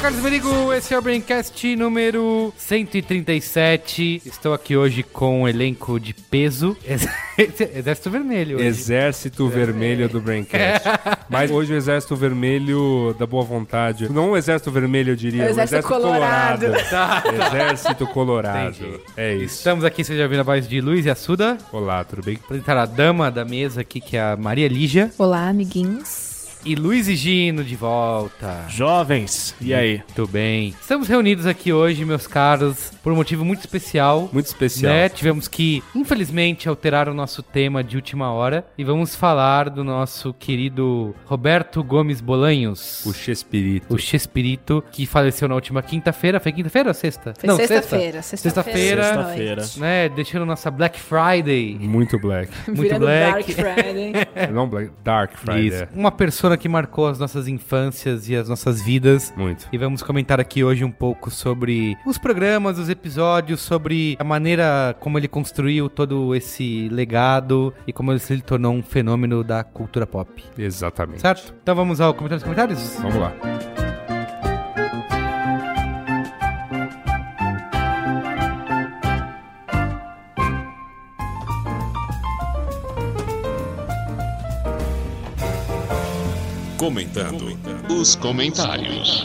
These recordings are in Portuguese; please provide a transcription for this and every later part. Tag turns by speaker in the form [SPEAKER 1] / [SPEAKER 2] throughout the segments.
[SPEAKER 1] Carlos Merigo, esse é o Braincast número 137. Estou aqui hoje com um elenco de peso. Ex- Exército Vermelho. hoje.
[SPEAKER 2] Exército Vermelho do Braincast. Mas hoje o Exército Vermelho da Boa Vontade. Não o Exército Vermelho, eu diria.
[SPEAKER 3] É o
[SPEAKER 2] o
[SPEAKER 3] Exército Colorado.
[SPEAKER 2] Exército Colorado.
[SPEAKER 1] Entendi.
[SPEAKER 2] É isso.
[SPEAKER 1] Estamos aqui, vocês já viram a voz de Luiz e Assuda.
[SPEAKER 2] Olá, tudo bem?
[SPEAKER 1] Apresentar a dama da mesa aqui, que é a Maria Lígia.
[SPEAKER 3] Olá, amiguinhos.
[SPEAKER 1] E Luiz e Gino de volta.
[SPEAKER 4] Jovens, e aí?
[SPEAKER 1] Muito bem. Estamos reunidos aqui hoje, meus caros, por um motivo muito especial.
[SPEAKER 2] Muito especial.
[SPEAKER 1] Né? Tivemos que, infelizmente, alterar o nosso tema de última hora e vamos falar do nosso querido Roberto Gomes Bolanhos.
[SPEAKER 2] O Chespirito.
[SPEAKER 1] O Chespirito, que faleceu na última quinta-feira. Foi quinta-feira ou sexta?
[SPEAKER 3] Foi sexta-feira.
[SPEAKER 1] Sexta-feira.
[SPEAKER 4] Sexta-feira.
[SPEAKER 1] sexta. Né, deixando nossa Black Friday.
[SPEAKER 2] Muito black.
[SPEAKER 1] Muito
[SPEAKER 3] Virando Dark
[SPEAKER 1] black.
[SPEAKER 3] Friday.
[SPEAKER 2] Não black. Dark Friday.
[SPEAKER 1] Isso. Uma persona que marcou as nossas infâncias e as nossas vidas.
[SPEAKER 2] Muito.
[SPEAKER 1] E vamos comentar aqui hoje um pouco sobre os programas, os episódios, sobre a maneira como ele construiu todo esse legado e como ele se tornou um fenômeno da cultura pop.
[SPEAKER 2] Exatamente.
[SPEAKER 1] Certo? Então vamos ao comentário dos comentários?
[SPEAKER 2] Vamos lá.
[SPEAKER 5] Comentando, os comentários.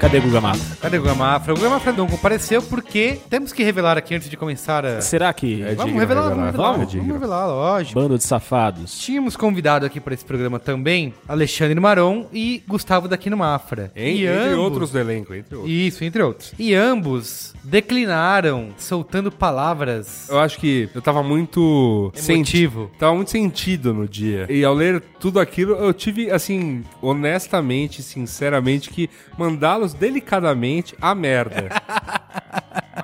[SPEAKER 4] Cadê Guga Mata?
[SPEAKER 1] Cadê o Gamafra? O Gamafra não compareceu porque temos que revelar aqui antes de começar a...
[SPEAKER 4] Será que
[SPEAKER 2] É
[SPEAKER 1] Vamos
[SPEAKER 2] digno
[SPEAKER 1] revelar,
[SPEAKER 2] revelar.
[SPEAKER 1] vamos revelar,
[SPEAKER 2] Vamos,
[SPEAKER 1] vamos,
[SPEAKER 2] digno.
[SPEAKER 1] revelar, lógico.
[SPEAKER 4] bando de safados?
[SPEAKER 1] Tínhamos convidado aqui para esse programa também Alexandre Maron e Gustavo Daquino Mafra.
[SPEAKER 2] Em-
[SPEAKER 1] e
[SPEAKER 2] entre
[SPEAKER 1] ambos-
[SPEAKER 2] outros do elenco. Entre outros.
[SPEAKER 1] Isso, entre outros. E ambos declinaram soltando palavras.
[SPEAKER 2] Eu acho que eu tava muito
[SPEAKER 1] Emotivo.
[SPEAKER 2] senti- Tava muito sentido no dia. E ao ler tudo aquilo, eu tive, assim, honestamente, sinceramente, que mandá-los delicadamente à merda.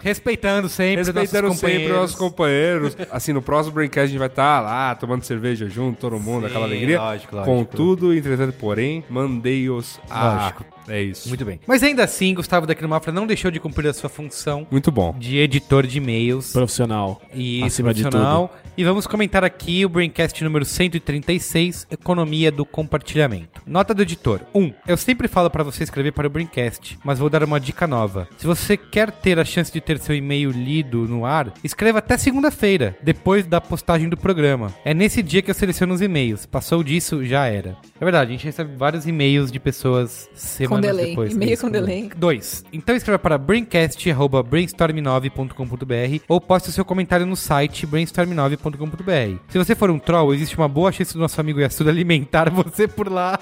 [SPEAKER 1] Respeitando sempre
[SPEAKER 2] Ah. Respeitando
[SPEAKER 1] nossos
[SPEAKER 2] sempre os
[SPEAKER 1] companheiros.
[SPEAKER 2] nossos companheiros. Assim, no próximo Braincast a gente vai estar lá tomando cerveja junto, todo mundo,
[SPEAKER 1] Sim,
[SPEAKER 2] aquela alegria.
[SPEAKER 1] lógico, lógico.
[SPEAKER 2] Contudo, entretanto, porém, mandei-os a.
[SPEAKER 1] Lógico.
[SPEAKER 2] É isso.
[SPEAKER 1] Muito bem. Mas ainda assim, Gustavo Daquino Mafra não deixou de cumprir a sua função
[SPEAKER 2] Muito bom.
[SPEAKER 1] de editor de e-mails.
[SPEAKER 4] Profissional.
[SPEAKER 1] E
[SPEAKER 4] acima de
[SPEAKER 1] profissional.
[SPEAKER 4] tudo.
[SPEAKER 1] E vamos comentar aqui o Braincast número 136, Economia do Compartilhamento. Nota do editor. 1. Um, eu sempre falo para você escrever para o Braincast, mas vou dar uma dica nova. Se você quer ter a chance de ter seu e-mail lido no ar, escreva até segunda-feira, depois da postagem do programa. É nesse dia que eu seleciono os e-mails. Passou disso, já era. É verdade, a gente recebe vários e-mails de pessoas semanas
[SPEAKER 3] delay.
[SPEAKER 1] depois.
[SPEAKER 3] E-mail
[SPEAKER 1] Isso,
[SPEAKER 3] com delay.
[SPEAKER 1] 2. Então escreva para braincast.brainstorm9.com.br ou poste o seu comentário no site brainstorm9.com.br. Se você for um troll, existe uma boa chance do nosso amigo Yasuda alimentar você por lá.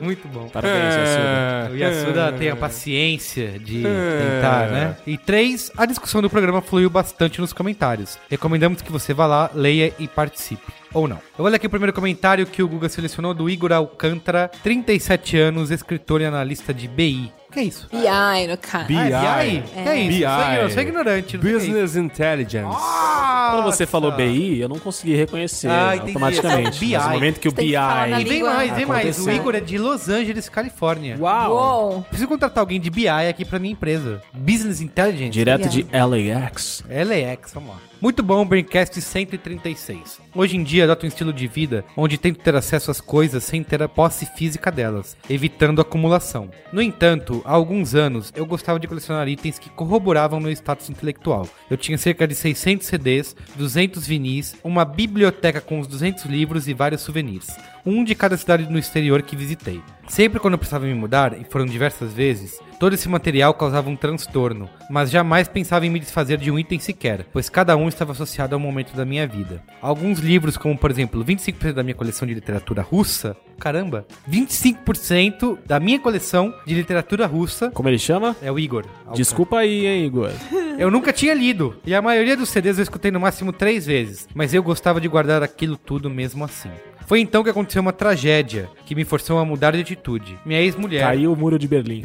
[SPEAKER 1] Muito bom.
[SPEAKER 4] Parabéns, Yasuda.
[SPEAKER 2] É.
[SPEAKER 1] O Yasuda tem a paciência de tentar, né? E três, a discussão do programa fluiu bastante nos comentários. Recomendamos que você vá lá, leia e participe. Ou não. Eu olho aqui o primeiro comentário que o Guga selecionou do Igor Alcântara, 37 anos, escritor e analista de BI. Que é isso?
[SPEAKER 3] E ai, no cara.
[SPEAKER 2] BI.
[SPEAKER 1] Ah, BI? Que é isso?
[SPEAKER 2] BI.
[SPEAKER 1] Sou ignorante, sou ignorante. não sei o que é isso.
[SPEAKER 2] Business Intelligence.
[SPEAKER 4] Quando
[SPEAKER 1] Nossa.
[SPEAKER 4] você falou BI, eu não consegui reconhecer
[SPEAKER 1] Ah, entendi.
[SPEAKER 4] automaticamente.
[SPEAKER 1] BI.
[SPEAKER 4] Mas no momento que o
[SPEAKER 3] Você tem que falar na
[SPEAKER 1] E
[SPEAKER 4] BI.
[SPEAKER 3] língua.
[SPEAKER 1] vem mais, vem mais. O
[SPEAKER 4] Aconteceu.
[SPEAKER 1] Igor é de Los Angeles, Califórnia.
[SPEAKER 3] Uou.
[SPEAKER 1] Preciso contratar alguém de BI aqui pra minha empresa. Business Intelligence.
[SPEAKER 3] BI.
[SPEAKER 4] Direto de LAX.
[SPEAKER 1] LAX, é vamos lá. Muito bom, Braincast 136. Hoje em dia, adoto um estilo de vida onde tento ter acesso às coisas sem ter a posse física delas, evitando acumulação. No entanto, há alguns anos, eu gostava de colecionar itens que corroboravam meu status intelectual. Eu tinha cerca de 600 CDs, 200 vinis, uma biblioteca com uns 200 livros e vários souvenirs. Um de cada cidade no exterior que visitei. Sempre quando eu precisava me mudar, e foram diversas vezes, Todo esse material causava um transtorno, mas jamais pensava em me desfazer de um item sequer, pois cada um estava associado a um momento da minha vida. Alguns livros, como por exemplo 25% da minha coleção de literatura russa, caramba, 25% da minha coleção de literatura russa
[SPEAKER 4] Como ele chama?
[SPEAKER 1] é o Igor. Alcântara.
[SPEAKER 4] Desculpa aí, hein, Igor.
[SPEAKER 1] Eu nunca tinha lido, e a maioria dos CDs eu escutei no máximo três vezes, mas eu gostava de guardar aquilo tudo mesmo assim. Foi então que aconteceu uma tragédia que me forçou a mudar de atitude. Minha ex-mulher.
[SPEAKER 4] Caiu Tá o muro de Berlim.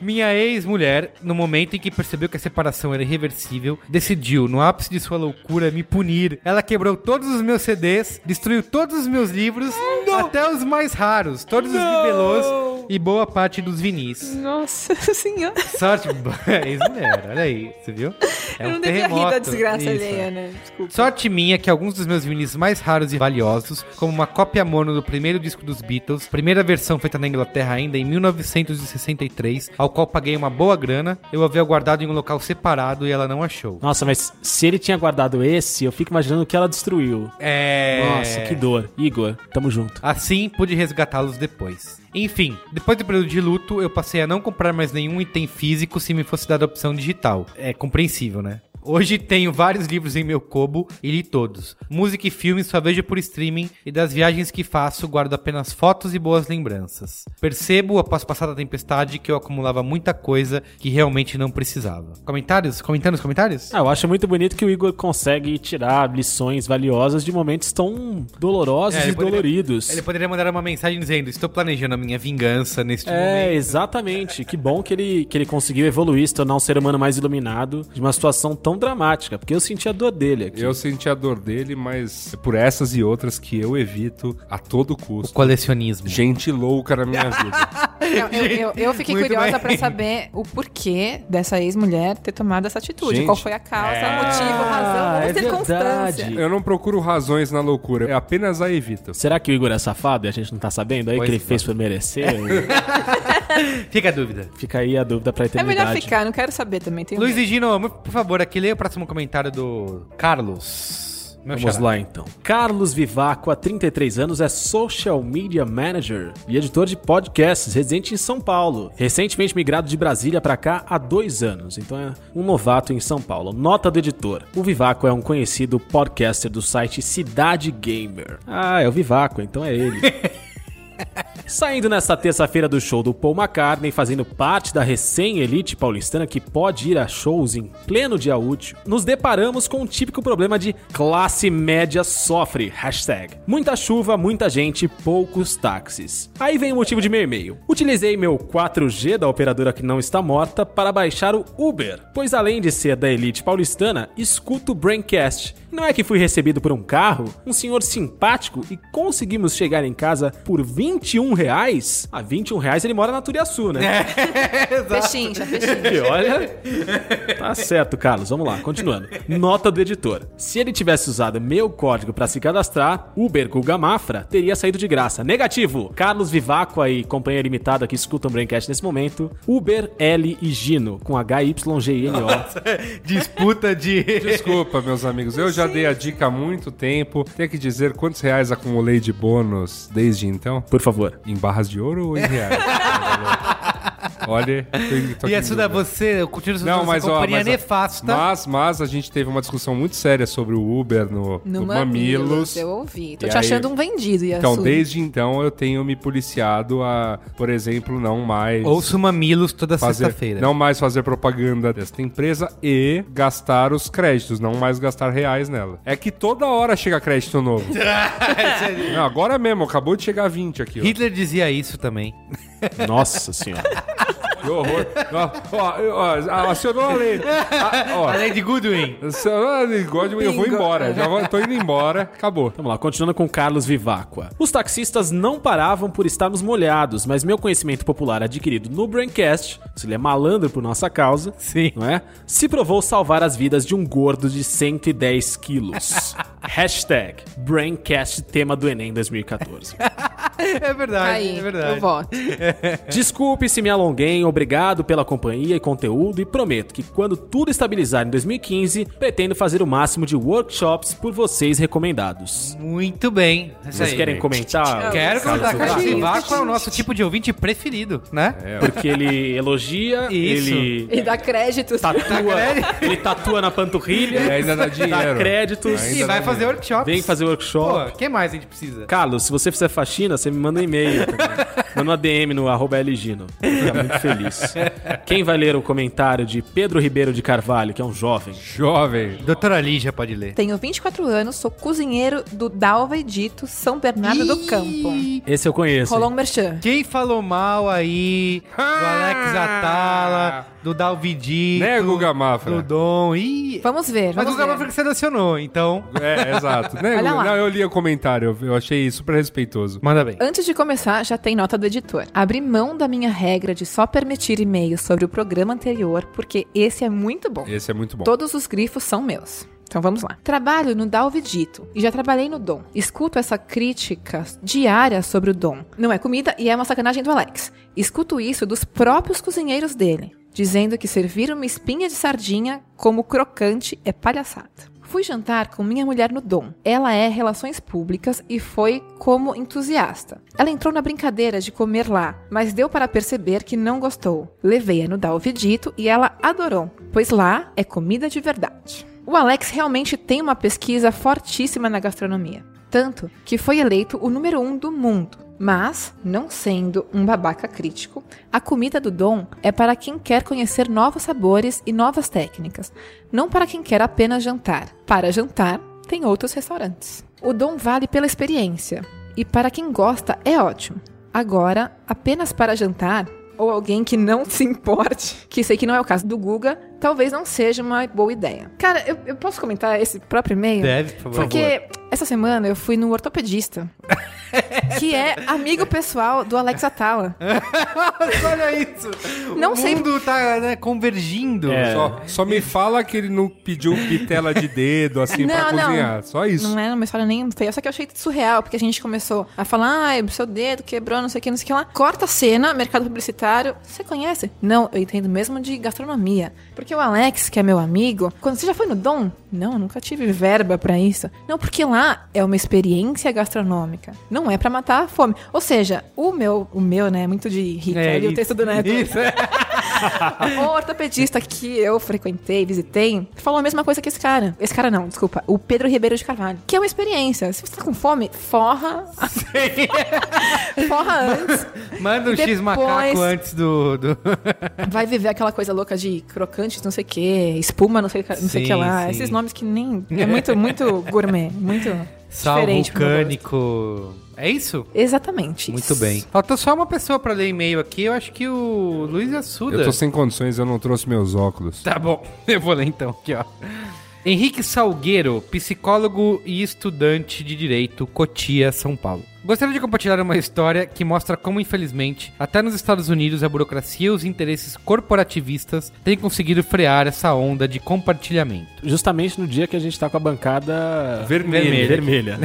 [SPEAKER 1] Minha ex-mulher, no momento em que percebeu que a separação era irreversível, decidiu, no ápice de sua loucura, me punir. Ela quebrou todos os meus CDs, destruiu todos os meus livros, até os mais raros, todos os bibelôs, e boa parte dos vinis.
[SPEAKER 3] Nossa senhora.
[SPEAKER 1] Sorte. É isso mesmo, olha aí, você viu? É
[SPEAKER 3] eu não
[SPEAKER 1] um
[SPEAKER 3] devia rir da
[SPEAKER 1] terremoto.
[SPEAKER 3] desgraça
[SPEAKER 1] Isso, é.
[SPEAKER 3] alheia, né? Desculpa.
[SPEAKER 1] Sorte minha que alguns dos meus vinis mais raros e valiosos, como uma cópia mono do primeiro disco dos Beatles, primeira versão feita na Inglaterra ainda em 1963, ao qual paguei uma boa grana, eu havia guardado em um local separado e ela não achou.
[SPEAKER 4] Nossa, mas se ele tinha guardado esse, eu fico imaginando o que ela destruiu.
[SPEAKER 1] É.
[SPEAKER 4] Nossa, que dor. Igor, tamo junto.
[SPEAKER 1] Assim, pude resgatá-los depois. Enfim, depois do período de luto, eu passei a não comprar mais nenhum item físico se me fosse dada a opção digital. É compreensível, né? Hoje tenho vários livros em meu cobo e li todos. Música e filmes só vejo por streaming e das viagens que faço guardo apenas fotos e boas lembranças. Percebo, após passar da tempestade, que eu acumulava muita coisa que realmente não precisava. Comentários? Comentando os comentários?
[SPEAKER 4] Ah, eu acho muito bonito que o Igor consegue tirar lições valiosas de momentos tão dolorosos
[SPEAKER 1] É, ele
[SPEAKER 4] e
[SPEAKER 1] poderia-
[SPEAKER 4] doloridos.
[SPEAKER 1] Ele poderia mandar uma mensagem dizendo: Estou planejando a minha vingança neste momento. né?
[SPEAKER 4] É, exatamente. Que bom que ele, que ele conseguiu evoluir, se tornar um ser humano mais iluminado de uma situação tão dramática, porque eu senti a dor dele aqui.
[SPEAKER 2] Eu senti a dor dele, mas é por essas e outras que eu evito a todo
[SPEAKER 1] O
[SPEAKER 2] custo.
[SPEAKER 1] colecionismo.
[SPEAKER 2] Gente louca na minha vida.
[SPEAKER 3] Eu, eu- eu- eu fiquei
[SPEAKER 1] Muito
[SPEAKER 3] curiosa
[SPEAKER 1] bem.
[SPEAKER 3] pra saber o porquê dessa ex-mulher ter tomado essa atitude.
[SPEAKER 2] Gente,
[SPEAKER 3] Qual foi a causa,
[SPEAKER 1] é.
[SPEAKER 3] motivo, razão ou
[SPEAKER 4] é
[SPEAKER 3] circunstância.
[SPEAKER 4] verdade.
[SPEAKER 2] Eu não procuro razões na loucura, eu apenas a evito.
[SPEAKER 4] Será que o Igor é safado e a gente não tá sabendo? Aí
[SPEAKER 1] Pois
[SPEAKER 4] que ele
[SPEAKER 1] é.
[SPEAKER 4] fez por merecer?
[SPEAKER 1] Fica a dúvida.
[SPEAKER 4] Fica aí a dúvida pra
[SPEAKER 3] É
[SPEAKER 4] eternidade.
[SPEAKER 3] melhor ficar, não quero saber também. um Tenho
[SPEAKER 1] Luiz
[SPEAKER 3] medo.
[SPEAKER 1] e Gino, mu- por favor, aqui leia o próximo comentário do Carlos. Meu
[SPEAKER 4] Vamos
[SPEAKER 1] xará.
[SPEAKER 4] lá então. Carlos Vivaco, há 33 anos, é social media manager e editor de podcasts, residente em São Paulo. Recentemente migrado de Brasília pra cá há dois anos, então é um novato em São Paulo. Nota do editor: O Vivaco é um conhecido podcaster do site Cidade Gamer. Ah, é o Vivaco, então é ele. Saindo nesta terça-feira do show do Paul McCartney, fazendo parte da recém-elite paulistana que pode ir a shows em pleno dia útil, nos deparamos com um típico problema de classe média sofre. Hashtag. Muita chuva, muita gente, poucos táxis. Aí vem o motivo de meu e-mail. Utilizei meu 4G da operadora que não está morta para baixar o Uber, pois além de ser da elite paulistana, escuto o Braincast. Não é que fui recebido por um carro, um senhor simpático e conseguimos chegar em casa por R$ 21 reais? Ah, R$ 21 reais ele mora na Turiaçu, né?
[SPEAKER 3] Pechincha, pechincha.
[SPEAKER 4] E olha... Tá certo, Carlos. Vamos lá, continuando. Nota do editor. Se ele tivesse usado meu código pra se cadastrar, Uber com Gamafra teria saído de graça. Negativo. Carlos Vivaco e companhia limitada que escutam o Braincast nesse momento. Uber, L e Gino, com H-Y-G-I-N-O.
[SPEAKER 1] Disputa de.
[SPEAKER 2] Desculpa, meus amigos, eu já dei a dica há muito tempo. Tem que dizer quantos reais acumulei de bônus desde então?
[SPEAKER 4] Por favor.
[SPEAKER 2] Em barras de ouro ou em reais? Olha, tô, tô
[SPEAKER 1] e
[SPEAKER 2] aqui em
[SPEAKER 1] a Suda,
[SPEAKER 2] dúvida.
[SPEAKER 1] você continua sendo
[SPEAKER 2] Não, mas ó,
[SPEAKER 1] companhia
[SPEAKER 2] mas,
[SPEAKER 1] nefasta.
[SPEAKER 2] mas, mas a gente teve uma discussão muito séria sobre o Uber no, no,
[SPEAKER 3] No
[SPEAKER 2] Mamilos.
[SPEAKER 3] Mamilos, eu ouvi. Tô
[SPEAKER 2] E
[SPEAKER 3] te
[SPEAKER 2] aí-
[SPEAKER 3] achando um vendido, Yasu.
[SPEAKER 2] Então, desde então eu tenho me policiado a, por exemplo, não mais
[SPEAKER 1] Ouço mamilos toda
[SPEAKER 2] fazer,
[SPEAKER 1] sexta-feira.
[SPEAKER 2] não mais fazer propaganda desta empresa e gastar os créditos, não mais gastar reais nela. É que toda hora chega crédito novo. não, agora mesmo, acabou de chegar 20 aqui. Ó.
[SPEAKER 1] Hitler dizia isso também.
[SPEAKER 4] Nossa senhora.
[SPEAKER 2] Que horror. ó, ó, ó, ó, acionou a lei. Ah, ó, ah,
[SPEAKER 1] de Goodwin.
[SPEAKER 2] acionou a lei, God, eu vou embora. Já vou, tô indo embora. Acabou.
[SPEAKER 4] Vamos lá, continuando com Carlos Vivacqua. Os taxistas não paravam por estarmos molhados, mas meu conhecimento popular adquirido no Braincast, se ele é malandro por nossa causa,
[SPEAKER 1] Sim.
[SPEAKER 4] não é? Se provou salvar as vidas de um gordo de 110 quilos. Hashtag Braincast tema do Enem 2014.
[SPEAKER 1] É verdade,
[SPEAKER 3] Tá Aí,
[SPEAKER 1] é
[SPEAKER 3] eu
[SPEAKER 1] verdade.
[SPEAKER 3] voto.
[SPEAKER 4] Desculpe se me alonguei, obrigado pela companhia e conteúdo e prometo que quando tudo estabilizar em 2015, pretendo fazer o máximo de workshops por vocês recomendados.
[SPEAKER 1] Muito bem. É isso
[SPEAKER 4] Vocês
[SPEAKER 1] aí.
[SPEAKER 4] querem comentar?
[SPEAKER 1] Quero comentar.
[SPEAKER 3] Carlos
[SPEAKER 1] Carlos
[SPEAKER 3] Vivaco.
[SPEAKER 1] Vivaco é o nosso tipo de ouvinte preferido, né?
[SPEAKER 4] Porque ele elogia,
[SPEAKER 1] Isso.
[SPEAKER 4] ele
[SPEAKER 3] E
[SPEAKER 1] É.
[SPEAKER 3] dá créditos.
[SPEAKER 1] Tá
[SPEAKER 4] tatua,
[SPEAKER 1] crédito.
[SPEAKER 4] ele tatua na panturrilha,
[SPEAKER 2] É, ainda dá dinheiro.
[SPEAKER 4] créditos,
[SPEAKER 1] E
[SPEAKER 2] Ainda
[SPEAKER 1] vai
[SPEAKER 2] não
[SPEAKER 1] fazer
[SPEAKER 2] vi.
[SPEAKER 1] workshops.
[SPEAKER 4] vem fazer workshop.
[SPEAKER 1] Pô, o que mais a gente precisa?
[SPEAKER 4] Carlos, se você fizer faxina, você me manda um e-mail. também. manda uma DM no arroba LGino. Vou ficar muito feliz. Quem vai ler o comentário de Pedro Ribeiro de Carvalho, que é um jovem?
[SPEAKER 2] Jovem.
[SPEAKER 1] Doutora Lígia pode ler.
[SPEAKER 3] Tenho 24 anos, sou cozinheiro do Dalva e Dito, São Bernardo do Campo.
[SPEAKER 4] Esse eu conheço.
[SPEAKER 3] Rolou
[SPEAKER 4] hein?
[SPEAKER 3] um merchan.
[SPEAKER 1] Quem falou mal aí do Alex Atala, do Dalvidito.
[SPEAKER 2] Ah! Né, Guga Mafra?
[SPEAKER 1] Do Dom. Ih,
[SPEAKER 3] Vamos ver,
[SPEAKER 1] mas o
[SPEAKER 3] vamos
[SPEAKER 1] Guga
[SPEAKER 3] ver.
[SPEAKER 1] Mafra que selecionou, então.
[SPEAKER 2] É, exato. Né,
[SPEAKER 3] Olha
[SPEAKER 2] Guga?
[SPEAKER 3] lá.
[SPEAKER 2] Não, eu li o comentário, eu- eu achei super respeitoso.
[SPEAKER 1] Manda bem.
[SPEAKER 3] Antes de começar, já tem nota do editor. Abri mão da minha regra de só permitir e-mails sobre o programa anterior, porque esse é muito bom.
[SPEAKER 2] Esse é muito bom.
[SPEAKER 3] Todos os grifos são meus. Então vamos lá. Trabalho no Dalvidito e já trabalhei no Dom. Escuto essa crítica diária sobre o Dom. Não é comida e é uma sacanagem do Alex. Escuto isso dos próprios cozinheiros dele, dizendo que servir uma espinha de sardinha como crocante é palhaçada. Fui jantar com minha mulher no Dom. Ela é relações públicas e foi como entusiasta. Ela entrou na brincadeira de comer lá, mas deu para perceber que não gostou. Levei-a no Dalvidito e ela adorou, pois lá é comida de verdade. O Alex realmente tem uma pesquisa fortíssima na gastronomia, tanto que foi eleito o número um do mundo. Mas, não sendo um babaca crítico, a comida do Dom é para quem quer conhecer novos sabores e novas técnicas, não para quem quer apenas jantar. Para jantar, tem outros restaurantes. O Dom vale pela experiência, e para quem gosta é ótimo. Agora, apenas para jantar, ou alguém que não se importe, que sei que não é o caso do Guga, talvez não seja uma boa ideia. Cara, eu, eu posso comentar esse próprio e-mail?
[SPEAKER 1] Deve, por favor.
[SPEAKER 3] Porque essa semana eu fui no ortopedista, que é amigo pessoal do Alex Atala.
[SPEAKER 1] Olha isso.
[SPEAKER 3] Não
[SPEAKER 1] o
[SPEAKER 3] sei-
[SPEAKER 1] mundo tá né, convergindo.
[SPEAKER 4] É.
[SPEAKER 2] Só, só me fala que ele não pediu pitela de dedo, assim, pra
[SPEAKER 3] Não, não.
[SPEAKER 2] cozinhar. Só isso.
[SPEAKER 3] Não é era uma história nem feia, só que eu achei surreal, porque a gente começou a falar, ai, seu dedo quebrou, não sei o que, não sei o que lá. Corta a cena, mercado publicitário. Você conhece? Não, eu entendo mesmo de gastronomia. Porque o Alex, que é meu amigo, quando você já foi no Dom? Não, eu nunca tive verba pra isso. Não, porque lá é uma experiência gastronômica. Não é pra matar a fome. Ou seja, o meu, o meu, né, é muito de Rita,
[SPEAKER 1] É,
[SPEAKER 3] ali o
[SPEAKER 1] isso.
[SPEAKER 3] texto do Neto.
[SPEAKER 1] Isso, é.
[SPEAKER 3] O ortopedista que eu frequentei, visitei, falou a mesma coisa que esse cara. Esse cara não, desculpa. O Pedro Ribeiro de Carvalho. Que é uma experiência. Se você tá com fome, forra. forra antes.
[SPEAKER 1] Manda um
[SPEAKER 3] E
[SPEAKER 1] X macaco
[SPEAKER 3] depois-
[SPEAKER 1] antes do. do-
[SPEAKER 3] Vai viver aquela coisa louca de crocantes, não sei o quê, espuma, não sei, o que- não sei o que
[SPEAKER 1] Sim,
[SPEAKER 3] lá.
[SPEAKER 1] sim.
[SPEAKER 3] Esses nomes que nem. É muito, muito gourmet. Muito
[SPEAKER 1] sal
[SPEAKER 3] diferente. pro meu gosto.
[SPEAKER 1] vulcânico. É isso?
[SPEAKER 3] Exatamente.
[SPEAKER 1] Muito bem. Faltou só uma pessoa pra ler e-mail aqui. Eu acho que o Luiz Assuda.
[SPEAKER 2] Eu tô sem condições, eu não trouxe meus óculos.
[SPEAKER 1] Tá bom, eu vou ler então aqui, ó. Henrique Salgueiro, psicólogo e estudante de direito, Cotia, São Paulo. Gostaria de compartilhar uma história que mostra como, infelizmente, até nos Estados Unidos, a burocracia e os interesses corporativistas têm conseguido frear essa onda de compartilhamento.
[SPEAKER 4] Justamente no dia que a gente tá com a bancada
[SPEAKER 2] Vermelha.
[SPEAKER 4] vermelha.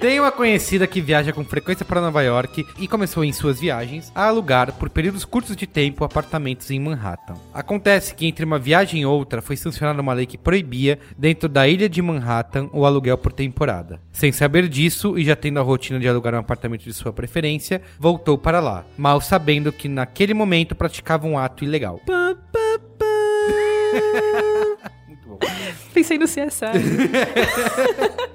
[SPEAKER 1] Tem uma conhecida que viaja com frequência para Nova York e começou em suas viagens a alugar por períodos curtos de tempo apartamentos em Manhattan. Acontece que entre uma viagem e outra foi sancionada uma lei que proibia, dentro da ilha de Manhattan, o aluguel por temporada. Sem saber disso e já tendo a rotina de alugar um apartamento de sua preferência, voltou para lá, mal sabendo que naquele momento praticava um ato ilegal.
[SPEAKER 3] Pensei no CSI.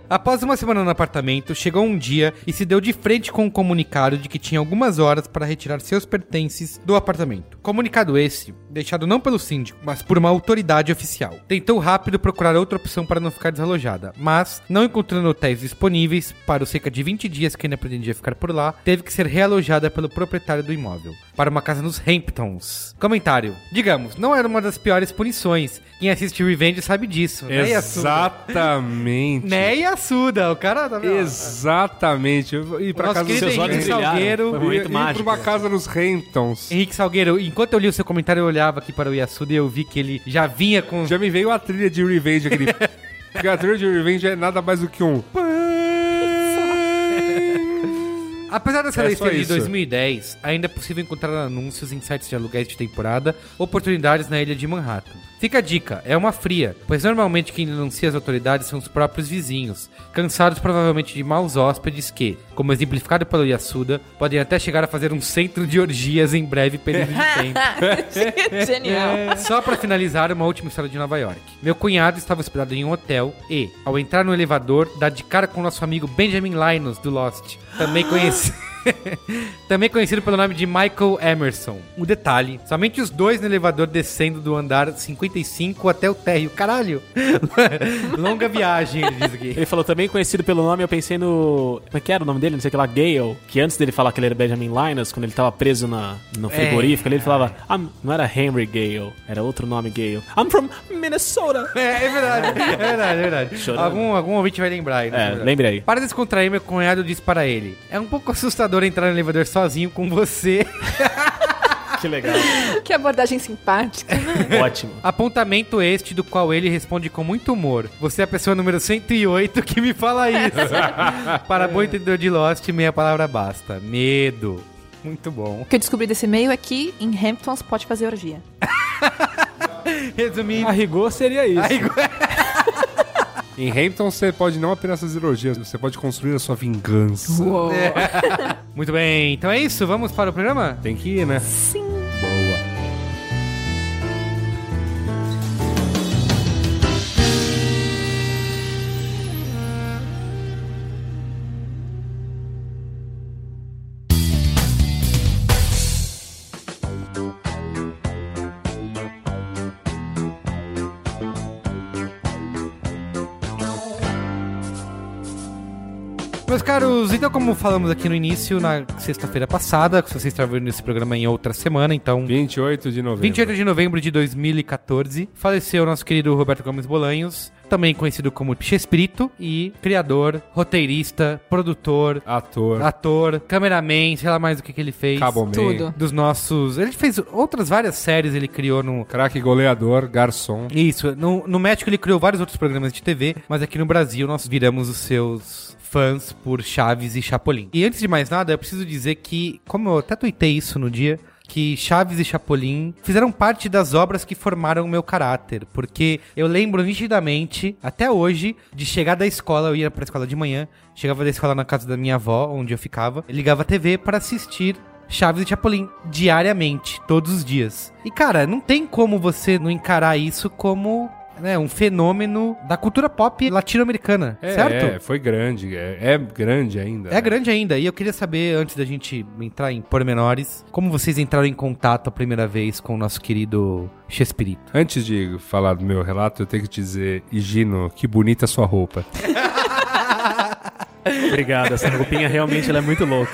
[SPEAKER 1] Após uma semana no apartamento, chegou um dia e se deu de frente com um comunicado de que tinha algumas horas para retirar seus pertences do apartamento. Comunicado esse, deixado não pelo síndico, mas por uma autoridade oficial. Tentou rápido procurar outra opção para não ficar desalojada, mas, não encontrando hotéis disponíveis para os cerca de 20 dias que ainda pretendia ficar por lá, teve que ser realojada pelo proprietário do imóvel, para uma casa nos Hamptons. Comentário: Digamos, não era uma das piores punições. Quem assiste Revenge sabe disso. né, Yasuda?
[SPEAKER 2] Exatamente.
[SPEAKER 1] Né e assuda, o cara tá vendo?
[SPEAKER 2] Exatamente. Eu vou ir pra
[SPEAKER 1] Nosso
[SPEAKER 2] casa dos
[SPEAKER 1] querido
[SPEAKER 2] seus
[SPEAKER 1] Henrique é um
[SPEAKER 2] olhos.
[SPEAKER 4] brilharam.
[SPEAKER 1] Salgueiro.
[SPEAKER 4] Foi
[SPEAKER 2] Eu ia-
[SPEAKER 4] muito
[SPEAKER 2] ia pra
[SPEAKER 4] mágico.
[SPEAKER 2] uma casa nos Hamptons.
[SPEAKER 1] Henrique Salgueiro, enquanto eu li o seu comentário, eu olhava aqui para o Yasuda e eu vi que ele já vinha com.
[SPEAKER 2] Já me veio a trilha de Revenge, aquele... Porque a trilha de Revenge é nada mais do que um...
[SPEAKER 1] Apesar dessa
[SPEAKER 2] É
[SPEAKER 1] lei
[SPEAKER 2] só
[SPEAKER 1] ser de
[SPEAKER 2] isso.
[SPEAKER 1] 2010, ainda é possível encontrar anúncios em sites de aluguéis de temporada, oportunidades na ilha de Manhattan. Fica a dica, é uma fria, pois normalmente quem denuncia as autoridades são os próprios vizinhos, cansados provavelmente de maus hóspedes que, como exemplificado pelo Yasuda, podem até chegar a fazer um centro de orgias em breve período de tempo.
[SPEAKER 3] Genial.
[SPEAKER 1] Só pra finalizar, uma última história de Nova York. Meu cunhado estava hospedado em um hotel e, Ah! ao entrar no elevador, dá de cara com nosso amigo Benjamin Linus do Lost, também conhecido Também conhecido pelo nome de Michael Emerson. Um detalhe: somente os dois no elevador descendo do andar 55 até o térreo. Caralho! Longa viagem, ele diz aqui.
[SPEAKER 4] Ele falou também conhecido pelo nome, eu pensei no. Como é que era o nome dele? Não sei o que lá, Gale. Que antes dele falar que ele era Benjamin Linus, quando ele tava preso na, no frigorífico, ele falava. "I'm-" não era Henry Gale, era outro nome Gale. I'm from Minnesota.
[SPEAKER 1] É, é verdade, é verdade, é verdade.
[SPEAKER 4] Chorando.
[SPEAKER 1] Algum, algum ouvinte vai lembrar aí. né?
[SPEAKER 4] É, lembre aí.
[SPEAKER 1] Para descontrair, meu cunhado disse para ele: É um pouco assustador entrar no elevador sozinho com você.
[SPEAKER 4] Que legal.
[SPEAKER 3] Que abordagem simpática.
[SPEAKER 4] Ótimo.
[SPEAKER 1] Apontamento este do qual ele responde com muito humor. Você é a pessoa número 108 que me fala isso. Para bom entendedor de Lost, meia palavra basta. Medo. Muito bom.
[SPEAKER 3] O que eu descobri desse e-mail é que em Hamptons pode fazer orgia.
[SPEAKER 1] Resumindo.
[SPEAKER 4] A rigor seria isso.
[SPEAKER 2] Em Hampton, você pode não apenas fazer elogios, você pode construir a sua vingança.
[SPEAKER 3] Uou.
[SPEAKER 1] Muito bem, então é isso. Vamos para o programa?
[SPEAKER 2] Tem que ir, né?
[SPEAKER 3] Sim.
[SPEAKER 2] Boa.
[SPEAKER 1] Meus caros, então como falamos aqui no início, na sexta-feira passada, que vocês estão vendo esse programa em outra semana, então
[SPEAKER 2] 28 de novembro.
[SPEAKER 1] 28 de novembro de 2014, faleceu nosso querido Roberto Gomes Bolanhos, também conhecido como Chespirito, e criador, roteirista, produtor,
[SPEAKER 2] Ator.
[SPEAKER 1] ator, cameraman, sei lá mais o que, que ele fez.
[SPEAKER 2] Cabo Man.
[SPEAKER 3] Tudo.
[SPEAKER 1] Dos nossos. Ele fez outras várias séries, ele criou no.
[SPEAKER 2] Craque goleador, garçom.
[SPEAKER 1] Isso, no, no México ele criou vários outros programas de TV, mas aqui no Brasil nós viramos os seus fãs por Chaves e Chapolin. E antes de mais nada, eu preciso dizer que, como eu até tuitei isso no dia, que Chaves e Chapolin fizeram parte das obras que formaram o meu caráter, porque eu lembro nitidamente, até hoje, de chegar da escola, eu ia pra escola de manhã, chegava da escola na casa da minha avó, onde eu ficava, ligava a TV para assistir Chaves e Chapolin diariamente, todos os dias. E cara, não tem como você não encarar isso como né, um fenômeno da cultura pop latino-americana,
[SPEAKER 2] É,
[SPEAKER 1] certo?
[SPEAKER 2] é, foi grande. É, é grande ainda.
[SPEAKER 1] É grande ainda. E eu queria saber, antes da gente entrar em pormenores, como vocês entraram em contato a primeira vez com o nosso querido Chespirito.
[SPEAKER 2] Antes de falar do meu relato, eu tenho que dizer, Higino, que bonita sua roupa.
[SPEAKER 4] Obrigado. Essa roupinha realmente ela é muito louca.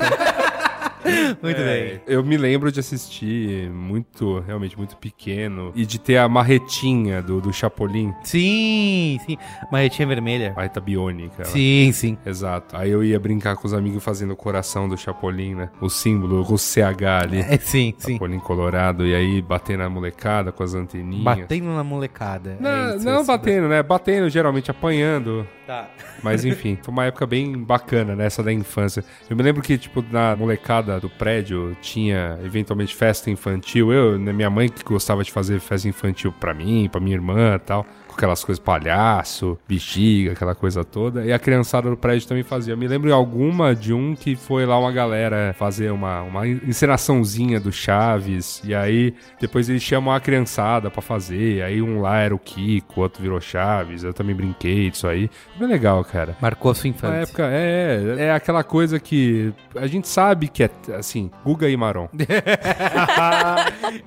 [SPEAKER 1] Muito bem.
[SPEAKER 2] Eu me lembro de assistir muito, realmente muito pequeno, e de ter a marretinha do, do Chapolin,
[SPEAKER 1] Sim, sim. Marretinha vermelha.
[SPEAKER 2] a Rita Biônica. ela.
[SPEAKER 1] Sim, sim.
[SPEAKER 2] Exato. Aí eu ia brincar com os amigos fazendo o coração do Chapolin, né? O símbolo, o CH ali.
[SPEAKER 1] É, sim, sim.
[SPEAKER 2] Chapolin colorado, e aí bater na molecada com as anteninhas.
[SPEAKER 1] Batendo na molecada.
[SPEAKER 2] Não,
[SPEAKER 1] É isso,
[SPEAKER 2] não
[SPEAKER 1] isso.
[SPEAKER 2] batendo, né? Batendo, geralmente apanhando.
[SPEAKER 1] Tá.
[SPEAKER 2] Mas enfim, foi uma época bem bacana, né? Essa da infância. Eu me lembro que, tipo, na molecada do prédio tinha eventualmente festa infantil. Eu, né, minha mãe que gostava de fazer festa infantil pra mim, pra minha irmã e tal. Com aquelas coisas, palhaço, bexiga, aquela coisa toda. E a criançada do prédio também fazia. Eu me lembro de alguma de um que foi lá uma galera fazer uma, uma encenaçãozinha do Chaves. E aí depois eles chamam a criançada pra fazer. Aí um lá era o Kiko, o outro virou Chaves. Eu também brinquei disso aí. Bem legal, cara.
[SPEAKER 1] Marcou a sua
[SPEAKER 2] Na
[SPEAKER 1] infância.
[SPEAKER 2] época, é, é, é aquela coisa que a gente sabe que é, assim, Guga e Maron.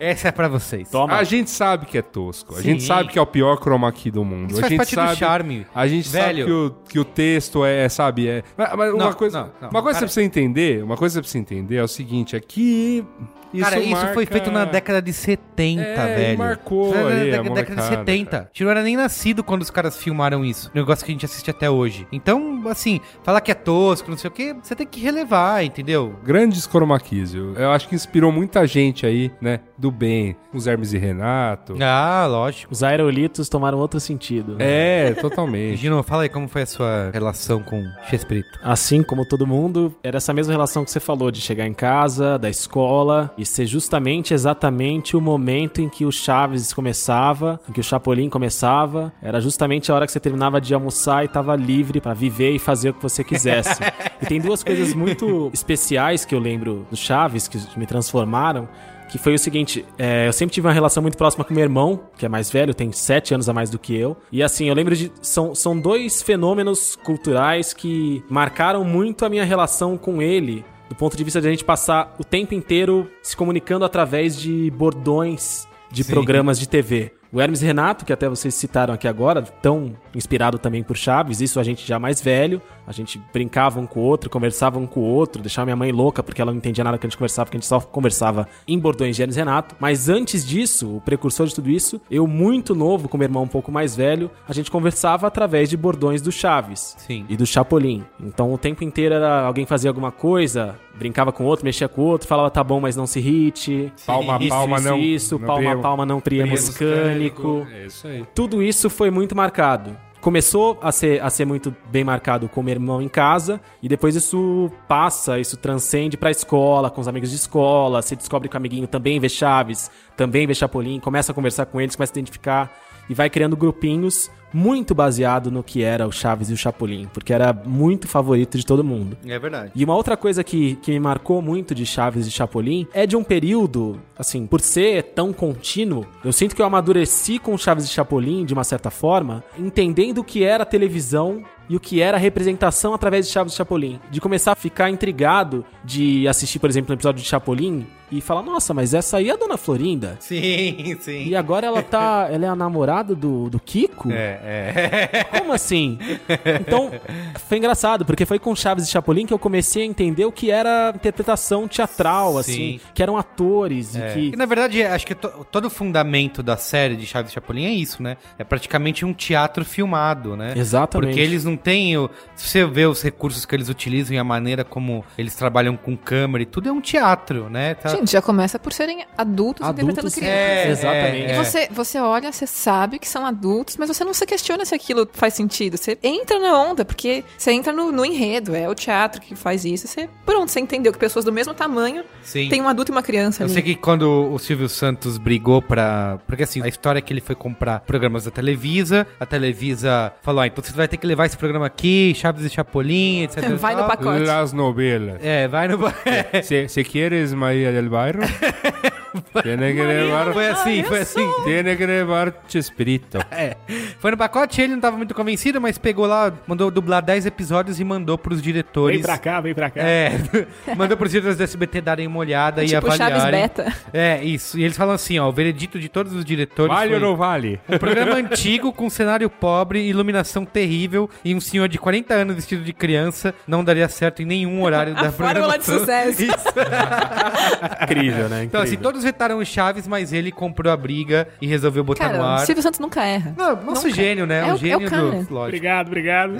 [SPEAKER 1] Essa é pra vocês.
[SPEAKER 4] Toma.
[SPEAKER 2] A gente sabe que é tosco. A
[SPEAKER 1] Sim.
[SPEAKER 2] gente sabe que é o pior chroma key do mundo.
[SPEAKER 1] Isso
[SPEAKER 2] a
[SPEAKER 1] faz
[SPEAKER 2] gente
[SPEAKER 1] parte
[SPEAKER 2] sabe,
[SPEAKER 1] do charme.
[SPEAKER 2] A gente
[SPEAKER 1] Velho.
[SPEAKER 2] sabe que o, que o texto é, sabe, é... Mas, mas uma
[SPEAKER 1] Não,
[SPEAKER 2] coisa,
[SPEAKER 1] não, não,
[SPEAKER 2] uma coisa
[SPEAKER 1] cara.
[SPEAKER 2] que você precisa entender, uma coisa que você precisa entender é o seguinte, é que isso
[SPEAKER 1] cara, isso foi
[SPEAKER 2] marca-
[SPEAKER 1] feito na década de 70,
[SPEAKER 2] É,
[SPEAKER 1] velho.
[SPEAKER 2] marcou
[SPEAKER 1] Foi na
[SPEAKER 2] aí a
[SPEAKER 1] década, década de
[SPEAKER 2] molecada,
[SPEAKER 1] 70.
[SPEAKER 2] cara.
[SPEAKER 1] A gente não era nem nascido quando os caras filmaram isso. Um Negócio que a gente assiste até hoje. Então, assim, falar que é tosco, não sei o quê, você tem que relevar, entendeu?
[SPEAKER 2] Grandes chroma keys. Eu, eu acho que inspirou muita gente aí, né? Do bem. Os Hermes e Renato.
[SPEAKER 1] Ah, lógico.
[SPEAKER 4] Os aerolitos tomaram outro sentido. né?
[SPEAKER 2] É, totalmente.
[SPEAKER 1] Gino, fala aí como foi a sua relação com Shakespeare.
[SPEAKER 4] Assim como todo mundo, era essa mesma relação que você falou de chegar em casa, da escola e ser justamente exatamente o momento em que o Chaves começava, em que o Chapolin começava, era justamente a hora que você terminava de almoçar e tava livre pra viver e fazer o que você quisesse. e tem duas coisas muito especiais que eu lembro do Chaves que me transformaram. Que foi o seguinte, é, eu sempre tive uma relação muito próxima com meu irmão, que é mais velho, tem sete anos a mais do que eu. E assim, eu lembro de. São, são dois fenômenos culturais que marcaram muito a minha relação com ele. do ponto de vista de a gente passar o tempo inteiro se comunicando através de bordões de
[SPEAKER 1] Sim.
[SPEAKER 4] programas de TV. O Hermes e Renato, que até vocês citaram aqui agora, tão inspirado também por Chaves, isso a gente já mais velho, a gente brincava um com o outro, conversava um com o outro, deixava minha mãe louca porque ela não entendia nada que a gente conversava, porque a gente só conversava em bordões de Hermes e Renato. Mas antes disso, o precursor de tudo isso, eu muito novo, com meu irmão um pouco mais velho, a gente conversava através de bordões do Chaves
[SPEAKER 1] Sim.
[SPEAKER 4] e do Chapolin. Então o tempo inteiro era alguém fazia alguma coisa, brincava com o outro, mexia com o outro, falava tá bom, mas não se irrite.
[SPEAKER 2] Palma,
[SPEAKER 4] isso,
[SPEAKER 2] palma,
[SPEAKER 4] isso,
[SPEAKER 2] não-
[SPEAKER 4] Isso,
[SPEAKER 2] não
[SPEAKER 4] palma,
[SPEAKER 2] priemo-
[SPEAKER 4] palma, não priemos
[SPEAKER 2] Priemos
[SPEAKER 4] cânico.
[SPEAKER 2] É isso aí.
[SPEAKER 4] Tudo isso foi muito marcado. Começou a ser, a ser muito bem marcado com o meu irmão em casa, e depois isso passa, isso transcende pra escola, com os amigos de escola, se descobre que o amiguinho também vê Chaves, também vê Chapolin, começa a conversar com eles, começa a identificar, e vai criando grupinhos muito baseado no que era o Chaves e o Chapolin, porque era muito favorito de todo mundo.
[SPEAKER 1] É verdade.
[SPEAKER 4] E uma outra coisa que, que me marcou muito de Chaves e Chapolin é de um período, assim, por ser tão contínuo, eu sinto que eu amadureci com Chaves e Chapolin, de uma certa forma, entendendo o que era televisão e o que era representação através de Chaves e Chapolin. De começar a ficar intrigado de assistir, por exemplo, um episódio de Chapolin e falar, nossa, mas essa aí é a Dona Florinda.
[SPEAKER 1] Sim, sim.
[SPEAKER 4] E agora ela tá. Ela é a namorada do, do Kiko?
[SPEAKER 1] É, é.
[SPEAKER 4] Como assim? Então, foi engraçado, porque foi com Chaves e Chapolin que eu comecei a entender o que era interpretação teatral,
[SPEAKER 1] Sim.
[SPEAKER 4] assim, que eram atores
[SPEAKER 1] É.
[SPEAKER 4] e
[SPEAKER 1] E,
[SPEAKER 4] que.
[SPEAKER 1] na verdade, acho que to- todo o fundamento da série de Chaves e Chapolin é isso, né? É praticamente um teatro filmado, né?
[SPEAKER 4] Exatamente.
[SPEAKER 1] Porque eles não têm. o- Se você vê os recursos que eles utilizam e a maneira como eles trabalham com câmera e tudo, é um teatro, né? Tá-
[SPEAKER 3] Gente, já começa por serem adultos, interpretando
[SPEAKER 4] Adultos,
[SPEAKER 3] crianças.
[SPEAKER 1] É,
[SPEAKER 4] exatamente.
[SPEAKER 1] é,
[SPEAKER 3] E você, você olha, você sabe que são adultos, mas você não se questiona se aquilo faz sentido. Você entra na onda, porque você entra no, no enredo, é o teatro que faz isso. Você, pronto, você entendeu que pessoas do mesmo tamanho
[SPEAKER 1] Sim.
[SPEAKER 3] têm um adulto e uma criança
[SPEAKER 1] Eu
[SPEAKER 3] ali.
[SPEAKER 1] sei que quando o Silvio Santos brigou pra. Porque assim, a história é que ele foi comprar programas da Televisa, a Televisa falou: ah, então você vai ter que levar esse programa aqui, Chaves e Chapolin, etc. e
[SPEAKER 3] Vai no
[SPEAKER 1] tal."
[SPEAKER 3] pacote.
[SPEAKER 2] Las novelas.
[SPEAKER 1] É, vai no. ba-
[SPEAKER 2] Se, se quieres Maria del Barro, tiene que
[SPEAKER 1] foi
[SPEAKER 2] levar,
[SPEAKER 1] assim, foi assim.
[SPEAKER 2] tiene que levar Chespirito.
[SPEAKER 1] É. Foi no pacote, ele não tava muito convencido, mas pegou lá, mandou dublar 10 episódios e mandou pros diretores.
[SPEAKER 4] cá, vem pra cá.
[SPEAKER 1] É, mandou pros diretores do SBT darem uma olhada e
[SPEAKER 3] tipo
[SPEAKER 1] avaliarem.
[SPEAKER 3] Chaves Beta.
[SPEAKER 1] É, isso. E eles falam assim, ó, o veredito de todos os diretores
[SPEAKER 2] Vale
[SPEAKER 1] foi...
[SPEAKER 2] ou não vale?
[SPEAKER 1] Um programa antigo com um cenário pobre, iluminação terrível e um senhor de 40 anos vestido de criança não daria certo em nenhum horário da
[SPEAKER 3] A fórmula de
[SPEAKER 1] programação.
[SPEAKER 3] sucesso.
[SPEAKER 4] Incrível, né?
[SPEAKER 1] Então, assim, todos vetaram o Chaves, mas ele comprou a briga e resolveu botar tá no
[SPEAKER 3] Cara,
[SPEAKER 1] ar.
[SPEAKER 3] Silvio Santos nunca erra.
[SPEAKER 1] Não, nosso gênio, né?
[SPEAKER 3] É
[SPEAKER 1] um
[SPEAKER 3] o- é o
[SPEAKER 1] gênio
[SPEAKER 3] cara.
[SPEAKER 1] do. Lógico.
[SPEAKER 4] Obrigado, obrigado.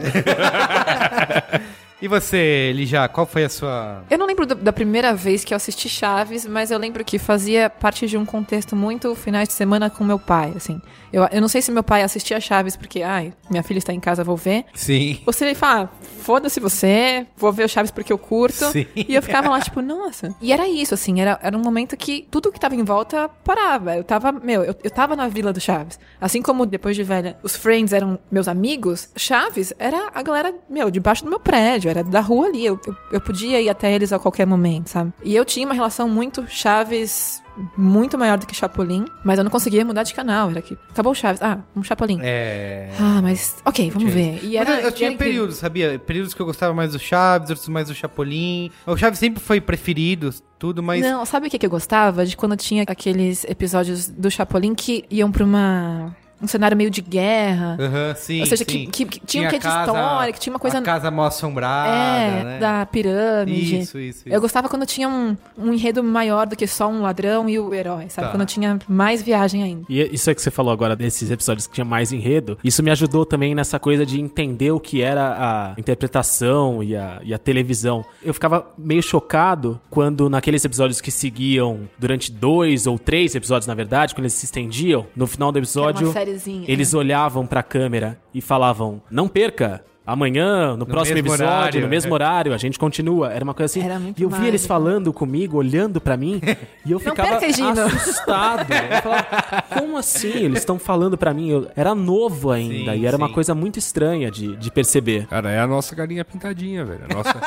[SPEAKER 1] E você, Lijá, qual foi a sua.
[SPEAKER 3] Eu não lembro do- da primeira vez que eu assisti Chaves, mas eu lembro que fazia parte de um contexto muito finais de semana com meu pai, assim. Eu, eu não sei se meu pai assistia Chaves porque, ai, minha filha está em casa, vou ver.
[SPEAKER 1] Sim.
[SPEAKER 3] Ou se ele fala, ah, foda-se você, vou ver o Chaves porque eu curto.
[SPEAKER 1] Sim.
[SPEAKER 3] E eu ficava lá, tipo, nossa. E era isso, assim, era, era um momento que tudo que tava em volta parava. Eu tava, meu, eu, eu tava na vila do Chaves. Assim como depois de velha, os Friends eram meus amigos, Chaves era a galera, meu, debaixo do meu prédio, era da rua ali. Eu, eu, eu podia ir até eles a qualquer momento, sabe? E eu tinha uma relação muito Chaves. Muito maior do que Chapolin, mas eu não conseguia mudar de canal. Era que acabou o Chaves. Ah, um Chapolin.
[SPEAKER 1] É.
[SPEAKER 3] Ah, mas. Ok, vamos ver.
[SPEAKER 1] Mas
[SPEAKER 3] E era,
[SPEAKER 1] eu, eu tinha
[SPEAKER 3] e é era incrível.
[SPEAKER 1] períodos, sabia? Períodos que eu gostava mais do Chaves, outros mais do Chapolin. O Chaves sempre foi preferido, tudo, mas.
[SPEAKER 3] Não, sabe o que, que eu gostava? De quando tinha aqueles episódios do Chapolin que iam pra uma, um cenário meio de guerra.
[SPEAKER 1] Aham, sim.
[SPEAKER 3] Ou seja,
[SPEAKER 1] sim.
[SPEAKER 3] que, que, que tinha um
[SPEAKER 1] a
[SPEAKER 3] quê de
[SPEAKER 1] casa-
[SPEAKER 3] história, que tinha uma coisa.
[SPEAKER 1] A casa mal assombrada.
[SPEAKER 3] é,
[SPEAKER 1] né?
[SPEAKER 3] da pirâmide.
[SPEAKER 1] Isso, isso,
[SPEAKER 3] Eu
[SPEAKER 1] isso.
[SPEAKER 3] gostava quando tinha um, um enredo maior do que só um ladrão e o herói, sabe?
[SPEAKER 1] Tá.
[SPEAKER 3] Quando tinha mais viagem ainda.
[SPEAKER 4] E isso é que você falou agora desses episódios que tinha mais enredo. Isso me ajudou também nessa coisa de entender o que era a interpretação e a, e a televisão. Eu ficava meio chocado quando, naqueles episódios que seguiam durante dois ou três episódios, na verdade, quando eles se estendiam, no final do
[SPEAKER 3] Era uma
[SPEAKER 4] episódio,
[SPEAKER 3] sériezinha. né?
[SPEAKER 4] eles olhavam pra câmera e falavam: Não perca! Amanhã, no, próximo
[SPEAKER 1] mesmo
[SPEAKER 4] episódio,
[SPEAKER 1] horário." é."
[SPEAKER 4] no mesmo horário, a gente continua. Era uma coisa assim.
[SPEAKER 3] Era muito
[SPEAKER 4] e eu vi eles
[SPEAKER 3] mágico.
[SPEAKER 4] falando comigo, olhando pra mim, e eu
[SPEAKER 3] Não
[SPEAKER 4] ficava
[SPEAKER 3] perca, Gino.
[SPEAKER 4] assustado. Eu falava, como assim? Eles estão falando pra mim. Eu era novo ainda
[SPEAKER 1] Sim,
[SPEAKER 4] e era uma
[SPEAKER 1] sim.
[SPEAKER 4] coisa muito estranha de, de perceber.
[SPEAKER 2] Cara, é a nossa galinha pintadinha, velho. A nossa,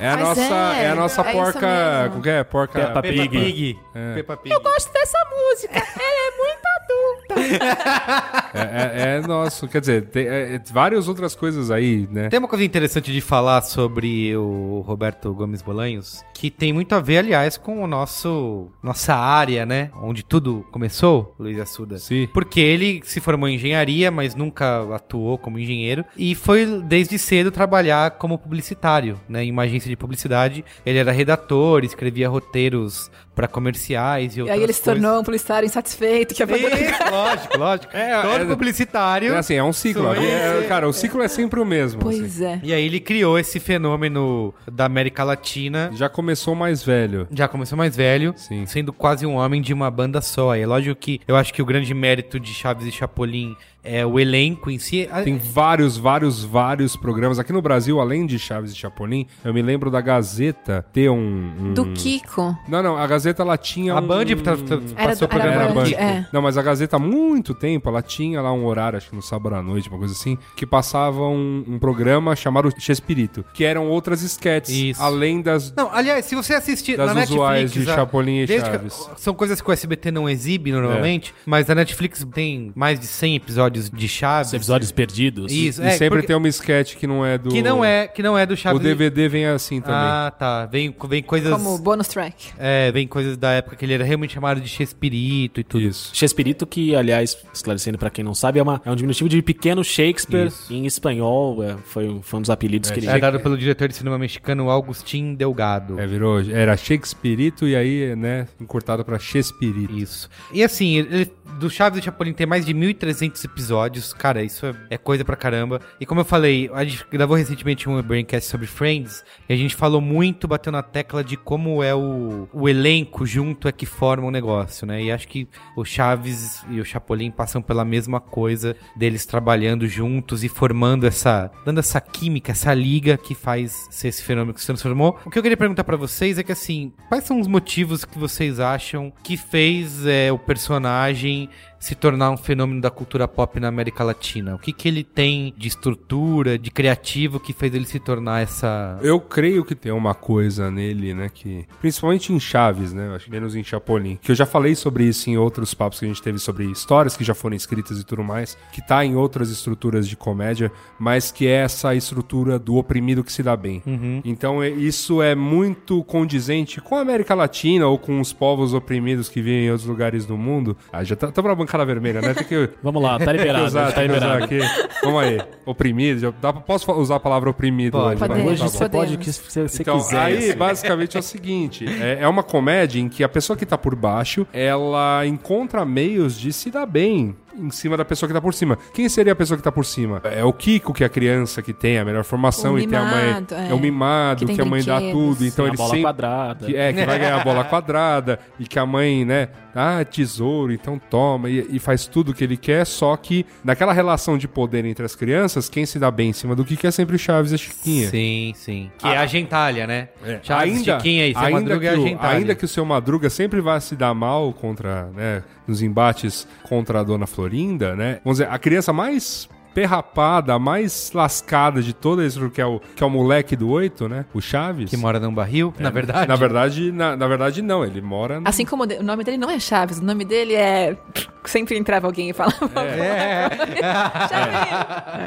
[SPEAKER 2] é a
[SPEAKER 3] Mas
[SPEAKER 2] nossa,
[SPEAKER 3] é,
[SPEAKER 2] é, a nossa
[SPEAKER 3] é isso
[SPEAKER 2] porca.
[SPEAKER 3] mesmo.
[SPEAKER 2] Como que é? Porca.
[SPEAKER 4] Peppa
[SPEAKER 2] Pe-
[SPEAKER 1] Peppa
[SPEAKER 4] Pig. É.
[SPEAKER 1] Pig. Peppa Pig.
[SPEAKER 3] gosto dessa música. Ela é muito adulta.
[SPEAKER 2] É, é, é nosso. Quer dizer, tem é, é, várias outras coisas aí, né?
[SPEAKER 1] Tem uma coisa interessante de falar sobre o Roberto Gomes Bolanhos, que tem muito a ver, aliás, com o nosso nossa área, né? Onde tudo começou, Luiz Assuda.
[SPEAKER 2] Sim.
[SPEAKER 1] Porque ele se formou em engenharia, mas nunca atuou como engenheiro e foi desde cedo trabalhar como publicitário, né, em uma agência de publicidade. Ele era redator, escrevia roteiros para comerciais e
[SPEAKER 3] E
[SPEAKER 1] outras
[SPEAKER 3] aí ele se
[SPEAKER 1] coisas.
[SPEAKER 3] tornou um publicitário insatisfeito, que abandonou.
[SPEAKER 1] Sim, lógico, lógico.
[SPEAKER 2] É,
[SPEAKER 1] Todo
[SPEAKER 2] é-
[SPEAKER 1] publicitário.
[SPEAKER 2] É assim, é um ciclo.
[SPEAKER 1] Sou
[SPEAKER 2] É, cara, o ciclo é sempre o mesmo. assim.
[SPEAKER 3] Pois é.
[SPEAKER 1] E aí ele criou esse fenômeno da América Latina.
[SPEAKER 2] Já começou mais velho.
[SPEAKER 1] Já começou mais velho,
[SPEAKER 2] Sim.
[SPEAKER 1] sendo quase um homem de uma banda só. É lógico que eu acho que o grande mérito de Chaves e Chapolin é o elenco em si. A-
[SPEAKER 2] Tem vários, vários, vários programas. Aqui no Brasil, além de Chaves e Chapolin, eu me lembro da Gazeta ter um. um-
[SPEAKER 1] Hum.
[SPEAKER 3] Do Kiko.
[SPEAKER 2] Não, não, a Gazeta ela tinha.
[SPEAKER 1] A
[SPEAKER 2] um-
[SPEAKER 1] Band tra- tra- passou o
[SPEAKER 3] era
[SPEAKER 1] programa
[SPEAKER 2] Era
[SPEAKER 1] da
[SPEAKER 2] Band.
[SPEAKER 1] Band.
[SPEAKER 3] é.
[SPEAKER 2] Não, mas a Gazeta há muito tempo, ela tinha lá um horário, acho que no sábado à noite, uma coisa assim, que passava um, um programa chamado Chespirito, que eram outras esquetes,
[SPEAKER 1] Isso.
[SPEAKER 2] além das...
[SPEAKER 1] Não, aliás, se você assistir
[SPEAKER 2] Das
[SPEAKER 1] na Netflix,
[SPEAKER 2] usuais de
[SPEAKER 1] a-
[SPEAKER 2] Chapolin e
[SPEAKER 1] desde
[SPEAKER 2] Chaves. É.
[SPEAKER 1] que- são coisas que o SBT não exibe normalmente, mas a Netflix tem mais de 100 episódios de Chaves.
[SPEAKER 4] Os episódios perdidos.
[SPEAKER 1] Isso,
[SPEAKER 2] e
[SPEAKER 1] é,
[SPEAKER 2] sempre
[SPEAKER 1] porque-
[SPEAKER 2] tem uma esquete que não é do...
[SPEAKER 1] que não é que não é do
[SPEAKER 2] O
[SPEAKER 1] Chaves.
[SPEAKER 2] DVD vem assim também.
[SPEAKER 1] Ah, tá. Vem vem coisas
[SPEAKER 3] Como bonus track.
[SPEAKER 1] é, vem coisas da época que ele era realmente chamado de Chespirito e tudo.
[SPEAKER 2] Isso.
[SPEAKER 4] Chespirito, que, aliás, esclarecendo pra quem não sabe, é, uma- é um diminutivo de pequeno Shakespeare em espanhol. é, foi, um, foi um dos apelidos que ele
[SPEAKER 1] É dado pelo diretor de cinema mexicano Agustín Delgado.
[SPEAKER 2] É, virou... Era Shakespeareito e aí, né, encurtado pra Chespirito.
[SPEAKER 1] Isso. E assim, ele- ele- do Chaves e Chapolin tem mais de 1.300 episódios. Cara, isso é, é coisa pra caramba. E como eu falei, a gente gravou recentemente um Braincast sobre Friends. E a gente falou muito, bateu na tecla de como é o, o elenco junto é que forma o negócio, né? E acho que o Chaves e o Chapolin passam pela mesma coisa deles trabalhando juntos e formando essa. dando essa química, essa liga que faz ser esse fenômeno que se transformou. O que eu queria perguntar pra vocês é que assim, quais são os motivos que vocês acham que fez é, o personagem se tornar um fenômeno da cultura pop na América Latina? O que, que ele tem de estrutura, de criativo que fez ele se tornar essa.
[SPEAKER 2] Eu creio que tem uma coisa nele, né, que... Principalmente em Chaves, né, eu acho que menos em Chapolin, que eu já falei sobre isso em outros papos que a gente teve sobre histórias que já foram escritas e tudo mais, que tá em outras estruturas de comédia, mas que é essa estrutura do oprimido que se dá bem.
[SPEAKER 1] Uhum.
[SPEAKER 2] Então é- isso é muito condizente com a América Latina ou com os povos oprimidos que vivem em outros lugares do mundo. Ah, já tá, tá pra bancada vermelha, né? Tem que...
[SPEAKER 4] Vamos lá, tá
[SPEAKER 2] Tem que
[SPEAKER 4] liberado.
[SPEAKER 2] usar,
[SPEAKER 4] tá
[SPEAKER 2] tem que usar
[SPEAKER 4] liberado.
[SPEAKER 2] aqui. Vamos aí. Oprimido. já dá pra- posso fa- usar a palavra oprimido?
[SPEAKER 1] Pode.
[SPEAKER 2] hoje, né?
[SPEAKER 3] Podemos.
[SPEAKER 4] Hoje
[SPEAKER 2] Tá bom.
[SPEAKER 4] você pode o
[SPEAKER 3] Podemos.
[SPEAKER 4] que você você
[SPEAKER 2] Então,
[SPEAKER 4] quiser.
[SPEAKER 2] aí
[SPEAKER 4] assim.
[SPEAKER 2] basicamente é o seguinte: é, é uma comédia em que a pessoa que tá por baixo ela encontra meios de se dar bem em cima da pessoa que tá por cima. Quem seria a pessoa que tá por cima? É o Kiko, que é a criança que tem a melhor formação
[SPEAKER 3] O
[SPEAKER 2] e
[SPEAKER 3] mimado,
[SPEAKER 2] tem a mãe.
[SPEAKER 3] é.
[SPEAKER 2] É, o mimado,
[SPEAKER 3] Que
[SPEAKER 2] que,
[SPEAKER 3] tem
[SPEAKER 2] a mãe dá
[SPEAKER 3] brinquedos.
[SPEAKER 2] tudo. Então
[SPEAKER 4] Tem a
[SPEAKER 2] ele
[SPEAKER 4] bola
[SPEAKER 2] sempre.
[SPEAKER 4] quadrada.
[SPEAKER 2] Que é, que vai ganhar a bola quadrada e que a mãe, né? Ah, tesouro, então toma. E, e faz tudo o que ele quer, só que naquela relação de poder entre as crianças, quem se dá bem em cima do que é sempre o Chaves e a Chiquinha.
[SPEAKER 1] Sim, sim. Que é a gentalha, né?
[SPEAKER 2] Ah. É,
[SPEAKER 1] Chaves, Chiquinha e Seu
[SPEAKER 2] ainda
[SPEAKER 1] Madruga é a
[SPEAKER 2] que o-
[SPEAKER 1] gentalha.
[SPEAKER 2] ainda que o seu Madruga sempre vá se dar mal contra, né, nos embates contra a dona Florinda, né? Vamos dizer, a criança mais perrapada, a mais lascada de todo isso que é o que é o moleque do oito, né? O Chaves.
[SPEAKER 1] Que
[SPEAKER 2] É.
[SPEAKER 1] mora num barril, na verdade.
[SPEAKER 2] na verdade, na, na verdade não, ele mora no-
[SPEAKER 3] Assim como o de- o nome dele não é Chaves, o nome dele é. Sempre entrava alguém e falava.
[SPEAKER 1] É,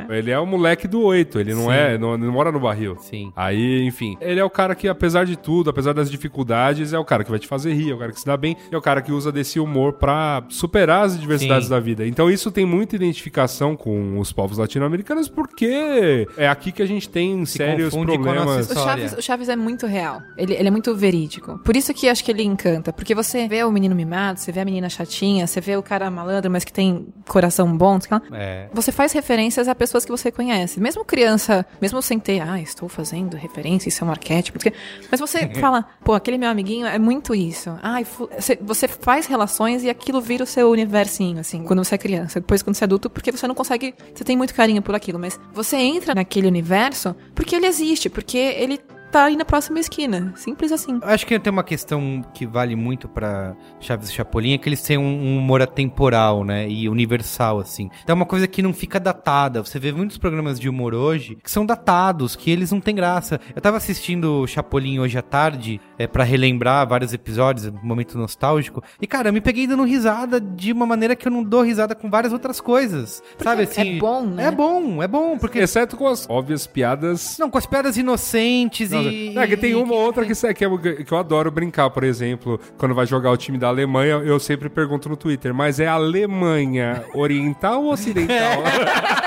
[SPEAKER 2] Ele é o moleque do oito, ele não é, não, não mora no barril.
[SPEAKER 1] Sim.
[SPEAKER 2] Aí, enfim, ele é o cara que, apesar de tudo, apesar das dificuldades, é o cara que vai te fazer rir, é o cara que se dá bem, é o cara que usa desse humor pra superar as adversidades
[SPEAKER 1] Sim.
[SPEAKER 2] da vida. Então isso tem muita identificação com os povos latino-americanos, porque é aqui que a gente tem sérios
[SPEAKER 1] confunde com a nossa
[SPEAKER 2] problemas.
[SPEAKER 3] O
[SPEAKER 1] História.
[SPEAKER 3] Chaves, o Chaves é muito real. Ele, ele é muito verídico. Por isso que acho que ele encanta. Porque você vê o menino mimado, você vê a menina chatinha, você vê o cara malandro, mas que tem coração bom, sei lá.
[SPEAKER 1] É.
[SPEAKER 3] Você faz referências a pessoas que você conhece. Mesmo criança, mesmo sem ter, ah, estou fazendo referência, isso é um arquétipo. porque- Mas você fala, pô, aquele meu amiguinho é muito isso. Ai, fu- você- você faz relações e aquilo vira o seu universinho, assim, quando você é criança. Depois, quando você é adulto, porque você não consegue. Você tem muito carinho por aquilo, mas você entra naquele universo porque ele existe, porque ele tá aí na próxima esquina. Simples assim.
[SPEAKER 1] Acho que tem uma questão que vale muito pra Chaves e Chapolin, é que eles têm um, um humor atemporal, né? E universal, assim. Então é uma coisa que não fica datada. Você vê muitos programas de humor hoje que são datados, que eles não têm graça. Eu tava assistindo Chapolin hoje à tarde, é, para relembrar vários episódios, um momento nostálgico. E, cara, eu me peguei dando risada de uma maneira que eu não dou risada com várias outras coisas. sabe, assim...
[SPEAKER 3] é bom, né?
[SPEAKER 1] É bom, é bom, porque...
[SPEAKER 2] Exceto com as óbvias piadas.
[SPEAKER 1] Não, com as piadas inocentes
[SPEAKER 2] Não,
[SPEAKER 1] e...
[SPEAKER 2] é que tem uma ou outra que, que, eu, que eu adoro brincar, por exemplo, quando vai jogar o time da Alemanha, eu sempre pergunto no Twitter, mas é Alemanha oriental ou ocidental?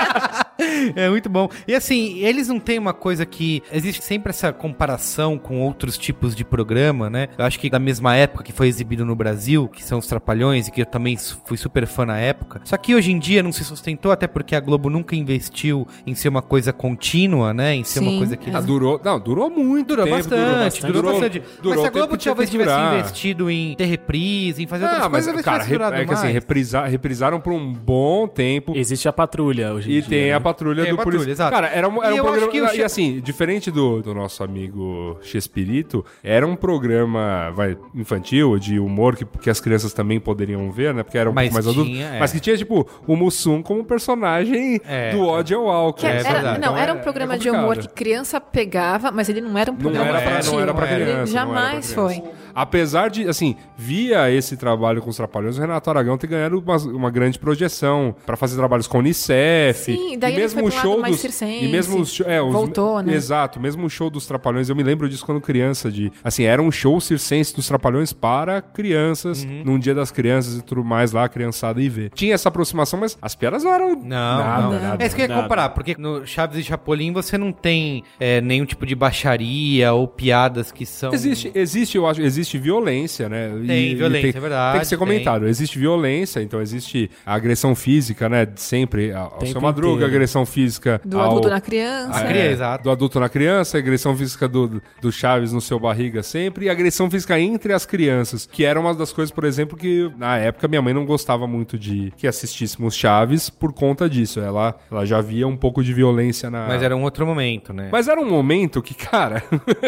[SPEAKER 1] É muito bom. E assim, eles não têm uma coisa que. Existe sempre essa comparação com outros tipos de programa, né? Eu acho que da mesma época que foi exibido no Brasil, que são os Trapalhões, e que eu também su- fui super fã na época. Só que hoje em dia não se sustentou, até porque a Globo nunca investiu em ser uma coisa contínua, né? Em ser uma
[SPEAKER 3] Sim,
[SPEAKER 1] coisa que.
[SPEAKER 2] Ah, durou, não, durou muito
[SPEAKER 1] Durou,
[SPEAKER 2] tempo,
[SPEAKER 1] bastante, durou bastante,
[SPEAKER 2] durou durou
[SPEAKER 1] mas se a
[SPEAKER 2] o tempo
[SPEAKER 1] Globo
[SPEAKER 2] que
[SPEAKER 1] talvez
[SPEAKER 2] tinha que
[SPEAKER 1] tivesse
[SPEAKER 2] durar.
[SPEAKER 1] investido em ter reprise, em fazer
[SPEAKER 2] Ah,
[SPEAKER 1] outras
[SPEAKER 2] mas,
[SPEAKER 1] é coisas, talvez
[SPEAKER 2] cara,
[SPEAKER 1] tivesse
[SPEAKER 2] rep-
[SPEAKER 1] durado
[SPEAKER 2] é que assim,
[SPEAKER 1] mais.
[SPEAKER 2] reprisa- reprisaram por um bom tempo.
[SPEAKER 4] Existe a patrulha hoje em
[SPEAKER 2] E
[SPEAKER 4] dia.
[SPEAKER 2] tem a
[SPEAKER 4] né?
[SPEAKER 2] patrulha
[SPEAKER 1] Tem a
[SPEAKER 2] do
[SPEAKER 1] patrulha,
[SPEAKER 2] polícia.
[SPEAKER 1] exato.
[SPEAKER 2] Cara, era um, era
[SPEAKER 1] E
[SPEAKER 2] um
[SPEAKER 1] eu
[SPEAKER 2] programa.
[SPEAKER 1] acho que o
[SPEAKER 2] E
[SPEAKER 1] Che-
[SPEAKER 2] assim, diferente do, do nosso amigo Chespirito, era um programa vai, infantil, de humor, que, que as crianças também poderiam ver, né? Porque era um
[SPEAKER 1] Mas
[SPEAKER 2] pouco mais adulto.
[SPEAKER 1] tinha, é.
[SPEAKER 2] Mas que tinha, tipo, o Mussum como personagem
[SPEAKER 1] É.
[SPEAKER 2] do ódio ao álcool.
[SPEAKER 3] Que era-
[SPEAKER 1] é verdade.
[SPEAKER 3] não,
[SPEAKER 2] Então,
[SPEAKER 3] era
[SPEAKER 2] é-
[SPEAKER 3] um programa
[SPEAKER 2] é
[SPEAKER 3] de humor que
[SPEAKER 2] complicado.
[SPEAKER 3] criança pegava, mas ele não era um
[SPEAKER 2] Não
[SPEAKER 3] programa
[SPEAKER 2] era, pra,
[SPEAKER 3] infantil.
[SPEAKER 2] não era pra
[SPEAKER 1] Ele
[SPEAKER 2] criança. não era pra
[SPEAKER 3] jamais
[SPEAKER 2] criança.
[SPEAKER 3] foi.
[SPEAKER 2] Apesar de, assim, via esse trabalho com os Trapalhões, o Renato Aragão ter ganhado uma, uma grande projeção pra fazer trabalhos com a Unicef.
[SPEAKER 3] Sim, daí
[SPEAKER 2] e
[SPEAKER 3] ele
[SPEAKER 2] mesmo
[SPEAKER 3] foi
[SPEAKER 2] o
[SPEAKER 3] pro
[SPEAKER 2] show
[SPEAKER 3] lado mais
[SPEAKER 2] dos,
[SPEAKER 3] circense,
[SPEAKER 2] E mesmo os, é, os-
[SPEAKER 3] voltou, né?
[SPEAKER 2] Exato, mesmo o show dos Trapalhões, eu me lembro disso quando criança, de, assim, era um show circense dos Trapalhões para crianças,
[SPEAKER 3] Uhum.
[SPEAKER 2] num dia das crianças e tudo mais lá, a criançada e ver. Tinha essa aproximação, mas as piadas não eram
[SPEAKER 1] Não,
[SPEAKER 2] nada,
[SPEAKER 1] não.
[SPEAKER 2] nada.
[SPEAKER 1] é isso que eu ia
[SPEAKER 4] nada.
[SPEAKER 1] comparar, porque no Chaves e Chapolin você não tem é, nenhum tipo de baixaria ou piadas que são...
[SPEAKER 2] Existe, existe, eu acho, existe violência, né?
[SPEAKER 1] Então, Tem violência, é verdade,
[SPEAKER 2] Tem que ser
[SPEAKER 1] tem.
[SPEAKER 2] comentado. Existe violência, então existe a agressão física, né? Sempre ao ao
[SPEAKER 4] Tempo
[SPEAKER 2] seu madruga,
[SPEAKER 4] inteiro.
[SPEAKER 2] agressão física
[SPEAKER 3] Do
[SPEAKER 2] ao, é,
[SPEAKER 3] adulto na criança.
[SPEAKER 1] A criança. exato.
[SPEAKER 2] Do adulto na criança, agressão física do, do Chaves no seu barriga sempre, e agressão física entre as crianças, que era uma das coisas, por exemplo, que na época minha mãe não gostava muito de que assistíssemos Chaves por conta disso. Ela, ela já via um pouco de violência na.
[SPEAKER 1] Mas era um outro momento, né?
[SPEAKER 2] Mas era um momento que, cara,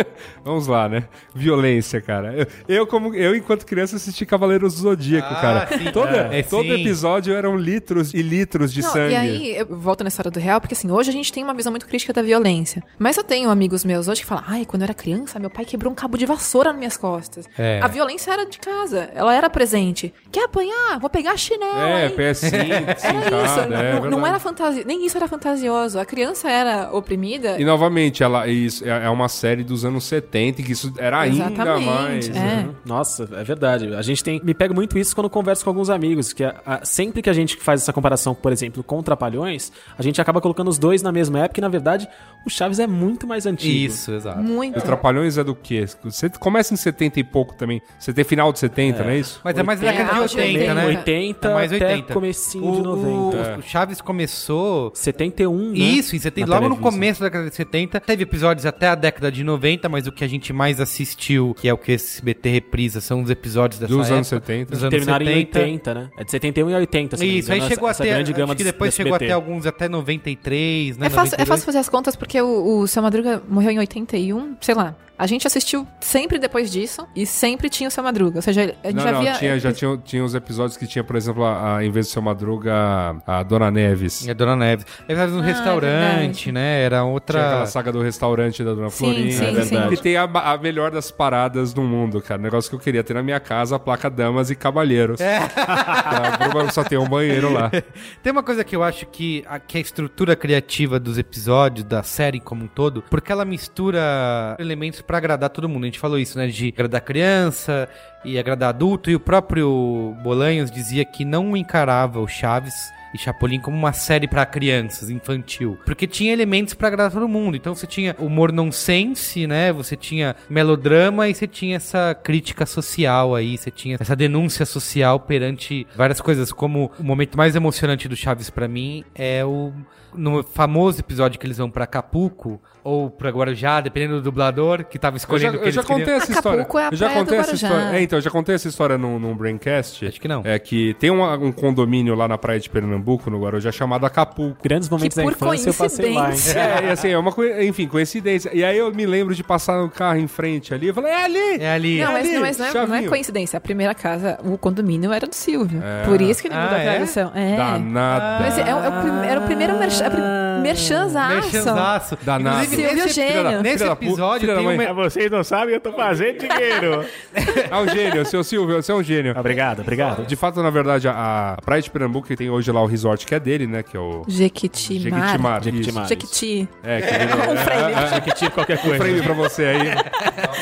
[SPEAKER 2] vamos lá, né? Violência, cara. Eu, eu como eu enquanto criança assisti Cavaleiros do Zodíaco,
[SPEAKER 1] Ah,
[SPEAKER 2] cara.
[SPEAKER 1] sim.
[SPEAKER 2] Toda-
[SPEAKER 1] É,
[SPEAKER 2] todo
[SPEAKER 1] sim.
[SPEAKER 2] episódio eram litros e litros de
[SPEAKER 3] Não,
[SPEAKER 2] sangue.
[SPEAKER 3] E aí, eu volto na história do real, porque assim, hoje a gente tem uma visão muito crítica da violência. Mas eu tenho amigos meus hoje que falam, ai, quando eu era criança, meu pai quebrou um cabo de vassoura nas minhas costas.
[SPEAKER 1] É.
[SPEAKER 3] A violência era de casa, ela era presente. Quer apanhar? Vou pegar chinelo.
[SPEAKER 2] é,
[SPEAKER 3] hein?
[SPEAKER 2] PS5,
[SPEAKER 3] Era isso,
[SPEAKER 2] cintada, é
[SPEAKER 3] não, não
[SPEAKER 2] verdade.
[SPEAKER 3] era fantasia, nem isso era fantasioso. A criança era oprimida.
[SPEAKER 2] E novamente, ela isso é é uma série dos anos 70 que isso era ainda
[SPEAKER 3] Exatamente,
[SPEAKER 2] mais.
[SPEAKER 3] é.
[SPEAKER 2] né?
[SPEAKER 4] Nossa, é verdade. A gente tem. Me pego muito isso quando converso com alguns amigos. Que a- a- sempre que a gente faz essa comparação, por exemplo, com Trapalhões, a gente acaba colocando os dois na mesma época e, na verdade, o Chaves é muito mais antigo.
[SPEAKER 1] Isso, exato.
[SPEAKER 2] E
[SPEAKER 3] Muito.
[SPEAKER 2] O Trapalhões é do quê? Você começa em 70 e pouco também. Você tem final de 70, não é isso?
[SPEAKER 1] Mas é mais
[SPEAKER 3] Oitenta,
[SPEAKER 1] década de 80, né?
[SPEAKER 4] 80
[SPEAKER 1] É mais
[SPEAKER 4] até
[SPEAKER 1] 80.
[SPEAKER 4] comecinho
[SPEAKER 1] o,
[SPEAKER 4] de 90.
[SPEAKER 1] O, o Chaves começou...
[SPEAKER 4] 71, né?
[SPEAKER 1] Isso, em 70,
[SPEAKER 4] Na
[SPEAKER 1] logo no
[SPEAKER 4] televisão.
[SPEAKER 1] começo da década de 70. Teve episódios até a década de 90, mas o que a gente mais assistiu, que é o que esse SBT reprisa, são os episódios dessa
[SPEAKER 2] Dos anos
[SPEAKER 1] época,
[SPEAKER 2] 70.
[SPEAKER 1] Dos anos
[SPEAKER 4] Terminaram
[SPEAKER 1] 70.
[SPEAKER 4] em 80, né? É de 71 e 80, se não me
[SPEAKER 1] Isso, aí
[SPEAKER 4] engano,
[SPEAKER 1] chegou
[SPEAKER 4] essa,
[SPEAKER 1] até.
[SPEAKER 4] essa grande
[SPEAKER 1] acho
[SPEAKER 4] gama
[SPEAKER 1] que
[SPEAKER 4] do-
[SPEAKER 1] depois
[SPEAKER 4] do
[SPEAKER 1] chegou
[SPEAKER 4] SBT.
[SPEAKER 1] até alguns até 93, né?
[SPEAKER 3] É fácil, é
[SPEAKER 1] 92.
[SPEAKER 3] fácil fazer as contas porque o, o Seu Madruga morreu em 81, sei lá. A gente assistiu sempre depois disso e sempre tinha o Seu Madruga. Ou seja, a gente
[SPEAKER 2] Não,
[SPEAKER 3] já
[SPEAKER 2] não,
[SPEAKER 3] via...
[SPEAKER 2] tinha, já tinha, tinha os episódios que tinha, por exemplo, a, a- em vez do seu Madruga, a, a Dona Neves.
[SPEAKER 1] É Dona Neves. Ele tava num
[SPEAKER 3] Ah, é
[SPEAKER 1] restaurante,
[SPEAKER 3] verdade.
[SPEAKER 1] né? Era
[SPEAKER 2] Tinha aquela
[SPEAKER 1] outra.
[SPEAKER 2] saga do restaurante da Dona
[SPEAKER 3] Sim,
[SPEAKER 2] Florinda.
[SPEAKER 3] sim,
[SPEAKER 2] é
[SPEAKER 3] sim.
[SPEAKER 2] verdade. E tem a, ma- a melhor das paradas do mundo, cara. Um Negócio que eu queria ter na minha casa, a placa Damas e Cabalheiros. É. só tem um banheiro lá.
[SPEAKER 1] Tem uma coisa que eu acho que a, que a estrutura criativa dos episódios, da série como um todo, porque ela mistura elementos pra agradar todo mundo. A gente falou isso, né? De agradar criança e agradar adulto. E o próprio Bolanhos dizia que não encarava o Chaves. E Chapolin como uma série pra crianças, infantil. Porque tinha elementos pra agradar todo mundo. Então você tinha humor nonsense, né? Você tinha melodrama e você tinha essa crítica social aí, você tinha essa denúncia social perante várias coisas, como o momento mais emocionante do Chaves pra mim é o no famoso episódio que eles vão pra Acapulco ou pra Guarujá, dependendo do dublador que tava
[SPEAKER 2] Eu já,
[SPEAKER 1] escolhendo o que
[SPEAKER 2] eu já
[SPEAKER 1] eles queriam.
[SPEAKER 2] contei essa
[SPEAKER 3] Acapulco
[SPEAKER 2] história.
[SPEAKER 3] é a
[SPEAKER 2] eu já
[SPEAKER 3] praia do
[SPEAKER 2] contei essa
[SPEAKER 3] Guarujá.
[SPEAKER 2] história. É, então, eu já contei essa história num, num Braincast.
[SPEAKER 1] Acho que não.
[SPEAKER 2] É que tem um, um condomínio lá na praia de Pernambuco, no Guarujá, chamado Acapulco.
[SPEAKER 4] Grandes momentos da
[SPEAKER 3] por
[SPEAKER 4] infância eu passei lá, hein?
[SPEAKER 3] coincidência.
[SPEAKER 2] É, e assim, é uma coisa, enfim, coincidência. E aí eu me lembro de passar no carro em frente ali, eu falei, é ali!
[SPEAKER 1] É ali.
[SPEAKER 3] Não, mas,
[SPEAKER 2] ali,
[SPEAKER 3] não, mas não, é, não é
[SPEAKER 2] chavinho.
[SPEAKER 3] coincidência. A primeira casa, o condomínio era do Silvio. Por isso que ele mudou
[SPEAKER 1] Ah,
[SPEAKER 3] a
[SPEAKER 1] é?
[SPEAKER 3] tradição. É.
[SPEAKER 2] Danada.
[SPEAKER 3] Mas é, é o- é o prime- era o primeiro merchan, é o prim- merchanzaço.
[SPEAKER 1] Merchanzaço. Inclusive,
[SPEAKER 2] Danado.
[SPEAKER 3] Silvio
[SPEAKER 1] nesse,
[SPEAKER 3] é Gênio.
[SPEAKER 1] epi- nesse
[SPEAKER 2] Filha da puta,
[SPEAKER 1] episódio
[SPEAKER 2] filha da
[SPEAKER 1] tem
[SPEAKER 2] mãe.
[SPEAKER 1] uma...
[SPEAKER 6] É, vocês não sabem, eu tô fazendo dinheiro.
[SPEAKER 2] É um gênio, seu Silvio, você é um gênio.
[SPEAKER 6] Ah,
[SPEAKER 4] Obrigado, obrigado.
[SPEAKER 2] De fato, na verdade, a, a Praia de Pernambuco, que tem hoje lá o resort que é dele, né? Que é o
[SPEAKER 3] Jequitimar.
[SPEAKER 2] Jequitimar.
[SPEAKER 4] Jequitimar.
[SPEAKER 2] isso.
[SPEAKER 3] Jequiti.
[SPEAKER 2] É, que virou
[SPEAKER 3] Um frame.
[SPEAKER 6] que tipo qualquer
[SPEAKER 2] um
[SPEAKER 6] coisa.
[SPEAKER 2] frame pra você aí.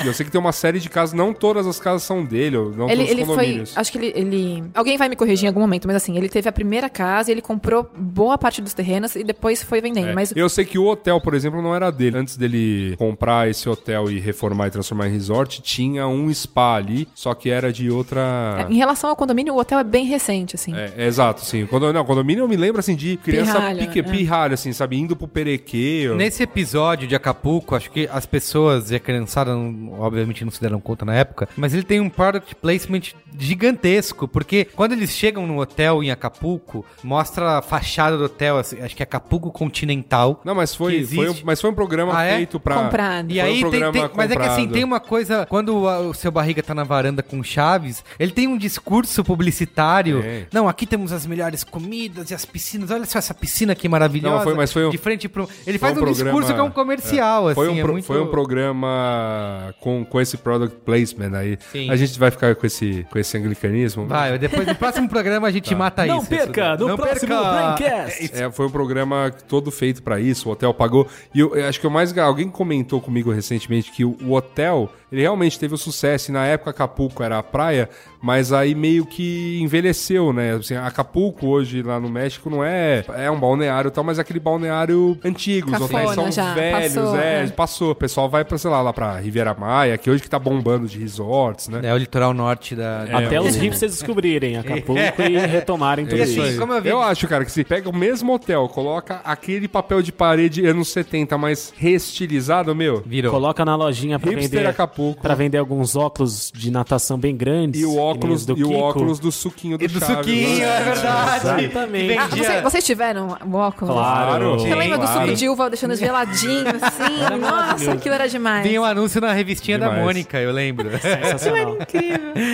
[SPEAKER 2] Eu sei que tem uma série de casas, não todas as casas são dele, ou não todos
[SPEAKER 3] Ele,
[SPEAKER 2] os
[SPEAKER 3] ele foi.
[SPEAKER 2] condomínios.
[SPEAKER 3] Acho que ele, ele- Alguém vai me corrigir em algum momento, mas assim, ele teve a primeira casa, ele comprou boa parte dos terrenos e depois foi vendendo. Mas
[SPEAKER 2] Eu sei que É. o hotel, por exemplo, não era dele. Antes dele comprar esse hotel e reformar e transformar em resort, tinha um spa ali, só que era de outra.
[SPEAKER 3] é, em relação ao condomínio, o hotel é bem recente, assim.
[SPEAKER 2] É, é, exato, sim. Quando, não, condomínio eu me lembro assim de criança
[SPEAKER 3] Pirralho,
[SPEAKER 2] pique,
[SPEAKER 3] é.
[SPEAKER 2] pirralho, assim, sabe? Indo pro perequê. ou-
[SPEAKER 1] Nesse episódio de Acapulco, acho que as pessoas e a criançada, não- obviamente, não se deram conta na época, mas ele tem um product placement gigantesco, porque quando eles chegam no hotel em Acapulco, mostra a fachada do hotel, assim, acho que é Acapulco Continental.
[SPEAKER 2] Não, mas
[SPEAKER 1] que
[SPEAKER 2] foi,
[SPEAKER 1] existe.
[SPEAKER 2] foi, um- mas foi um programa
[SPEAKER 1] Ah, é?
[SPEAKER 2] feito pra.
[SPEAKER 3] Comprado.
[SPEAKER 1] E
[SPEAKER 2] foi um
[SPEAKER 1] aí tem,
[SPEAKER 2] programa
[SPEAKER 1] tem- mas é que assim,
[SPEAKER 2] comprado.
[SPEAKER 1] tem uma coisa, quando a- o seu barriga tá na varanda com o Chaves, ele tem um discurso publicitário.
[SPEAKER 2] Tem.
[SPEAKER 1] Não, aqui temos as melhores comidas e as piscinas. Olha só essa piscina aqui maravilhosa.
[SPEAKER 2] Não, foi- mas foi um-
[SPEAKER 1] de frente pro ele
[SPEAKER 2] foi
[SPEAKER 1] faz um,
[SPEAKER 2] um programa-
[SPEAKER 1] discurso que é um comercial, assim,
[SPEAKER 2] Foi um,
[SPEAKER 1] é
[SPEAKER 2] pro-
[SPEAKER 1] muito-
[SPEAKER 2] foi um programa com, com esse product placement aí.
[SPEAKER 1] Sim.
[SPEAKER 2] A gente vai ficar com esse, com esse anglicanismo.
[SPEAKER 1] Vai, depois no próximo programa a gente mata
[SPEAKER 4] Não
[SPEAKER 1] isso.
[SPEAKER 4] perca,
[SPEAKER 1] isso.
[SPEAKER 4] no próximo Braincast.
[SPEAKER 2] É, foi um programa todo feito pra isso, o hotel pagou. E eu, eu acho que o mais ga- alguém comentou comigo recentemente que o, o hotel, ele realmente teve o sucesso. E na época Acapulco era a praia, mas aí meio que envelheceu, né? Assim, Acapulco hoje lá no México não é é um balneário e tal, mas é aquele balneário antigo, os
[SPEAKER 3] Cafona
[SPEAKER 2] hotéis são
[SPEAKER 3] já,
[SPEAKER 2] velhos,
[SPEAKER 3] passou,
[SPEAKER 2] é,
[SPEAKER 3] né?
[SPEAKER 2] passou. O pessoal vai pra, sei lá, lá pra Riviera Maia, que hoje que tá bombando de resorts, né?
[SPEAKER 1] É o litoral norte da. da-
[SPEAKER 6] É,
[SPEAKER 4] Até os hipsters descobrirem Acapulco e retomarem tudo
[SPEAKER 1] É isso
[SPEAKER 4] isso.
[SPEAKER 1] aí.
[SPEAKER 2] Sim.
[SPEAKER 1] Como eu
[SPEAKER 2] eu,
[SPEAKER 1] vi-
[SPEAKER 2] acho, cara, que se pega o mesmo hotel, coloca aquele papel de parede anos 70, mas reestilizado, meu.
[SPEAKER 1] Virou.
[SPEAKER 4] Coloca na lojinha pra
[SPEAKER 2] Hipster
[SPEAKER 4] vender,
[SPEAKER 2] Acapulco.
[SPEAKER 4] pra vender alguns óculos de natação bem grandes.
[SPEAKER 2] E
[SPEAKER 4] que
[SPEAKER 2] o
[SPEAKER 4] nem
[SPEAKER 2] óculos
[SPEAKER 4] os
[SPEAKER 2] do, e o
[SPEAKER 4] Kiko.
[SPEAKER 2] óculos do suquinho do
[SPEAKER 1] E do
[SPEAKER 2] Chaves,
[SPEAKER 1] suquinho,
[SPEAKER 2] né?
[SPEAKER 1] é verdade.
[SPEAKER 4] Exatamente.
[SPEAKER 1] Que
[SPEAKER 3] Ah,
[SPEAKER 1] vendia-
[SPEAKER 3] você- vocês tiveram o óculos?
[SPEAKER 4] Claro.
[SPEAKER 3] Você lembra do
[SPEAKER 2] claro. É
[SPEAKER 3] suco de uva deixando geladinho, assim? Nossa, aquilo era demais.
[SPEAKER 1] Vinha um anúncio na revistinha da
[SPEAKER 2] Demais.
[SPEAKER 1] Mônica, eu lembro.
[SPEAKER 4] É Sensacional.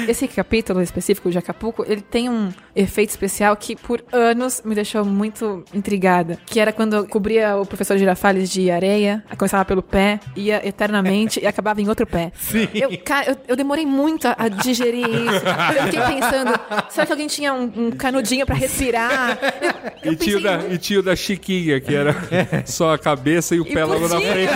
[SPEAKER 3] Esse capítulo específico de Acapulco, ele tem um efeito especial que por anos me deixou muito intrigada. Que era quando eu cobria o professor Girafales de areia, começava pelo pé, ia eternamente e acabava em outro pé. Sim. Eu, cara, eu, eu demorei muito a, a digerir isso. Eu fiquei pensando, será que alguém tinha um, um canudinho pra respirar? Eu,
[SPEAKER 2] E
[SPEAKER 3] eu pensei
[SPEAKER 2] tio, da,
[SPEAKER 3] muito.
[SPEAKER 2] e tio da Chiquinha, que era só a cabeça e o
[SPEAKER 3] E
[SPEAKER 2] pé logo na
[SPEAKER 3] podia,
[SPEAKER 2] frente.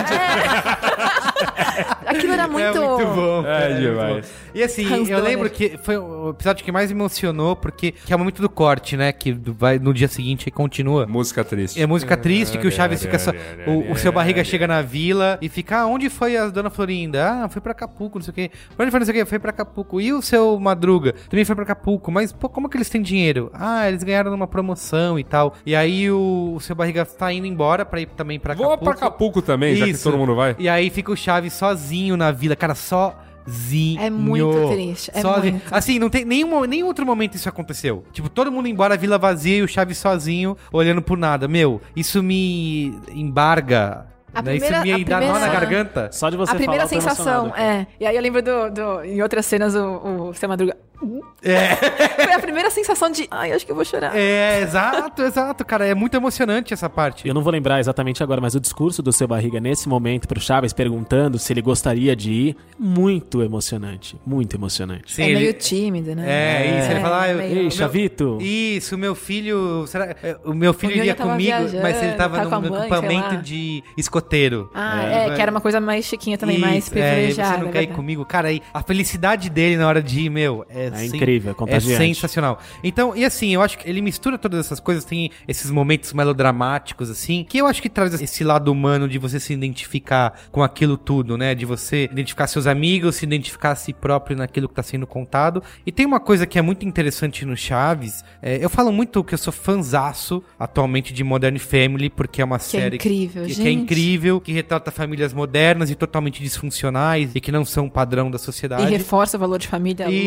[SPEAKER 3] é. Aquilo era
[SPEAKER 1] É
[SPEAKER 3] muito...
[SPEAKER 1] muito bom.
[SPEAKER 2] É,
[SPEAKER 1] cara, muito
[SPEAKER 2] demais.
[SPEAKER 1] bom. E assim,
[SPEAKER 3] Hans
[SPEAKER 1] eu
[SPEAKER 3] Donner.
[SPEAKER 1] lembro que foi o episódio que mais me emocionou, porque que é o momento do corte, né? Que vai no dia seguinte e continua.
[SPEAKER 2] Música triste.
[SPEAKER 1] É música triste que o Chaves fica só. O, o seu barriga chega na vila e fica. Ah, onde foi a dona Florinda? Ah, foi pra Acapulco, não sei o quê. Pra onde foi, não sei o quê? Foi pra Acapulco. E o seu Madruga? Também foi pra Acapulco. Mas, pô, como é que eles têm dinheiro? Ah, eles ganharam numa promoção e tal. E aí o, o seu barriga tá indo embora pra ir também pra
[SPEAKER 2] Vou pra Acapulco também, já que
[SPEAKER 1] Isso.
[SPEAKER 2] todo mundo vai.
[SPEAKER 1] E aí fica o Chaves sozinho na vila, cara, sozinho.
[SPEAKER 3] É muito triste, é
[SPEAKER 1] sozinho.
[SPEAKER 3] muito.
[SPEAKER 1] Assim, não tem nenhum, nenhum outro momento isso aconteceu. Tipo, todo mundo embora, a vila vazia e o Chaves sozinho, olhando por nada. Meu, isso me embarga.
[SPEAKER 3] A
[SPEAKER 1] né? isso
[SPEAKER 3] primeira-
[SPEAKER 1] me
[SPEAKER 3] a
[SPEAKER 1] dá nó na
[SPEAKER 3] primeira-
[SPEAKER 1] garganta.
[SPEAKER 4] Só de você
[SPEAKER 3] a primeira
[SPEAKER 4] falar, eu tô
[SPEAKER 3] sensação,
[SPEAKER 4] emocionado.
[SPEAKER 3] é. E aí eu lembro do, do- em outras cenas o, o Seu Madruga. Foi a primeira sensação de, ai, acho que eu vou chorar.
[SPEAKER 1] É, exato, exato, cara. É muito emocionante essa parte.
[SPEAKER 4] Eu não vou lembrar exatamente agora, mas o discurso do seu barriga nesse momento pro Chaves perguntando se ele gostaria de ir, é muito emocionante, muito emocionante.
[SPEAKER 1] Sim,
[SPEAKER 3] é
[SPEAKER 1] ele-
[SPEAKER 3] meio tímido, né?
[SPEAKER 1] É, isso. Ele fala, ah, eu-
[SPEAKER 3] meio-
[SPEAKER 4] Ei,
[SPEAKER 1] meu-
[SPEAKER 4] Chavito!
[SPEAKER 1] Isso, meu filho. Será, é, o meu filho
[SPEAKER 3] O Mion
[SPEAKER 1] iria
[SPEAKER 3] já tava
[SPEAKER 1] comigo,
[SPEAKER 3] viajando,
[SPEAKER 1] mas ele tava,
[SPEAKER 3] tava com a
[SPEAKER 1] num
[SPEAKER 3] mãe, sei
[SPEAKER 1] acampamento
[SPEAKER 3] lá.
[SPEAKER 1] de escoteiro.
[SPEAKER 3] Ah, é, que era uma coisa mais chiquinha também, mais
[SPEAKER 1] Isso, é,
[SPEAKER 3] privilegiada.
[SPEAKER 1] Você não
[SPEAKER 3] é
[SPEAKER 1] quer ir
[SPEAKER 3] verdade.
[SPEAKER 1] comigo? Cara, aí a felicidade dele na hora de ir, meu, é é,
[SPEAKER 4] É
[SPEAKER 1] sen-
[SPEAKER 4] incrível, é contagiante.
[SPEAKER 1] É sensacional. Então, e assim, eu acho que ele mistura todas essas coisas, tem esses momentos melodramáticos, assim, que eu acho que traz esse lado humano de você se identificar com aquilo tudo, né? De você identificar seus amigos, se identificar a si próprio naquilo que tá sendo contado. E tem uma coisa que é muito interessante no Chaves, é, eu falo muito que eu sou fanzaço atualmente de Modern Family, porque é uma
[SPEAKER 3] Que é
[SPEAKER 1] série
[SPEAKER 3] incrível,
[SPEAKER 1] que,
[SPEAKER 3] gente.
[SPEAKER 1] que é incrível, que retrata famílias modernas e totalmente disfuncionais e que não são padrão da
[SPEAKER 3] E
[SPEAKER 1] sociedade.
[SPEAKER 3] reforça o valor de família
[SPEAKER 1] Isso,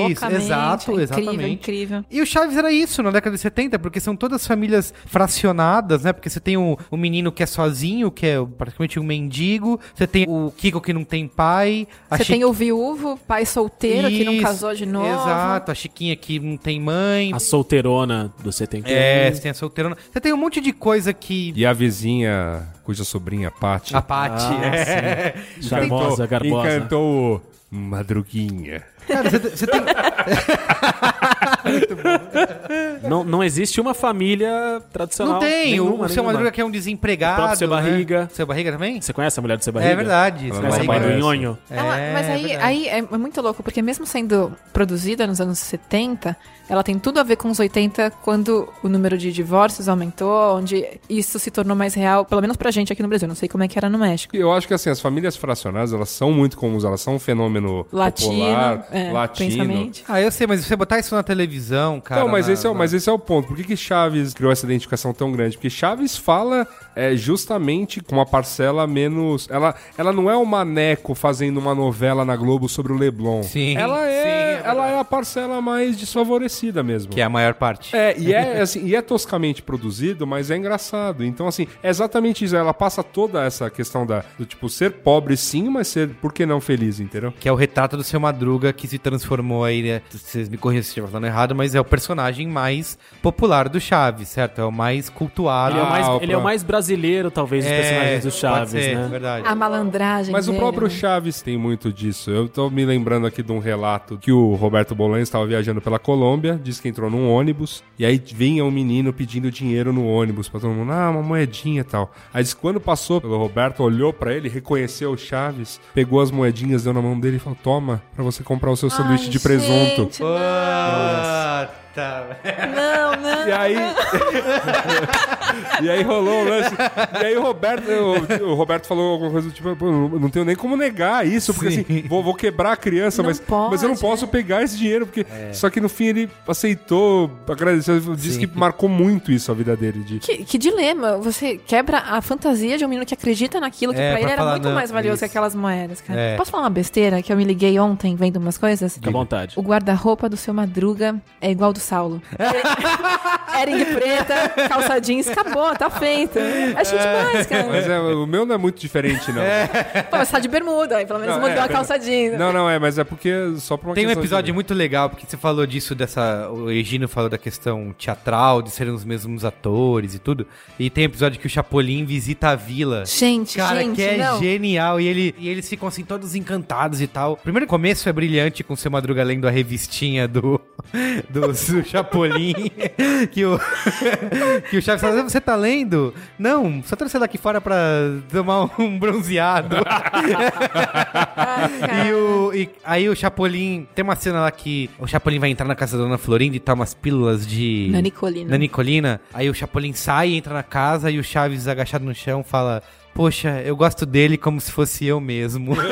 [SPEAKER 1] exato,
[SPEAKER 3] loucamente. é incrível,
[SPEAKER 1] exatamente.
[SPEAKER 3] incrível.
[SPEAKER 1] E o Chaves era isso na década de 70, porque são todas famílias fracionadas, né? Porque você tem o, o menino que é sozinho, que é praticamente um mendigo, você tem o Kiko que não tem pai, a
[SPEAKER 3] Você
[SPEAKER 1] Chiqui-
[SPEAKER 3] tem o viúvo, pai solteiro, que não
[SPEAKER 1] Isso,
[SPEAKER 3] casou de novo.
[SPEAKER 1] Exato, a Chiquinha que não tem mãe.
[SPEAKER 4] A solteirona do 71.
[SPEAKER 1] É, você tem a solteirona. Você tem um monte de coisa que.
[SPEAKER 2] E a vizinha, cuja sobrinha, Paty,
[SPEAKER 4] Ah,
[SPEAKER 1] A Paty. é.
[SPEAKER 4] Charmosa, garbosa.
[SPEAKER 2] encantou o Madruguinha.
[SPEAKER 1] Cara, você, você tem.
[SPEAKER 4] Não, não existe uma família tradicional.
[SPEAKER 1] Não tem. o-
[SPEAKER 4] nenhuma,
[SPEAKER 1] o seu
[SPEAKER 4] nenhuma.
[SPEAKER 1] Madruga que é um desempregado.
[SPEAKER 4] O próprio Seu
[SPEAKER 1] né?
[SPEAKER 4] Barriga.
[SPEAKER 1] Seu Barriga também?
[SPEAKER 4] Você conhece a mulher do seu barriga?
[SPEAKER 1] É verdade. Seu
[SPEAKER 2] Mas
[SPEAKER 4] Conhece a
[SPEAKER 2] é
[SPEAKER 4] mãe do
[SPEAKER 2] barriga.
[SPEAKER 4] nhonho?
[SPEAKER 3] Ela- mas
[SPEAKER 1] é
[SPEAKER 3] aí,
[SPEAKER 1] verdade.
[SPEAKER 3] aí é muito louco, porque mesmo sendo produzida nos anos 70, ela tem tudo a ver com os 80, quando o número de divórcios aumentou, onde isso se tornou mais real, pelo menos pra gente aqui no Brasil. Não sei como é que era no México.
[SPEAKER 2] Eu acho que assim, as famílias fracionadas, elas são muito comuns, elas são um fenômeno
[SPEAKER 3] Latino,
[SPEAKER 2] popular,
[SPEAKER 3] é,
[SPEAKER 2] latino.
[SPEAKER 3] principalmente.
[SPEAKER 1] Ah, eu sei, mas você botar isso na televisão, cara.
[SPEAKER 2] Não, mas
[SPEAKER 1] na-
[SPEAKER 2] esse, é, o-
[SPEAKER 1] na-
[SPEAKER 2] mas esse é o ponto. Por que, que Chaves criou essa identificação tão grande? Porque Chaves fala é, justamente com uma parcela menos. Ela, ela não é o Maneco fazendo uma novela na Globo sobre o Leblon.
[SPEAKER 1] Sim,
[SPEAKER 2] Ela é,
[SPEAKER 1] sim, é verdade.
[SPEAKER 2] ela é a parcela mais desfavorecida mesmo.
[SPEAKER 1] Que é a maior parte.
[SPEAKER 2] É, e é, assim, e é toscamente produzido, mas é engraçado. Então, assim, é exatamente isso. Ela passa toda essa questão da, do tipo, ser pobre sim, mas ser, por que não feliz, entendeu?
[SPEAKER 1] Que é o retrato do seu Madruga que se transformou aí, né? Vocês me corrigem se eu estiver falando errado, mas é o personagem mais popular do Chaves, certo? É o mais cultuado. É,
[SPEAKER 4] Ele, é o mais,
[SPEAKER 2] Ah, o
[SPEAKER 4] ele é o
[SPEAKER 2] pro-
[SPEAKER 4] mais brasileiro, talvez, dos personagens do Chaves,
[SPEAKER 1] pode ser, é
[SPEAKER 4] né?
[SPEAKER 1] verdade.
[SPEAKER 3] A malandragem.
[SPEAKER 2] Mas o
[SPEAKER 3] dele,
[SPEAKER 2] próprio
[SPEAKER 3] né?
[SPEAKER 2] Chaves tem muito disso. Eu tô me lembrando aqui de um relato que o Roberto Bolanho estava viajando pela Colômbia, disse que entrou num ônibus, e aí vinha um menino pedindo dinheiro no ônibus pra todo mundo, ah, uma moedinha e tal. Aí disse que quando passou pelo Roberto, olhou pra ele, reconheceu o Chaves, pegou as moedinhas, deu na mão dele e falou, toma, pra você comprar o seu sanduíche
[SPEAKER 3] Ai,
[SPEAKER 2] de presunto.
[SPEAKER 3] gente,
[SPEAKER 1] Puta.
[SPEAKER 3] não, não.
[SPEAKER 2] E aí. e aí rolou o lance. E aí o Roberto, o, o Roberto falou alguma coisa do tipo, "Pô, não tenho nem como negar isso, porque
[SPEAKER 1] Sim.
[SPEAKER 2] assim, vou, vou quebrar a criança,
[SPEAKER 3] Não
[SPEAKER 2] mas,
[SPEAKER 3] pode,
[SPEAKER 2] mas eu não
[SPEAKER 3] né?
[SPEAKER 2] posso pegar esse dinheiro, porque.
[SPEAKER 1] É.
[SPEAKER 2] Só que no fim ele aceitou, agradeceu, disse que marcou muito isso a vida dele. De,
[SPEAKER 3] Que, que dilema. Você quebra a fantasia de um menino que acredita naquilo, que
[SPEAKER 1] É,
[SPEAKER 3] pra ele
[SPEAKER 1] pra
[SPEAKER 3] era
[SPEAKER 1] falar,
[SPEAKER 3] muito
[SPEAKER 1] não,
[SPEAKER 3] mais valioso que
[SPEAKER 1] isso.
[SPEAKER 3] aquelas moedas, cara.
[SPEAKER 1] É.
[SPEAKER 3] Posso falar uma besteira que eu me liguei ontem vendo umas coisas?
[SPEAKER 4] Fica à vontade.
[SPEAKER 3] O guarda-roupa do seu Madruga é igual ao do Saulo. Ering preta, calça jeans, acabou, tá feito. É chique demais, cara.
[SPEAKER 2] mas é, o meu não é muito diferente, não.
[SPEAKER 1] É.
[SPEAKER 3] Pô, mas tá de bermuda, aí pelo menos
[SPEAKER 2] Não,
[SPEAKER 3] mudou
[SPEAKER 2] é,
[SPEAKER 3] a calça jeans.
[SPEAKER 2] Não, não, é, mas é porque só pra uma
[SPEAKER 1] Tem um
[SPEAKER 2] questão de-
[SPEAKER 1] episódio muito legal, porque você falou disso, dessa. O Egino falou da questão teatral, de serem os mesmos atores e tudo. E tem um episódio que o Chapolin visita a vila.
[SPEAKER 3] Gente,
[SPEAKER 1] Cara,
[SPEAKER 3] gente,
[SPEAKER 1] que é
[SPEAKER 3] não.
[SPEAKER 1] genial. E, ele, e eles ficam assim, todos encantados e tal. Primeiro começo é brilhante com o seu Madruga lendo a revistinha do, do, do Chapolin. que o, que o Chaves fala: Você tá lendo? Não, só trouxe ela aqui fora pra tomar um bronzeado.
[SPEAKER 3] Ah, cara.
[SPEAKER 1] E, o, e aí o Chapolin. Tem uma cena lá que o Chapolin vai entrar na casa da Dona Florinda e tá umas pílulas de.
[SPEAKER 3] Nanicolina.
[SPEAKER 1] Na Nicolina, aí o Chapolin sai, entra na casa e o Chaves agachado no chão fala: Poxa, eu gosto dele como se fosse eu mesmo.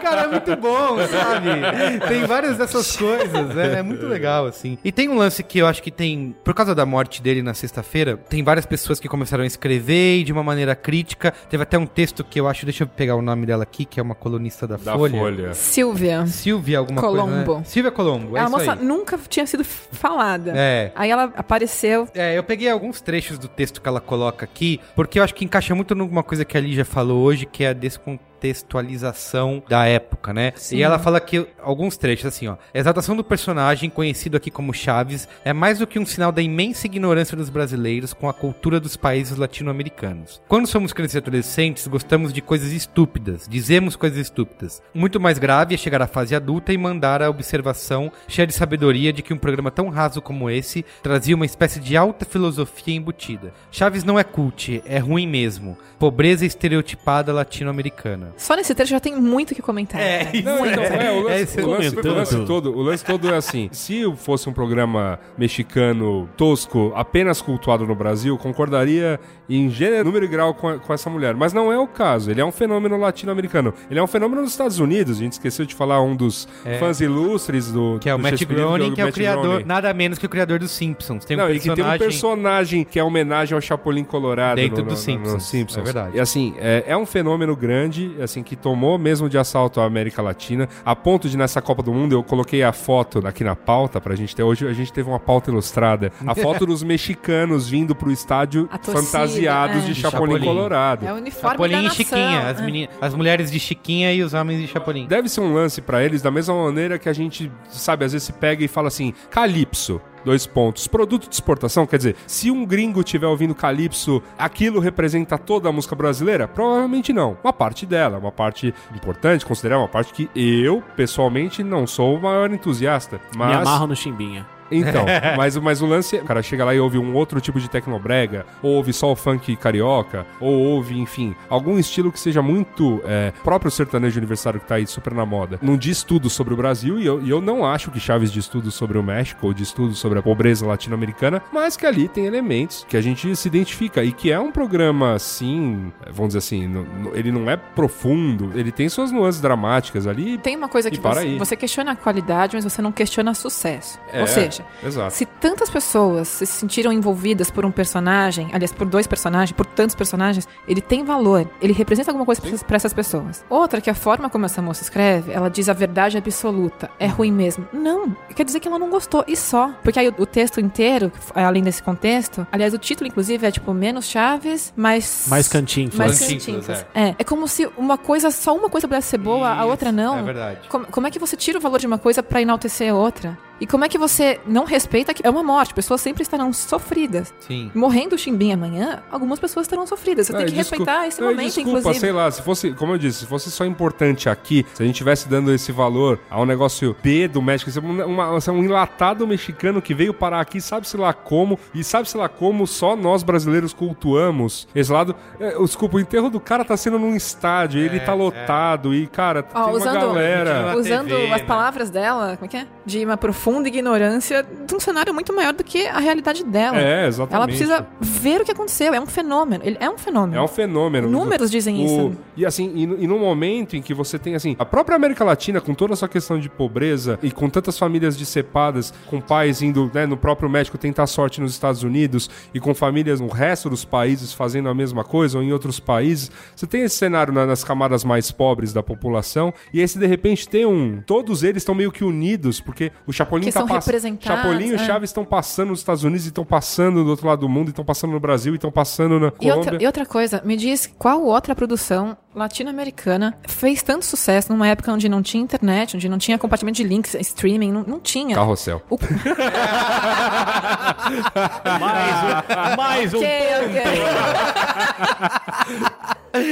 [SPEAKER 1] Cara, é muito bom, sabe? Tem várias dessas coisas, né? É muito legal, assim. E tem um lance que eu acho que tem, por causa da morte dele na sexta-feira, tem várias pessoas que começaram a escrever e de uma maneira crítica. Teve até um texto que eu acho, deixa eu pegar o nome dela aqui, que é uma colunista da,
[SPEAKER 2] Da
[SPEAKER 1] Folha.
[SPEAKER 2] Folha.
[SPEAKER 3] Silvia.
[SPEAKER 1] Silvia alguma coisa,
[SPEAKER 3] Colombo.
[SPEAKER 1] né? Silvia Colombo, é
[SPEAKER 3] a
[SPEAKER 1] isso
[SPEAKER 3] moça
[SPEAKER 1] aí.
[SPEAKER 3] nunca tinha sido falada.
[SPEAKER 1] É.
[SPEAKER 3] Aí ela apareceu.
[SPEAKER 1] É, eu peguei alguns trechos do texto que ela coloca aqui, porque eu acho que encaixa muito numa coisa que a Lígia falou hoje, que é a descontextualização da época, né?
[SPEAKER 3] Sim.
[SPEAKER 1] E ela fala que alguns trechos, assim, ó. A exaltação do personagem, conhecido aqui como Chaves, é mais do que um sinal da imensa ignorância dos brasileiros com a cultura dos países latino-americanos. Quando somos crianças e adolescentes, gostamos de coisas estúpidas, dizemos coisas estúpidas. Muito mais grave é chegar à fase adulta e mandar a observação cheia de sabedoria de que um programa tão raso como esse trazia uma espécie de alta filosofia embutida. Chaves não é cult, é ruim mesmo. Pobreza estereotipada latino-americana.
[SPEAKER 2] mano.
[SPEAKER 3] Só nesse trecho já tem muito o que comentar.
[SPEAKER 1] É, isso.
[SPEAKER 2] Não, então, é, o lance,
[SPEAKER 1] É,
[SPEAKER 2] o lance-
[SPEAKER 4] comentando.
[SPEAKER 2] o lance todo, o lance todo é assim, se fosse um programa mexicano tosco, apenas cultuado no Brasil, concordaria em gênero, número e grau com, a- com essa mulher, mas não é o caso, ele é um fenômeno latino-americano, ele é um fenômeno dos Estados Unidos, a gente esqueceu de falar um dos fãs ilustres do
[SPEAKER 1] É. Que é o
[SPEAKER 2] do
[SPEAKER 1] Matt
[SPEAKER 2] Shakespeare,
[SPEAKER 1] Groening,
[SPEAKER 2] do
[SPEAKER 1] que é o
[SPEAKER 2] Matt
[SPEAKER 1] criador,
[SPEAKER 2] Groening.
[SPEAKER 1] nada menos que o criador dos Simpsons. Tem um
[SPEAKER 2] Não, e que tem um
[SPEAKER 1] personagem...
[SPEAKER 2] personagem que é homenagem ao Chapolin Colorado
[SPEAKER 1] Dentro
[SPEAKER 2] no,
[SPEAKER 1] do
[SPEAKER 2] no- no- no
[SPEAKER 1] Simpsons,
[SPEAKER 2] Simpsons.
[SPEAKER 1] é verdade.
[SPEAKER 2] E assim, é, é um fenômeno grande, assim, que tomou mesmo de assalto a América Latina, a ponto de nessa Copa do Mundo, eu coloquei a foto aqui na pauta pra gente ter. Hoje a gente teve uma pauta ilustrada. A foto dos mexicanos vindo pro estádio
[SPEAKER 3] A torcida,
[SPEAKER 2] fantasiados
[SPEAKER 3] é.
[SPEAKER 2] de
[SPEAKER 1] De
[SPEAKER 2] Chapolin,
[SPEAKER 1] Chapolin.
[SPEAKER 2] Colorado.
[SPEAKER 3] É o uniforme da
[SPEAKER 1] Chapolin e
[SPEAKER 3] nação.
[SPEAKER 1] Chiquinha, as,
[SPEAKER 3] É.
[SPEAKER 1] meni- as mulheres de Chiquinha e os homens de Chapolin.
[SPEAKER 2] Deve ser um lance pra eles da mesma maneira que a gente, sabe, às vezes se pega e fala assim, Calypso. Dois pontos. Produto de exportação, quer dizer, se um gringo tiver ouvindo Calypso, aquilo representa toda a música brasileira? Provavelmente não. Uma parte dela, uma parte importante, considerar uma parte que eu, pessoalmente, não sou o maior entusiasta. Mas...
[SPEAKER 4] Me amarram no chimbinha.
[SPEAKER 2] Então, mas, mas o lance é, o cara chega lá e ouve um outro tipo de tecnobrega, ou ouve só o funk carioca, ou ouve, enfim, algum estilo que seja muito é, próprio sertanejo universitário que tá aí super na moda. Não diz tudo sobre o Brasil, e eu, e eu não acho que Chaves diz tudo sobre o México, ou diz tudo sobre a pobreza latino-americana, mas que ali tem elementos que a gente se identifica, e que é um programa, sim, é, vamos dizer assim, no- no- ele não é profundo, ele tem suas nuances dramáticas ali.
[SPEAKER 3] Tem uma coisa
[SPEAKER 2] E
[SPEAKER 3] que
[SPEAKER 2] para
[SPEAKER 3] você,
[SPEAKER 2] aí.
[SPEAKER 3] você questiona a qualidade, mas você não questiona sucesso.
[SPEAKER 2] É,
[SPEAKER 3] Ou seja,
[SPEAKER 2] exato.
[SPEAKER 3] se tantas pessoas se sentiram envolvidas por um personagem, aliás, por dois personagens, por tantos personagens, ele tem valor, ele representa alguma coisa para essas pessoas. Outra que a forma como essa moça escreve, ela diz a verdade absoluta, é ruim mesmo. Não, quer dizer que ela não gostou e só, porque aí o, o texto inteiro, é, além desse contexto, aliás, o título inclusive é tipo menos Chaves, mais
[SPEAKER 4] Mais cantinho.
[SPEAKER 3] mais
[SPEAKER 1] Cantinflas,
[SPEAKER 3] cantinflas. É, é como se uma coisa, só uma coisa pudesse ser boa, a
[SPEAKER 1] Isso,
[SPEAKER 3] outra não.
[SPEAKER 1] é verdade.
[SPEAKER 3] Como, como é que você tira o valor de uma coisa pra enaltecer a outra? E como é que você não respeita que é uma morte? Pessoas sempre estarão sofridas.
[SPEAKER 1] Sim.
[SPEAKER 3] Morrendo o chimbim amanhã, algumas pessoas estarão sofridas. Você
[SPEAKER 2] Ah,
[SPEAKER 3] tem
[SPEAKER 2] e
[SPEAKER 3] que
[SPEAKER 2] desculpa-
[SPEAKER 3] respeitar esse
[SPEAKER 2] não, e
[SPEAKER 3] momento,
[SPEAKER 2] desculpa,
[SPEAKER 3] inclusive.
[SPEAKER 2] sei lá, se fosse, como eu disse, se fosse só importante aqui, se a gente tivesse dando esse valor a um negócio B do México, isso é uma- uma- isso é um enlatado mexicano que veio parar aqui, sabe-se lá como, e sabe-se lá como só nós brasileiros cultuamos esse lado. É, eu- desculpa, o enterro do cara tá sendo num estádio, ele tá lotado, e, cara,
[SPEAKER 3] Ó,
[SPEAKER 2] tem uma
[SPEAKER 3] usando-
[SPEAKER 1] Pela
[SPEAKER 2] galera.
[SPEAKER 3] Usando
[SPEAKER 1] TV,
[SPEAKER 3] as
[SPEAKER 1] né?
[SPEAKER 3] palavras dela, como é que é? De uma profunda ignorância de um cenário muito maior do que a realidade dela.
[SPEAKER 2] É, exatamente.
[SPEAKER 3] Ela precisa ver o que aconteceu. É um fenômeno. Ele é um fenômeno.
[SPEAKER 2] É um fenômeno.
[SPEAKER 3] Números dizem isso.
[SPEAKER 2] E assim, e, no- e num momento em que você tem, assim, a própria América Latina, com toda a sua questão de pobreza e com tantas famílias dicepadas, com pais indo né, no próprio México tentar sorte nos Estados Unidos e com famílias no resto dos países fazendo a mesma coisa ou em outros países, você tem esse cenário na- nas camadas mais pobres da população e esse de repente tem um. Todos eles estão meio que unidos, porque o Chapolin
[SPEAKER 3] Que
[SPEAKER 2] tá
[SPEAKER 3] são
[SPEAKER 2] passando.
[SPEAKER 3] representados,
[SPEAKER 2] Chapolin e o
[SPEAKER 3] é.
[SPEAKER 2] Chaves estão passando nos Estados Unidos e estão passando do outro lado do mundo, e estão passando no Brasil, e estão passando na
[SPEAKER 3] E
[SPEAKER 2] Colômbia.
[SPEAKER 3] outra, e outra coisa, me diz qual outra produção latino-americana fez tanto sucesso numa época onde não tinha internet, onde não tinha compartimento de links, streaming, não, não tinha.
[SPEAKER 2] Carrossel.
[SPEAKER 3] O...
[SPEAKER 6] Mais um, mais um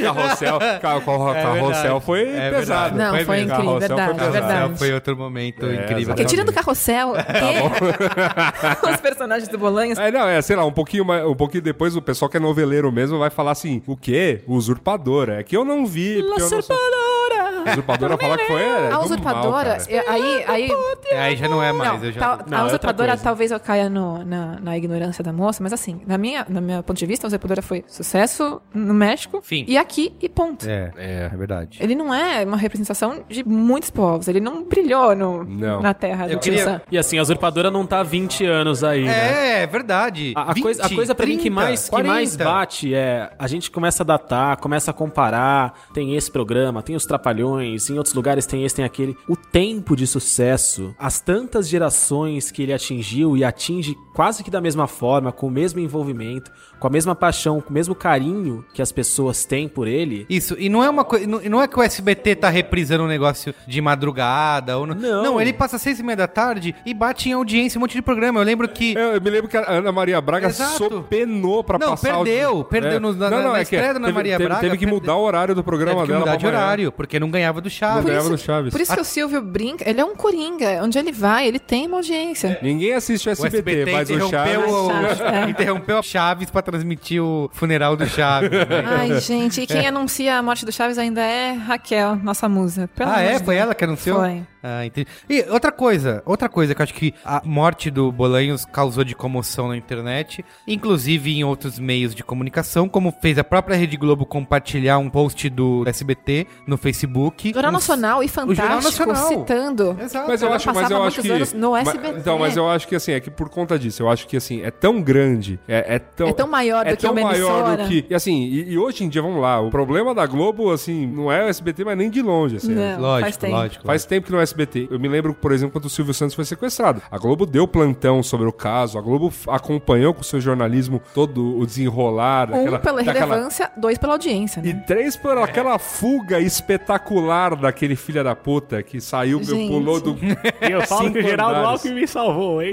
[SPEAKER 2] Carrossel, ca- carro- carrossel foi
[SPEAKER 1] É verdade.
[SPEAKER 2] pesado.
[SPEAKER 3] Não, foi
[SPEAKER 1] mesmo.
[SPEAKER 3] incrível,
[SPEAKER 2] Carrossel
[SPEAKER 1] É
[SPEAKER 3] verdade,
[SPEAKER 2] foi pesado.
[SPEAKER 3] verdade.
[SPEAKER 1] Foi outro momento
[SPEAKER 2] É,
[SPEAKER 1] incrível.
[SPEAKER 3] Porque
[SPEAKER 2] exatamente.
[SPEAKER 3] tirando o carrossel, e os personagens do Bolanhos.
[SPEAKER 2] É, não, é, sei lá, um pouquinho, mais, um pouquinho depois o pessoal que é noveleiro mesmo vai falar assim, o quê? Usurpadora. É que eu não vi. porque eu não sou-
[SPEAKER 3] Usurpadora!
[SPEAKER 2] Usurpadora falar que foi... É, do
[SPEAKER 3] A
[SPEAKER 2] mal,
[SPEAKER 3] usurpadora,
[SPEAKER 2] cara.
[SPEAKER 3] é, aí. aí
[SPEAKER 1] É, aí já não é mais.
[SPEAKER 3] Não,
[SPEAKER 1] eu já...
[SPEAKER 3] tal-
[SPEAKER 4] Não, é
[SPEAKER 3] a
[SPEAKER 4] outra
[SPEAKER 3] usurpadora
[SPEAKER 4] coisa.
[SPEAKER 3] talvez eu caia no- na, na ignorância da moça, mas assim, na minha, no meu ponto de vista, a usurpadora foi sucesso no México
[SPEAKER 1] Fim.
[SPEAKER 3] e aqui e ponto.
[SPEAKER 1] É, é, verdade.
[SPEAKER 3] Ele não é uma representação de muitos povos. Ele não brilhou no,
[SPEAKER 2] Não.
[SPEAKER 3] na terra do
[SPEAKER 1] Eu
[SPEAKER 3] tio
[SPEAKER 1] queria-
[SPEAKER 3] Sam.
[SPEAKER 4] E assim, a usurpadora não tá há 20 anos aí, né?
[SPEAKER 1] É, verdade.
[SPEAKER 4] A, a
[SPEAKER 1] 20,
[SPEAKER 4] coisa, a coisa pra mim que
[SPEAKER 1] 30,
[SPEAKER 4] mais, que mais
[SPEAKER 1] 40.
[SPEAKER 4] bate é a gente começa a datar, começa a comparar. Tem esse programa, tem os Trapalhões, em outros lugares tem esse, tem aquele. O tempo de sucesso, as tantas gerações que ele atingiu e atinge quase que da mesma forma, com o mesmo envolvimento, com a mesma paixão, com o mesmo carinho que as pessoas têm por ele.
[SPEAKER 1] Isso, e não é uma coisa. Não, não é que o SBT tá reprisando um negócio de madrugada ou no-
[SPEAKER 4] Não.
[SPEAKER 1] ele passa às seis e meia da tarde e bate em audiência um monte de programa. Eu lembro que.
[SPEAKER 2] Eu, eu me lembro que a Ana Maria Braga
[SPEAKER 1] Exato.
[SPEAKER 2] sopenou pra
[SPEAKER 1] Não,
[SPEAKER 2] passar...
[SPEAKER 1] perdeu,
[SPEAKER 2] o-
[SPEAKER 1] perdeu no- na- na- na
[SPEAKER 2] é que
[SPEAKER 1] estreia da Ana
[SPEAKER 2] teve-
[SPEAKER 1] Maria
[SPEAKER 2] teve-
[SPEAKER 1] Braga,
[SPEAKER 2] Teve que
[SPEAKER 1] perdeu.
[SPEAKER 2] mudar o horário do programa
[SPEAKER 1] Teve que
[SPEAKER 2] dela
[SPEAKER 1] mudar
[SPEAKER 2] pra
[SPEAKER 1] de
[SPEAKER 2] amanhã.
[SPEAKER 1] horário, porque não ganhava do
[SPEAKER 2] Não
[SPEAKER 1] Chaves.
[SPEAKER 2] ganhava
[SPEAKER 3] isso-
[SPEAKER 2] do Chaves.
[SPEAKER 3] Por isso que o Silvio brinca, ele é um coringa. Onde ele vai, ele tem uma audiência.
[SPEAKER 2] Ninguém assiste o
[SPEAKER 1] O
[SPEAKER 2] SBT,
[SPEAKER 1] SBT
[SPEAKER 2] mas o Chaves...
[SPEAKER 1] interrompeu, o,
[SPEAKER 3] Chaves, é.
[SPEAKER 1] interrompeu a Chaves pra transmitir o funeral do Chaves.
[SPEAKER 2] É.
[SPEAKER 1] né?
[SPEAKER 3] Ai, gente, e quem anuncia a morte do Chaves ainda é Raquel, nossa musa. Pelo
[SPEAKER 1] ah,
[SPEAKER 3] amor
[SPEAKER 1] é?
[SPEAKER 3] de
[SPEAKER 1] Foi
[SPEAKER 3] Deus.
[SPEAKER 1] ela que anunciou?
[SPEAKER 3] Foi.
[SPEAKER 1] Ah, entendi. E outra coisa, outra coisa que eu acho que a morte do Bolanhos causou de comoção na internet, inclusive em outros meios de comunicação, como fez a própria Rede Globo compartilhar um post do SBT no Facebook.
[SPEAKER 3] Jornal
[SPEAKER 1] Um-
[SPEAKER 3] Nacional e Fantástico
[SPEAKER 1] Jornal Nacional.
[SPEAKER 3] citando.
[SPEAKER 1] Exato.
[SPEAKER 2] Mas eu
[SPEAKER 3] Ela
[SPEAKER 2] acho, mas
[SPEAKER 3] passava
[SPEAKER 2] eu acho
[SPEAKER 3] muitos
[SPEAKER 2] que
[SPEAKER 3] anos no
[SPEAKER 2] ma-
[SPEAKER 3] SBT.
[SPEAKER 2] Então, mas eu acho que assim, é que por conta disso, eu acho que assim, é tão grande, é, é tão
[SPEAKER 3] É tão maior do
[SPEAKER 2] é
[SPEAKER 3] que
[SPEAKER 2] tão
[SPEAKER 3] uma
[SPEAKER 2] maior do
[SPEAKER 3] emissora.
[SPEAKER 2] que, e assim, e, e hoje em dia vamos lá, o problema da Globo assim, não é o SBT, mas nem de longe, assim. é-
[SPEAKER 3] Não, faz
[SPEAKER 1] Lógico,
[SPEAKER 3] tempo.
[SPEAKER 1] lógico.
[SPEAKER 2] Faz tempo que não é SBT. Eu me lembro, por exemplo, quando o Silvio Santos foi sequestrado. A Globo deu plantão sobre o caso, a Globo f- acompanhou com o seu jornalismo todo o desenrolar
[SPEAKER 3] Um
[SPEAKER 2] daquela-
[SPEAKER 3] pela
[SPEAKER 2] daquela
[SPEAKER 3] relevância, dois pela audiência.
[SPEAKER 2] e
[SPEAKER 3] Né?
[SPEAKER 2] três por aquela fuga espetacular daquele filho da puta que saiu, meu,
[SPEAKER 3] Gente.
[SPEAKER 2] pulou do.
[SPEAKER 6] E eu falo
[SPEAKER 2] Cinco
[SPEAKER 6] que o Geraldo
[SPEAKER 2] andares.
[SPEAKER 6] Alckmin me salvou, hein?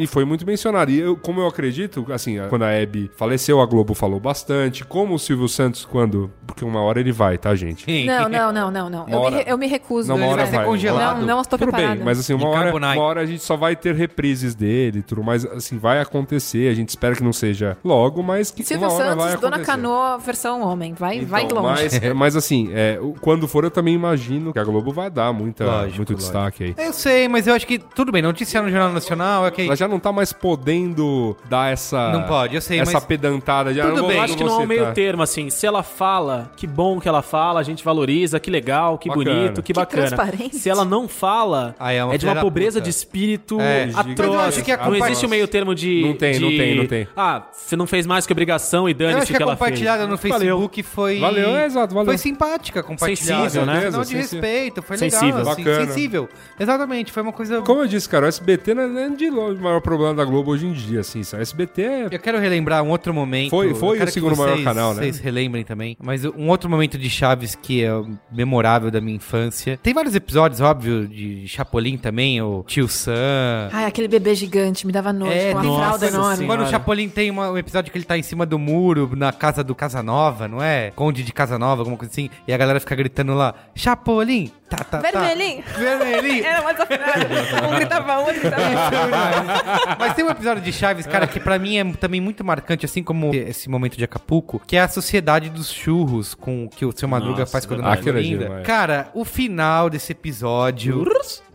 [SPEAKER 2] E foi muito mencionado. E eu, como eu acredito, assim, a- quando a Hebe faleceu, a Globo falou bastante. Como o Silvio Santos, quando. Porque uma hora ele vai, tá, gente?
[SPEAKER 1] Sim.
[SPEAKER 3] Não, não, não, não,
[SPEAKER 2] Uma
[SPEAKER 3] não. Eu, me,
[SPEAKER 2] hora-
[SPEAKER 3] re- eu me recuso.
[SPEAKER 2] Não, uma hora
[SPEAKER 3] Zé.
[SPEAKER 2] vai,
[SPEAKER 1] congelado.
[SPEAKER 3] Não, não estou
[SPEAKER 2] tudo
[SPEAKER 3] preparada.
[SPEAKER 2] bem, mas assim, uma
[SPEAKER 1] E
[SPEAKER 2] hora,
[SPEAKER 1] Carbonite.
[SPEAKER 2] uma hora a gente só vai ter reprises dele e tudo mais. Assim, vai acontecer. A gente espera que não seja logo, mas que
[SPEAKER 3] Silvio
[SPEAKER 2] uma hora vai
[SPEAKER 3] Santos,
[SPEAKER 2] acontecer.
[SPEAKER 3] Dona Canoa, versão homem. Vai,
[SPEAKER 2] Então,
[SPEAKER 3] vai longe.
[SPEAKER 2] Mas, mas assim, é, o- quando for, eu também imagino que a Globo vai dar muita,
[SPEAKER 1] Lógico,
[SPEAKER 2] muito
[SPEAKER 1] lógico.
[SPEAKER 2] destaque aí.
[SPEAKER 1] Eu sei, mas eu acho que tudo bem, notícia no Jornal Nacional, ok.
[SPEAKER 2] Ela já não tá mais podendo dar essa.
[SPEAKER 1] Não pode, eu sei,
[SPEAKER 2] ah, Essa
[SPEAKER 1] mas-
[SPEAKER 2] pedantada de. ah,
[SPEAKER 1] Tudo
[SPEAKER 2] eu vou-
[SPEAKER 1] bem. tá.
[SPEAKER 2] eu
[SPEAKER 4] Acho que não há um
[SPEAKER 2] vou
[SPEAKER 4] meio
[SPEAKER 2] citar.
[SPEAKER 4] termo, assim. Se ela fala, que bom que ela fala, a gente valoriza, que legal, que
[SPEAKER 2] Bacana.
[SPEAKER 4] bonito, que
[SPEAKER 3] Que
[SPEAKER 4] bacana.
[SPEAKER 3] transparente.
[SPEAKER 4] Se ela não fala,
[SPEAKER 1] Aí é uma
[SPEAKER 4] é, de uma
[SPEAKER 1] filha da
[SPEAKER 4] pobreza
[SPEAKER 1] puta.
[SPEAKER 4] de espírito
[SPEAKER 1] É,
[SPEAKER 2] Mas eu
[SPEAKER 4] atroz.
[SPEAKER 2] acho que a
[SPEAKER 4] Não
[SPEAKER 2] compa-
[SPEAKER 4] existe um meio termo de.
[SPEAKER 2] Não tem, não
[SPEAKER 4] de-
[SPEAKER 2] tem, não tem.
[SPEAKER 4] Ah, você não fez mais que obrigação e
[SPEAKER 1] Eu
[SPEAKER 4] dane-se
[SPEAKER 1] acho
[SPEAKER 4] o
[SPEAKER 1] que
[SPEAKER 4] que
[SPEAKER 1] a
[SPEAKER 4] ela fez.
[SPEAKER 1] compartilhada no Facebook foi.
[SPEAKER 2] Valeu, é, exato, valeu.
[SPEAKER 1] Foi simpática a compartilhada.
[SPEAKER 4] Sensível, né?
[SPEAKER 1] Não de
[SPEAKER 2] Sensível.
[SPEAKER 1] respeito, foi
[SPEAKER 4] Sensível.
[SPEAKER 1] legal. Assim,
[SPEAKER 2] Bacana.
[SPEAKER 1] sensível. Exatamente, foi uma coisa.
[SPEAKER 2] Como eu disse, cara, o SBT não é nem de longe o maior problema da Globo hoje em dia, assim. sabe? O SBT é.
[SPEAKER 1] Eu quero relembrar um outro momento.
[SPEAKER 2] Foi-
[SPEAKER 1] Eu
[SPEAKER 2] foi
[SPEAKER 1] quero
[SPEAKER 2] o
[SPEAKER 1] que
[SPEAKER 2] segundo maior
[SPEAKER 1] vocês-
[SPEAKER 2] canal, né?
[SPEAKER 1] Vocês relembrem também. Mas um outro momento de Chaves que é memorável da minha infância. Tem vários episódios, óbvio, de Chapolin também, o Tio Sam.
[SPEAKER 3] Ai, aquele bebê gigante me dava noite com
[SPEAKER 1] tem
[SPEAKER 3] uma fralda
[SPEAKER 1] coisa assim.
[SPEAKER 3] enorme.
[SPEAKER 1] Mano,
[SPEAKER 4] Senhora.
[SPEAKER 1] o Chapolin tem uma- um episódio que ele tá em cima do muro, na casa do Casanova, não é? Conde de Casanova, alguma coisa assim. E a galera fica gritando lá, Chapolin! Tá, tá, tá.
[SPEAKER 3] Vermelhinho.
[SPEAKER 1] Vermelhinho!
[SPEAKER 3] Era mais afilhado. Um gritava um, gritava
[SPEAKER 1] Mas tem um episódio de Chaves, cara, que pra mim é também muito marcante, assim como esse momento de Acapulco, que é a sociedade dos churros com o que o seu Madruga
[SPEAKER 4] Nossa,
[SPEAKER 1] faz com a Dona
[SPEAKER 2] verdade. Aquilo é
[SPEAKER 1] Florinda.
[SPEAKER 2] demais.
[SPEAKER 1] Cara, o final desse episódio.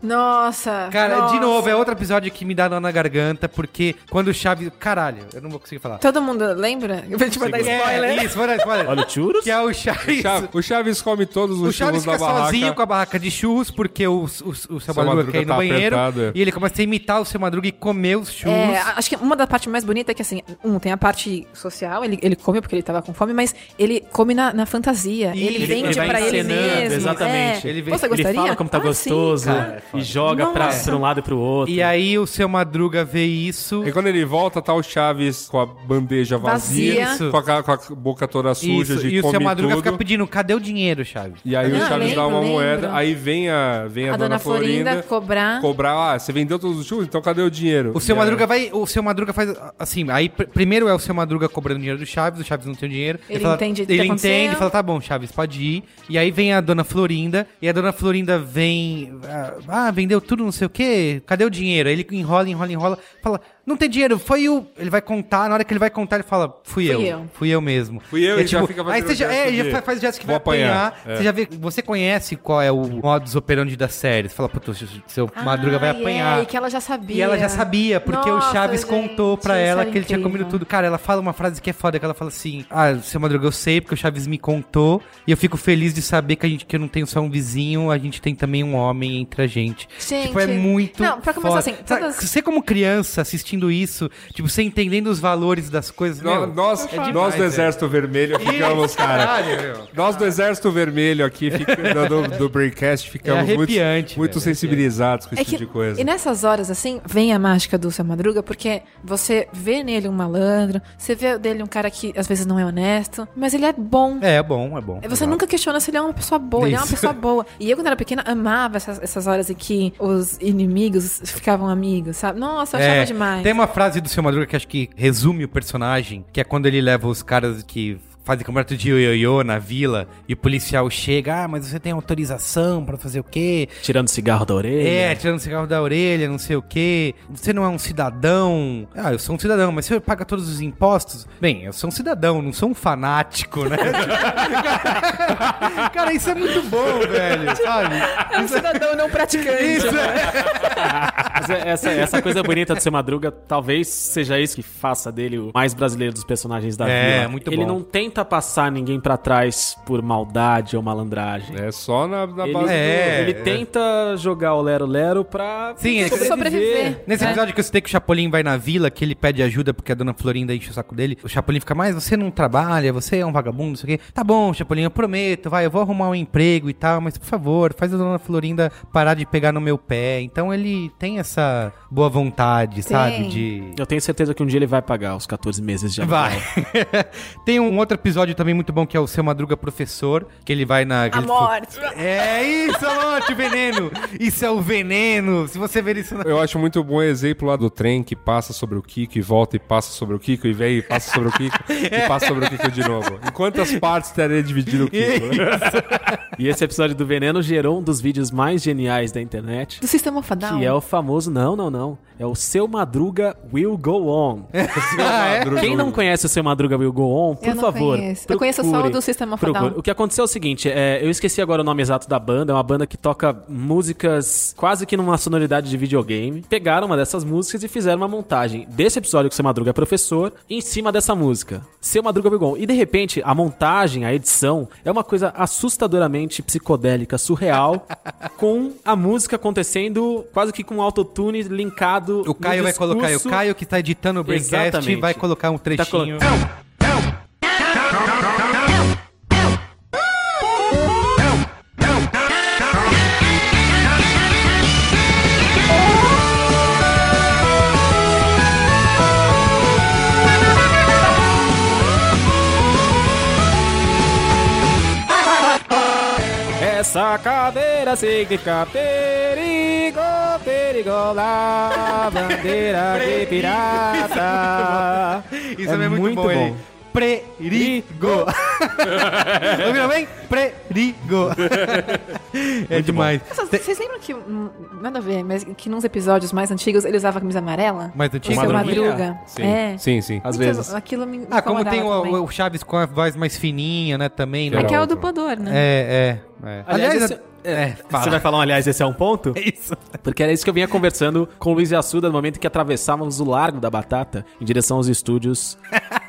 [SPEAKER 3] Nossa.
[SPEAKER 1] Cara,
[SPEAKER 3] nossa.
[SPEAKER 1] de novo, é outro episódio que me dá nó na garganta, porque quando o Chaves. Caralho, eu não vou conseguir falar.
[SPEAKER 3] Todo mundo lembra? Eu vou te mandar spoiler.
[SPEAKER 1] É, isso, vou dar spoiler.
[SPEAKER 4] Olha o churros.
[SPEAKER 1] Que é o Chaves.
[SPEAKER 2] Chaves- tipo, O Chaves come todos os
[SPEAKER 1] O Chaves
[SPEAKER 2] churros da
[SPEAKER 1] fica
[SPEAKER 2] barraca.
[SPEAKER 1] sozinho com a barraca de churros, porque o, o, o, seu Madruga
[SPEAKER 2] Madruga
[SPEAKER 1] quer ir no
[SPEAKER 2] tá
[SPEAKER 1] banheiro.
[SPEAKER 2] apertado, é.
[SPEAKER 1] E ele começa a imitar o seu Madruga e comer os churros.
[SPEAKER 3] É, a- acho que uma da parte mais bonita é que, assim, um, tem a parte social, ele, ele come porque ele tava com fome, mas ele come na, na fantasia.
[SPEAKER 1] Isso,
[SPEAKER 3] ele
[SPEAKER 1] ele-
[SPEAKER 3] vende
[SPEAKER 1] ele vai
[SPEAKER 3] pra ele
[SPEAKER 4] encenando,
[SPEAKER 3] mesmo.
[SPEAKER 4] exatamente.
[SPEAKER 3] É.
[SPEAKER 1] Ele vem-
[SPEAKER 3] Você gostaria?
[SPEAKER 4] Ele fala como tá
[SPEAKER 3] Ah, sim,
[SPEAKER 4] gostoso
[SPEAKER 3] cara.
[SPEAKER 4] e joga pra,
[SPEAKER 3] Nossa.
[SPEAKER 4] pra um lado e pro outro.
[SPEAKER 1] E aí o seu Madruga vê isso.
[SPEAKER 2] E quando ele volta, tá o Chaves com a bandeja vazia,
[SPEAKER 3] Vazia.
[SPEAKER 2] Com, a, com a boca toda suja
[SPEAKER 1] isso,
[SPEAKER 2] de
[SPEAKER 1] e o seu
[SPEAKER 2] come
[SPEAKER 1] Madruga
[SPEAKER 2] tudo.
[SPEAKER 1] fica pedindo, cadê o dinheiro, Chaves?
[SPEAKER 2] E aí o
[SPEAKER 3] Não,
[SPEAKER 2] Chaves
[SPEAKER 3] lembro,
[SPEAKER 2] dá uma
[SPEAKER 3] lembro.
[SPEAKER 2] moeda, aí vem a, vem a,
[SPEAKER 3] A dona Florinda cobrar.
[SPEAKER 2] Cobrar, ah, você vendeu todos os churros, então cadê o dinheiro?
[SPEAKER 1] O seu
[SPEAKER 2] E
[SPEAKER 1] Madruga
[SPEAKER 2] aí-
[SPEAKER 1] vai. O seu Madruga faz assim. Aí pr- primeiro é o seu Madruga cobrando dinheiro do Chaves, o Chaves não tem o dinheiro.
[SPEAKER 3] Ele entende o que
[SPEAKER 1] Ele
[SPEAKER 3] tá
[SPEAKER 1] entende,
[SPEAKER 3] acontecendo.
[SPEAKER 1] fala, tá bom, Chaves, pode ir. E aí vem a dona Florinda, e a dona Florinda vem. Ah, ah, vendeu tudo, não sei o quê. Cadê o dinheiro? Aí ele enrola, enrola, enrola, fala. Não tem dinheiro, foi o. Ele vai contar, na hora que ele vai contar, ele fala: fui,
[SPEAKER 3] Fui
[SPEAKER 1] eu,
[SPEAKER 3] eu.
[SPEAKER 1] Fui eu mesmo.
[SPEAKER 2] Fui eu,
[SPEAKER 1] é,
[SPEAKER 2] e já fica
[SPEAKER 1] Aí
[SPEAKER 2] fazendo
[SPEAKER 1] você já,
[SPEAKER 2] o gesto
[SPEAKER 1] é,
[SPEAKER 2] de-
[SPEAKER 1] já fa- faz o gesto que
[SPEAKER 2] vou
[SPEAKER 1] vai apanhar.
[SPEAKER 2] apanhar, é.
[SPEAKER 1] Você já vê. Você conhece qual é o modus operandi da série. Você fala, puto, seu Madruga vai
[SPEAKER 3] Ah, é,
[SPEAKER 1] apanhar.
[SPEAKER 3] e que ela já sabia.
[SPEAKER 1] E ela já sabia, porque o
[SPEAKER 3] Nossa,
[SPEAKER 1] Chaves
[SPEAKER 3] gente,
[SPEAKER 1] contou pra
[SPEAKER 3] isso
[SPEAKER 1] ela
[SPEAKER 3] é
[SPEAKER 1] que ele tinha
[SPEAKER 3] incrível.
[SPEAKER 1] comido tudo. Cara, ela fala uma frase que é foda, que ela fala assim: Ah, seu Madruga, eu sei, porque o Chaves me contou, e eu fico feliz de saber que a gente que eu não tenho só um vizinho, a gente tem também um homem entre a gente.
[SPEAKER 3] Gente.
[SPEAKER 1] Tipo, é muito.
[SPEAKER 3] Não, pra começar
[SPEAKER 1] foda.
[SPEAKER 3] assim,
[SPEAKER 1] Sabe,
[SPEAKER 3] todas-
[SPEAKER 1] Você, como criança, assistindo isso, tipo, você entendendo os valores das coisas.
[SPEAKER 2] No-
[SPEAKER 1] meu,
[SPEAKER 3] É
[SPEAKER 2] nós, nós
[SPEAKER 1] demais,
[SPEAKER 2] do Exército Vermelho ficamos, cara.
[SPEAKER 1] Caralho, meu.
[SPEAKER 2] Nós do Exército Vermelho aqui, fica, do, do Braincast, ficamos
[SPEAKER 1] É
[SPEAKER 2] muito,
[SPEAKER 1] arrepiante,
[SPEAKER 2] muito
[SPEAKER 1] velho,
[SPEAKER 2] sensibilizados com esse
[SPEAKER 3] É
[SPEAKER 2] tipo
[SPEAKER 3] que-
[SPEAKER 2] de coisa.
[SPEAKER 3] E nessas horas, assim, vem a mágica do seu Madruga, porque você vê nele um malandro, você vê dele um cara que às vezes não é honesto, mas ele é bom.
[SPEAKER 1] É, é bom, é bom.
[SPEAKER 3] Você nunca questiona se ele é uma pessoa boa, ele é uma
[SPEAKER 1] Isso.
[SPEAKER 3] pessoa boa. E eu, quando era pequena, amava essas, essas horas em que os inimigos ficavam amigos, sabe? Nossa, eu achava
[SPEAKER 1] É,
[SPEAKER 3] demais.
[SPEAKER 1] Tem uma frase do seu Madruga que acho que resume o personagem, que é quando ele leva os caras que fazem campeonato de ioiô na vila e o policial chega, ah, mas você tem autorização pra fazer o quê?
[SPEAKER 4] Tirando cigarro da
[SPEAKER 1] É,
[SPEAKER 4] orelha.
[SPEAKER 1] tirando cigarro da orelha, não sei o quê. Você não é um cidadão. Ah, eu sou um cidadão, mas você paga todos os impostos? Bem, eu sou um cidadão, não sou um fanático, né? Cara, isso é muito bom, velho, sabe?
[SPEAKER 3] É um cidadão não praticante.
[SPEAKER 1] Isso é.
[SPEAKER 4] Mas é- essa, essa coisa bonita do seu Madruga talvez seja isso que faça dele o mais brasileiro dos personagens da
[SPEAKER 1] É,
[SPEAKER 4] vila.
[SPEAKER 1] muito
[SPEAKER 4] Ele
[SPEAKER 1] bom.
[SPEAKER 4] não tenta passar ninguém pra trás por maldade ou malandragem.
[SPEAKER 2] É só na, na
[SPEAKER 4] Ele,
[SPEAKER 2] base
[SPEAKER 1] É.
[SPEAKER 4] ele tenta jogar o Lero Lero pra
[SPEAKER 1] Sim, é ele-
[SPEAKER 3] Sobreviver.
[SPEAKER 1] Nesse episódio que eu citei que o Chapolin vai na vila, que ele pede ajuda porque a dona Florinda enche o saco dele, o Chapolin fica, mas você não trabalha, você é um vagabundo, não sei o quê. Tá bom, Chapolin, eu prometo, vai, eu vou arrumar um emprego e tal, mas por favor, faz a dona Florinda parar de pegar no meu pé. Então ele tem essa boa vontade, sabe? De.
[SPEAKER 4] Eu tenho certeza que um dia ele vai pagar os 14 meses de aluguel.
[SPEAKER 1] Vai. tem um outro episódio também muito bom que é o Seu Madruga Professor, que ele vai na.
[SPEAKER 3] A morte.
[SPEAKER 1] É isso, a morte, o veneno! Isso é o veneno! Se você ver isso na.
[SPEAKER 2] Eu acho muito bom o exemplo lá do trem que passa sobre o Kiko e volta e passa sobre o Kiko e vem e passa sobre o Kiko e passa sobre o Kiko de novo. Em quantas partes teria dividido o Kiko? né?
[SPEAKER 4] E esse episódio do Veneno gerou um dos vídeos mais geniais da internet.
[SPEAKER 3] Do sistema fadal.
[SPEAKER 4] Que é o famoso, não, não, não. É o Seu Madruga Will Go On.
[SPEAKER 1] Ah, é?
[SPEAKER 4] Quem não conhece o Seu Madruga Will Go On, por
[SPEAKER 3] Eu não
[SPEAKER 4] favor.
[SPEAKER 3] conheço. Eu conheço só o do Sistema Fadal.
[SPEAKER 4] procure. O que aconteceu é o seguinte: é, eu esqueci agora o nome exato da banda. É uma banda que toca músicas quase que numa sonoridade de videogame. Pegaram uma dessas músicas e fizeram uma montagem desse episódio que o Seu Madruga é professor em cima dessa música. Seu Madruga Will Go On. E de repente, a montagem, a edição, é uma coisa assustadoramente psicodélica, surreal, com a música acontecendo quase que com um autotune linkado.
[SPEAKER 1] O Caio
[SPEAKER 4] no
[SPEAKER 1] vai colocar, o
[SPEAKER 4] discurso.
[SPEAKER 1] Caio que tá editando o Braincast
[SPEAKER 4] Exatamente.
[SPEAKER 1] vai colocar um
[SPEAKER 4] Tá
[SPEAKER 1] trechinho.
[SPEAKER 4] colo- Essa cadeira significa perigo, perigo lá, bandeira de pirata.
[SPEAKER 1] Isso é, muito, bom, ele. Perigo. Ouviram bem? Perigo. é demais.
[SPEAKER 3] Nossa, Vocês lembram que. hum, Nada a ver, mas que nos episódios mais antigos ele usava camisa amarela?
[SPEAKER 1] Mais
[SPEAKER 3] é O
[SPEAKER 1] antigo.
[SPEAKER 3] seu
[SPEAKER 4] Madruga?
[SPEAKER 3] madruga.
[SPEAKER 2] Sim,
[SPEAKER 3] É.
[SPEAKER 2] sim, sim.
[SPEAKER 4] Às
[SPEAKER 3] Então,
[SPEAKER 4] vezes.
[SPEAKER 3] Aquilo me
[SPEAKER 1] Ah, como
[SPEAKER 3] incomodava
[SPEAKER 1] tem
[SPEAKER 3] também.
[SPEAKER 1] o, o Chaves com a voz mais fininha, né, também. né?
[SPEAKER 3] É que é o do
[SPEAKER 2] Geraldo.
[SPEAKER 3] Podor, né?
[SPEAKER 1] É, é. é. Aliás,
[SPEAKER 4] esse-
[SPEAKER 1] é, é, fala.
[SPEAKER 4] Você vai falar, um, aliás, esse é um ponto?
[SPEAKER 1] É isso.
[SPEAKER 4] Porque era isso que eu vinha conversando com o Luiz e Assuda no momento que atravessávamos o Largo da Batata em direção aos estúdios.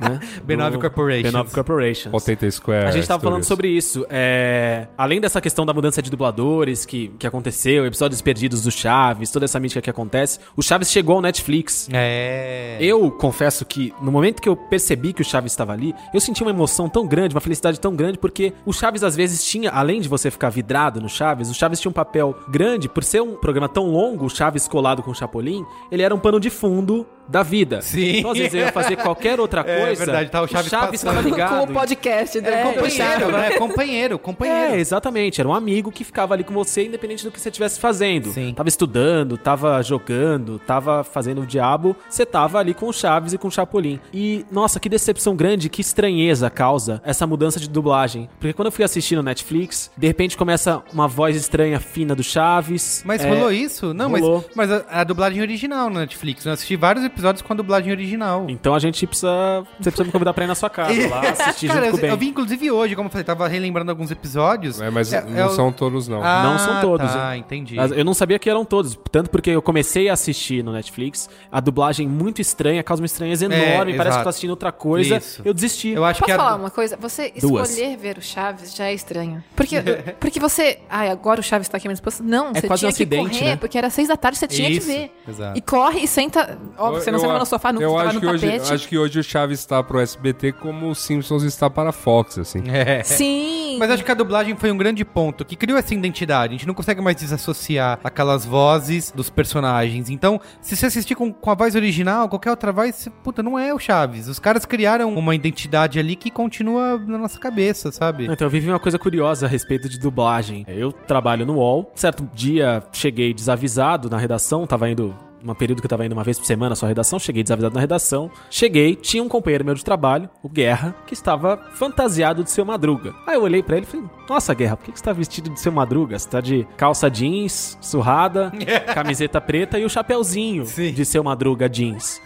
[SPEAKER 4] Né,
[SPEAKER 1] B9
[SPEAKER 4] do-
[SPEAKER 1] Corporation.
[SPEAKER 4] B9 Corporation.
[SPEAKER 2] 80 Square.
[SPEAKER 4] A gente tava falando
[SPEAKER 2] Studios.
[SPEAKER 4] sobre isso. É, além dessa questão da mudança de dubladores que, que aconteceu, episódios perdidos do Chaves, toda essa mítica que acontece, o Chaves chegou ao Netflix.
[SPEAKER 1] É.
[SPEAKER 4] Eu confesso que no momento que eu percebi que o Chaves estava ali, eu senti uma emoção tão grande, uma felicidade tão grande, porque o Chaves às vezes tinha, além de você ficar vidrado no Chaves, o Chaves tinha um papel grande, por ser um programa tão longo, o Chaves colado com o Chapolin, ele era um pano de fundo da vida.
[SPEAKER 1] Sim.
[SPEAKER 4] Então às vezes eu ia fazer qualquer outra
[SPEAKER 1] É
[SPEAKER 4] coisa.
[SPEAKER 1] verdade, tá o Chaves
[SPEAKER 4] tava
[SPEAKER 1] passando.
[SPEAKER 4] ligado.
[SPEAKER 3] Com o podcast dele.
[SPEAKER 4] É,
[SPEAKER 3] com o
[SPEAKER 1] Companheiro,
[SPEAKER 3] puxado.
[SPEAKER 1] né? Companheiro,
[SPEAKER 4] É,
[SPEAKER 1] companheiro.
[SPEAKER 4] exatamente. Era um amigo que ficava ali com você, independente do que você estivesse fazendo.
[SPEAKER 1] Sim.
[SPEAKER 4] Tava estudando, tava jogando, tava fazendo o diabo. Você tava ali com o Chaves e com o Chapolin. E, nossa, que decepção grande, que estranheza causa essa mudança de dublagem. Porque quando eu fui assistir no Netflix, de repente começa uma voz estranha, fina do Chaves.
[SPEAKER 1] Mas
[SPEAKER 4] É,
[SPEAKER 1] rolou isso? Não, mas-
[SPEAKER 4] rolou.
[SPEAKER 1] mas, a, a dublagem original na Netflix. né? Eu assisti vários episódios com a dublagem original.
[SPEAKER 4] Então a gente precisa. Você precisa me convidar pra ir na sua casa lá, assistir
[SPEAKER 1] Cara,
[SPEAKER 4] junto
[SPEAKER 1] eu,
[SPEAKER 4] com o Ben.
[SPEAKER 1] eu vi inclusive hoje, como eu falei, tava relembrando alguns episódios.
[SPEAKER 2] É, mas não
[SPEAKER 1] o-
[SPEAKER 2] são todos, não.
[SPEAKER 1] Ah,
[SPEAKER 4] Não são todos. né?
[SPEAKER 1] Ah, entendi.
[SPEAKER 4] Mas Eu não sabia que eram todos, tanto porque eu comecei a assistir no Netflix, a dublagem muito estranha, causa uma estranheza
[SPEAKER 1] É,
[SPEAKER 4] enorme, parece
[SPEAKER 1] exato.
[SPEAKER 4] que eu tô assistindo outra coisa,
[SPEAKER 1] Isso. É
[SPEAKER 4] eu desisti.
[SPEAKER 1] Eu acho
[SPEAKER 3] Posso
[SPEAKER 1] que a-
[SPEAKER 3] falar uma coisa? Você
[SPEAKER 4] Duas.
[SPEAKER 3] escolher ver o Chaves já é estranho. Porque, porque você. Ai, agora o Chaves tá aqui menos posto. Não,
[SPEAKER 4] É
[SPEAKER 3] você
[SPEAKER 4] quase
[SPEAKER 3] tinha
[SPEAKER 4] um acidente,
[SPEAKER 3] que correr,
[SPEAKER 4] né?
[SPEAKER 3] porque era seis da tarde, você tinha
[SPEAKER 1] Isso,
[SPEAKER 3] que ver.
[SPEAKER 1] exato.
[SPEAKER 3] E corre e senta. Óbvio, você não
[SPEAKER 2] Eu-
[SPEAKER 3] sentava
[SPEAKER 2] eu-
[SPEAKER 3] no sofá, nunca
[SPEAKER 2] eu
[SPEAKER 3] sentava
[SPEAKER 2] acho
[SPEAKER 3] no
[SPEAKER 2] que hoje,
[SPEAKER 3] tapete.
[SPEAKER 2] acho que hoje o Chaves está pro SBT como o Simpsons está para a Fox, assim.
[SPEAKER 1] É.
[SPEAKER 3] Sim.
[SPEAKER 1] Mas acho que a dublagem foi um grande ponto, que criou essa identidade. A gente não consegue mais desassociar aquelas vozes dos personagens. Então, se você assistir com, com a voz original, qualquer outra voz, você, puta, não é o Chaves. Os caras criaram uma identidade ali que continua na nossa cabeça, sabe?
[SPEAKER 4] Então eu vivi uma coisa curiosa a respeito de dublagem. Eu trabalho no UOL. Certo dia cheguei desavisado na redação, tava indo um período que eu tava indo uma vez por semana só à redação, cheguei desavisado na redação. Cheguei, tinha um companheiro meu de trabalho, o Guerra, que estava fantasiado de seu Madruga. Aí eu olhei pra ele e falei: "Nossa, Guerra, por que que você tá vestido de seu Madruga? Você tá de calça jeans, surrada, camiseta preta e o chapéuzinho
[SPEAKER 1] Sim.
[SPEAKER 4] de seu Madruga jeans".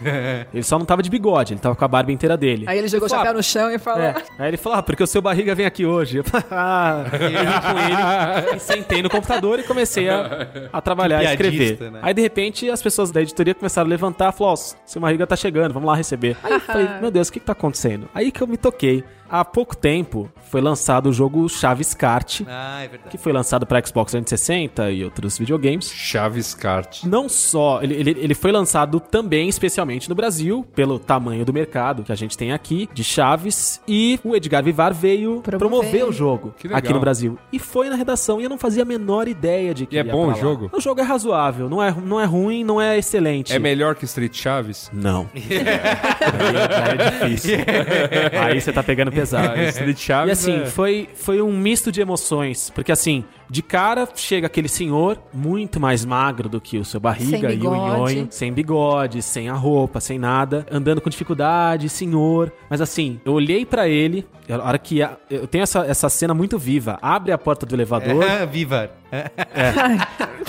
[SPEAKER 4] Ele só não tava de bigode, ele tava com a barba inteira dele.
[SPEAKER 3] Aí ele jogou o
[SPEAKER 4] Fala,
[SPEAKER 3] chapéu no chão e falou:
[SPEAKER 4] é. Aí ele falou, ah, porque o seu barriga vem aqui hoje. Eu falei, ah, eu ri com ele e sentei no computador e comecei a, a trabalhar,
[SPEAKER 1] Que
[SPEAKER 4] a escrever.
[SPEAKER 1] piadista, né?
[SPEAKER 4] Aí de repente as pessoas da editoria começaram a levantar e falaram, ó, seu barriga tá chegando, vamos lá receber. Aí eu falei, meu Deus, o que, que tá acontecendo? Aí que eu me toquei. Há pouco tempo foi lançado o jogo Chaves Kart,
[SPEAKER 1] Ah, é verdade.
[SPEAKER 4] que foi lançado pra Xbox 360 e outros videogames.
[SPEAKER 2] Chaves Kart.
[SPEAKER 4] Não só, ele, ele, ele foi lançado também, especialmente no Brasil, pelo tamanho do mercado que a gente tem aqui, de Chaves, e o Edgar Vivar veio
[SPEAKER 3] Promover.
[SPEAKER 4] promover, o jogo
[SPEAKER 2] Que legal.
[SPEAKER 4] aqui no Brasil. E foi na redação, e eu não fazia a menor ideia de que
[SPEAKER 2] E é
[SPEAKER 4] ia
[SPEAKER 2] bom
[SPEAKER 4] pra
[SPEAKER 2] o
[SPEAKER 4] lá.
[SPEAKER 2] jogo?
[SPEAKER 4] O jogo é razoável, não é, não é ruim, não é excelente.
[SPEAKER 2] É melhor que Street Chaves?
[SPEAKER 4] Não. Aí é difícil. Aí você tá pegando pesado.
[SPEAKER 2] Ah, Street
[SPEAKER 4] E
[SPEAKER 2] Chaves
[SPEAKER 4] assim,
[SPEAKER 2] é-
[SPEAKER 4] foi, foi um misto de emoções. Porque assim, de cara chega aquele senhor muito mais magro do que o seu barriga
[SPEAKER 3] Sem
[SPEAKER 4] e o
[SPEAKER 3] bigode.
[SPEAKER 4] nhonho. Sem bigode, sem a roupa, sem nada. Andando com dificuldade, senhor. Mas assim, eu olhei pra ele. A hora que. a- eu tenho essa, essa cena muito viva. Abre a porta do elevador.
[SPEAKER 1] Ah, Viva.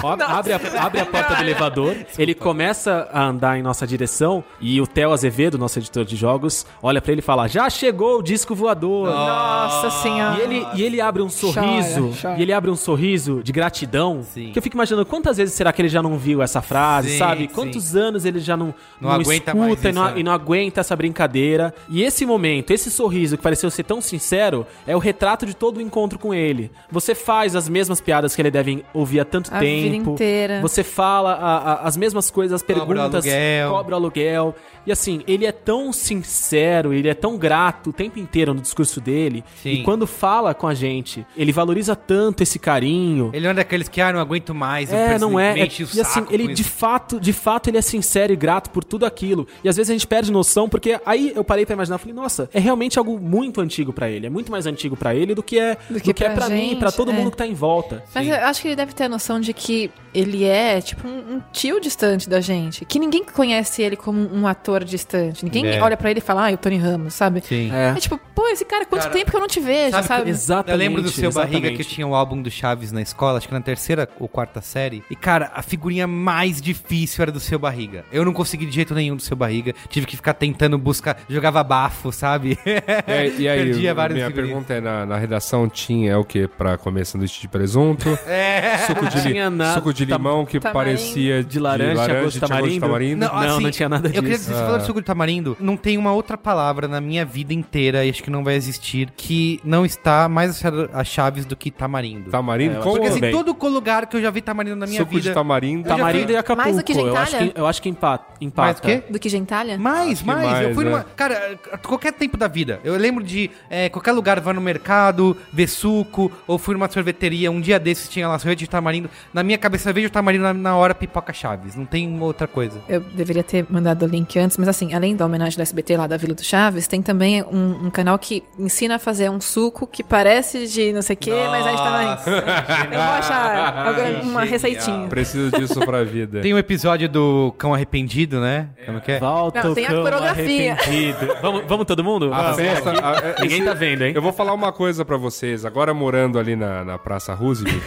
[SPEAKER 4] Ob- abre, a, abre a porta do elevador, ele começa a andar em nossa direção e o Theo Azevedo, nosso editor de jogos, olha pra ele e fala: Já chegou o disco voador.
[SPEAKER 3] Nossa senhora.
[SPEAKER 4] E ele, e ele abre um sorriso,
[SPEAKER 3] chora.
[SPEAKER 4] e ele abre um sorriso de gratidão.
[SPEAKER 1] Sim.
[SPEAKER 4] Que eu fico imaginando quantas vezes será que ele já não viu essa frase,
[SPEAKER 1] Sim,
[SPEAKER 4] sabe?
[SPEAKER 1] sim.
[SPEAKER 4] Quantos anos ele já não,
[SPEAKER 1] Não aguenta mais
[SPEAKER 4] escuta e,
[SPEAKER 1] isso,
[SPEAKER 4] não,
[SPEAKER 1] né?
[SPEAKER 4] e não aguenta essa brincadeira. E esse momento, esse sorriso que pareceu ser tão sincero, é o retrato de todo o encontro com ele. Você faz as mesmas piadas que ele deve ouvir há tanto
[SPEAKER 3] A vida
[SPEAKER 4] tempo.
[SPEAKER 3] inteira.
[SPEAKER 4] Você fala a- a- as mesmas coisas, as
[SPEAKER 1] Cobra o
[SPEAKER 4] perguntas,
[SPEAKER 1] aluguel.
[SPEAKER 4] cobra o aluguel. E assim, ele é tão sincero, ele é tão grato o tempo inteiro no discurso dele.
[SPEAKER 1] Sim.
[SPEAKER 4] E quando fala com a gente, ele valoriza tanto esse carinho.
[SPEAKER 1] Ele não é daqueles que, ah, não aguento mais. eu
[SPEAKER 4] É,
[SPEAKER 1] preciso-
[SPEAKER 4] não é.
[SPEAKER 1] me
[SPEAKER 4] é-
[SPEAKER 1] enche o
[SPEAKER 4] e assim,
[SPEAKER 1] saco com
[SPEAKER 4] ele de
[SPEAKER 1] isso.
[SPEAKER 4] fato, de fato, ele é sincero e grato por tudo aquilo. E às vezes a gente perde noção, porque aí eu parei pra imaginar, falei, nossa, é realmente algo muito antigo pra ele. É muito mais antigo pra ele do que é do que, é pra mim,
[SPEAKER 3] gente,
[SPEAKER 4] pra todo
[SPEAKER 3] é.
[SPEAKER 4] mundo que tá em volta.
[SPEAKER 3] Mas eu acho que ele deve ter a noção de que ele é, tipo, um, um tio distante da gente. Que ninguém conhece ele como um ator distante. Ninguém
[SPEAKER 1] É.
[SPEAKER 3] olha pra ele e fala, ah, é o Tony Ramos, sabe?
[SPEAKER 1] Sim.
[SPEAKER 4] É.
[SPEAKER 3] É tipo, pô, esse cara, quanto
[SPEAKER 1] Cara,
[SPEAKER 3] tempo que eu não te vejo,
[SPEAKER 1] sabe
[SPEAKER 3] sabe?
[SPEAKER 4] Exatamente.
[SPEAKER 1] Eu lembro do seu
[SPEAKER 4] exatamente.
[SPEAKER 1] barriga que eu tinha o álbum do Chaves na escola, acho que na terceira ou quarta série. E cara, a figurinha mais difícil era do seu barriga. Eu não consegui de jeito nenhum do seu barriga. Tive que ficar tentando buscar, jogava bafo, sabe?
[SPEAKER 2] É, e aí,
[SPEAKER 1] Perdia várias
[SPEAKER 2] minha
[SPEAKER 1] figurinhas.
[SPEAKER 2] pergunta é, na, na redação tinha é o que pra comer sanduíche de presunto?
[SPEAKER 1] É.
[SPEAKER 2] Suco de, li-
[SPEAKER 4] Tinha nada.
[SPEAKER 2] suco de
[SPEAKER 4] Tam-
[SPEAKER 2] limão que
[SPEAKER 3] tamarindo.
[SPEAKER 2] parecia
[SPEAKER 4] De laranja, tinha gosto de
[SPEAKER 2] tinha
[SPEAKER 4] tamarindo. Não, não tinha nada
[SPEAKER 1] assim, eu queria
[SPEAKER 4] disso. Ah.
[SPEAKER 1] dizer, você falou de suco de tamarindo, não tem uma outra palavra na minha vida inteira, e acho que não vai existir, que não está mais associada a Chaves do que tamarindo.
[SPEAKER 2] Tamarindo? Como?
[SPEAKER 1] Porque assim,
[SPEAKER 4] Tá bem.
[SPEAKER 1] todo lugar que eu já vi tamarindo na minha
[SPEAKER 2] suco
[SPEAKER 1] vida...
[SPEAKER 2] de tamarindo.
[SPEAKER 1] Eu já
[SPEAKER 4] Tamarindo
[SPEAKER 1] fui-
[SPEAKER 4] e Tá Acapulco.
[SPEAKER 3] Mais do que
[SPEAKER 4] eu
[SPEAKER 3] gentalha?
[SPEAKER 4] acho que, eu acho que empa- empata.
[SPEAKER 1] Mais o quê?
[SPEAKER 3] Do que gentalha?
[SPEAKER 1] Mais,
[SPEAKER 2] Acho que
[SPEAKER 1] Ah, mais. Eu
[SPEAKER 2] mais,
[SPEAKER 1] fui numa.
[SPEAKER 2] né?
[SPEAKER 1] Cara, a qualquer tempo da vida. Eu lembro de é, qualquer lugar, vá no mercado, ver suco, ou fui numa sorveteria. Um dia desses tinha lá sorvete de tamarindo. Na minha cabeça, eu vejo tamarindo na, na hora pipoca Chaves. Não tem outra coisa.
[SPEAKER 3] Eu deveria ter mandado o link antes, mas assim, além da homenagem do SBT lá da Vila do Chaves, tem também um, um canal que ensina a fazer um suco que parece de não sei o quê, mas a gente tá Eu vou achar alguma- uma receitinha.
[SPEAKER 2] Preciso disso pra vida.
[SPEAKER 1] Tem um episódio do Cão Arrependido, né? Como que é?
[SPEAKER 4] Volta
[SPEAKER 3] Não,
[SPEAKER 4] o
[SPEAKER 3] tem a
[SPEAKER 4] cão
[SPEAKER 3] coreografia.
[SPEAKER 4] arrependido. vamos, vamos todo mundo?
[SPEAKER 2] A
[SPEAKER 4] Vamos.
[SPEAKER 2] festa- a- é-
[SPEAKER 4] Ninguém tá vendo, hein?
[SPEAKER 2] Eu vou falar uma coisa pra vocês. Agora morando ali na, na Praça Roosevelt,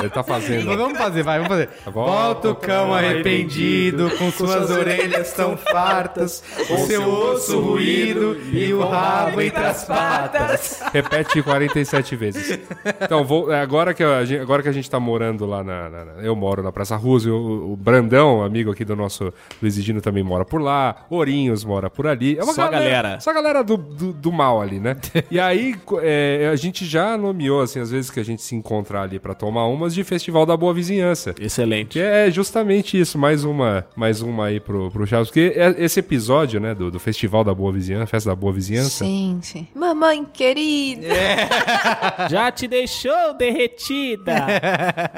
[SPEAKER 2] ele tá
[SPEAKER 1] Mas
[SPEAKER 2] fazendo.
[SPEAKER 1] Vamos fazer, vai, vamos fazer. Volta o cão arrependido, com suas orelhas tão fartas, o seu osso ruído e o rabo entre as patas.
[SPEAKER 2] Repete 47 vezes. Então, vou, é, agora, que a gente, agora que a gente tá morando lá na. na- na- eu moro na Praça Roosevelt, o, o Brandão, amigo aqui do nosso Luiz Edino, também mora por lá. Ourinhos mora por ali. É uma
[SPEAKER 4] Só a
[SPEAKER 2] galera.
[SPEAKER 4] galera.
[SPEAKER 2] Só a galera do, do, do mal ali, né? E aí, co- é, a gente já nomeou, assim, às vezes que a gente se encontra ali pra tomar umas de Festival da Boa Vizinhança.
[SPEAKER 4] Excelente.
[SPEAKER 2] Que é justamente isso, mais uma, mais uma aí pro, pro Chaves. Porque é- esse episódio, né, do, do Festival da Boa Vizinhança, Festa da Boa Vizinhança.
[SPEAKER 3] Gente. Mamãe querida.
[SPEAKER 4] Já te deixou derretida.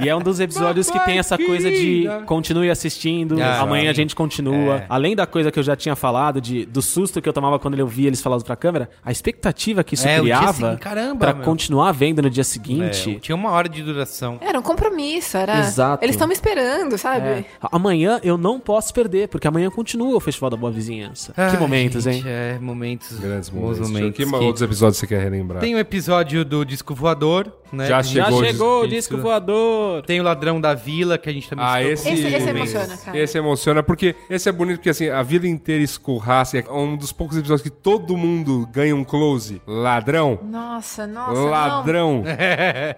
[SPEAKER 4] e é um dos episódios que tem essa coisa de
[SPEAKER 2] Mamãe,
[SPEAKER 4] continue assistindo,
[SPEAKER 1] Ah, É.
[SPEAKER 4] amanhã
[SPEAKER 1] sim.
[SPEAKER 4] a gente continua. Além da coisa que eu já tinha falado, de, do susto que eu tomava quando eu via eles falando pra câmera, a expectativa que isso
[SPEAKER 1] É, o dia
[SPEAKER 4] criava
[SPEAKER 1] seguinte, caramba,
[SPEAKER 4] pra
[SPEAKER 1] meu.
[SPEAKER 4] continuar vendo no dia seguinte.
[SPEAKER 1] tinha É, uma hora de duração.
[SPEAKER 3] Era era um compromisso, era.
[SPEAKER 7] Exato.
[SPEAKER 3] Eles estão me esperando, sabe?
[SPEAKER 7] É.
[SPEAKER 4] Amanhã eu não posso perder, porque amanhã continua o Festival da Boa Vizinhança. que
[SPEAKER 1] Ai,
[SPEAKER 4] momentos,
[SPEAKER 1] gente,
[SPEAKER 4] hein?
[SPEAKER 1] É, momentos.
[SPEAKER 2] Grandes
[SPEAKER 1] bons
[SPEAKER 2] momentos.
[SPEAKER 1] momentos.
[SPEAKER 2] que,
[SPEAKER 1] que-
[SPEAKER 2] outros episódios você quer relembrar?
[SPEAKER 1] Tem o episódio do Disco Voador, né?
[SPEAKER 2] Já
[SPEAKER 1] que-
[SPEAKER 2] chegou o
[SPEAKER 4] o
[SPEAKER 1] disco.
[SPEAKER 4] voador.
[SPEAKER 1] Tem o Ladrão da Vila, que a gente também
[SPEAKER 2] Ah,
[SPEAKER 1] citou
[SPEAKER 2] esse,
[SPEAKER 1] como
[SPEAKER 3] Esse- esse
[SPEAKER 1] momento.
[SPEAKER 3] emociona, cara.
[SPEAKER 2] Esse emociona, porque esse é bonito, porque assim, a vida inteira escorraça. e É um dos poucos episódios que todo mundo ganha um close. Ladrão.
[SPEAKER 3] Nossa, nossa.
[SPEAKER 2] ladrão,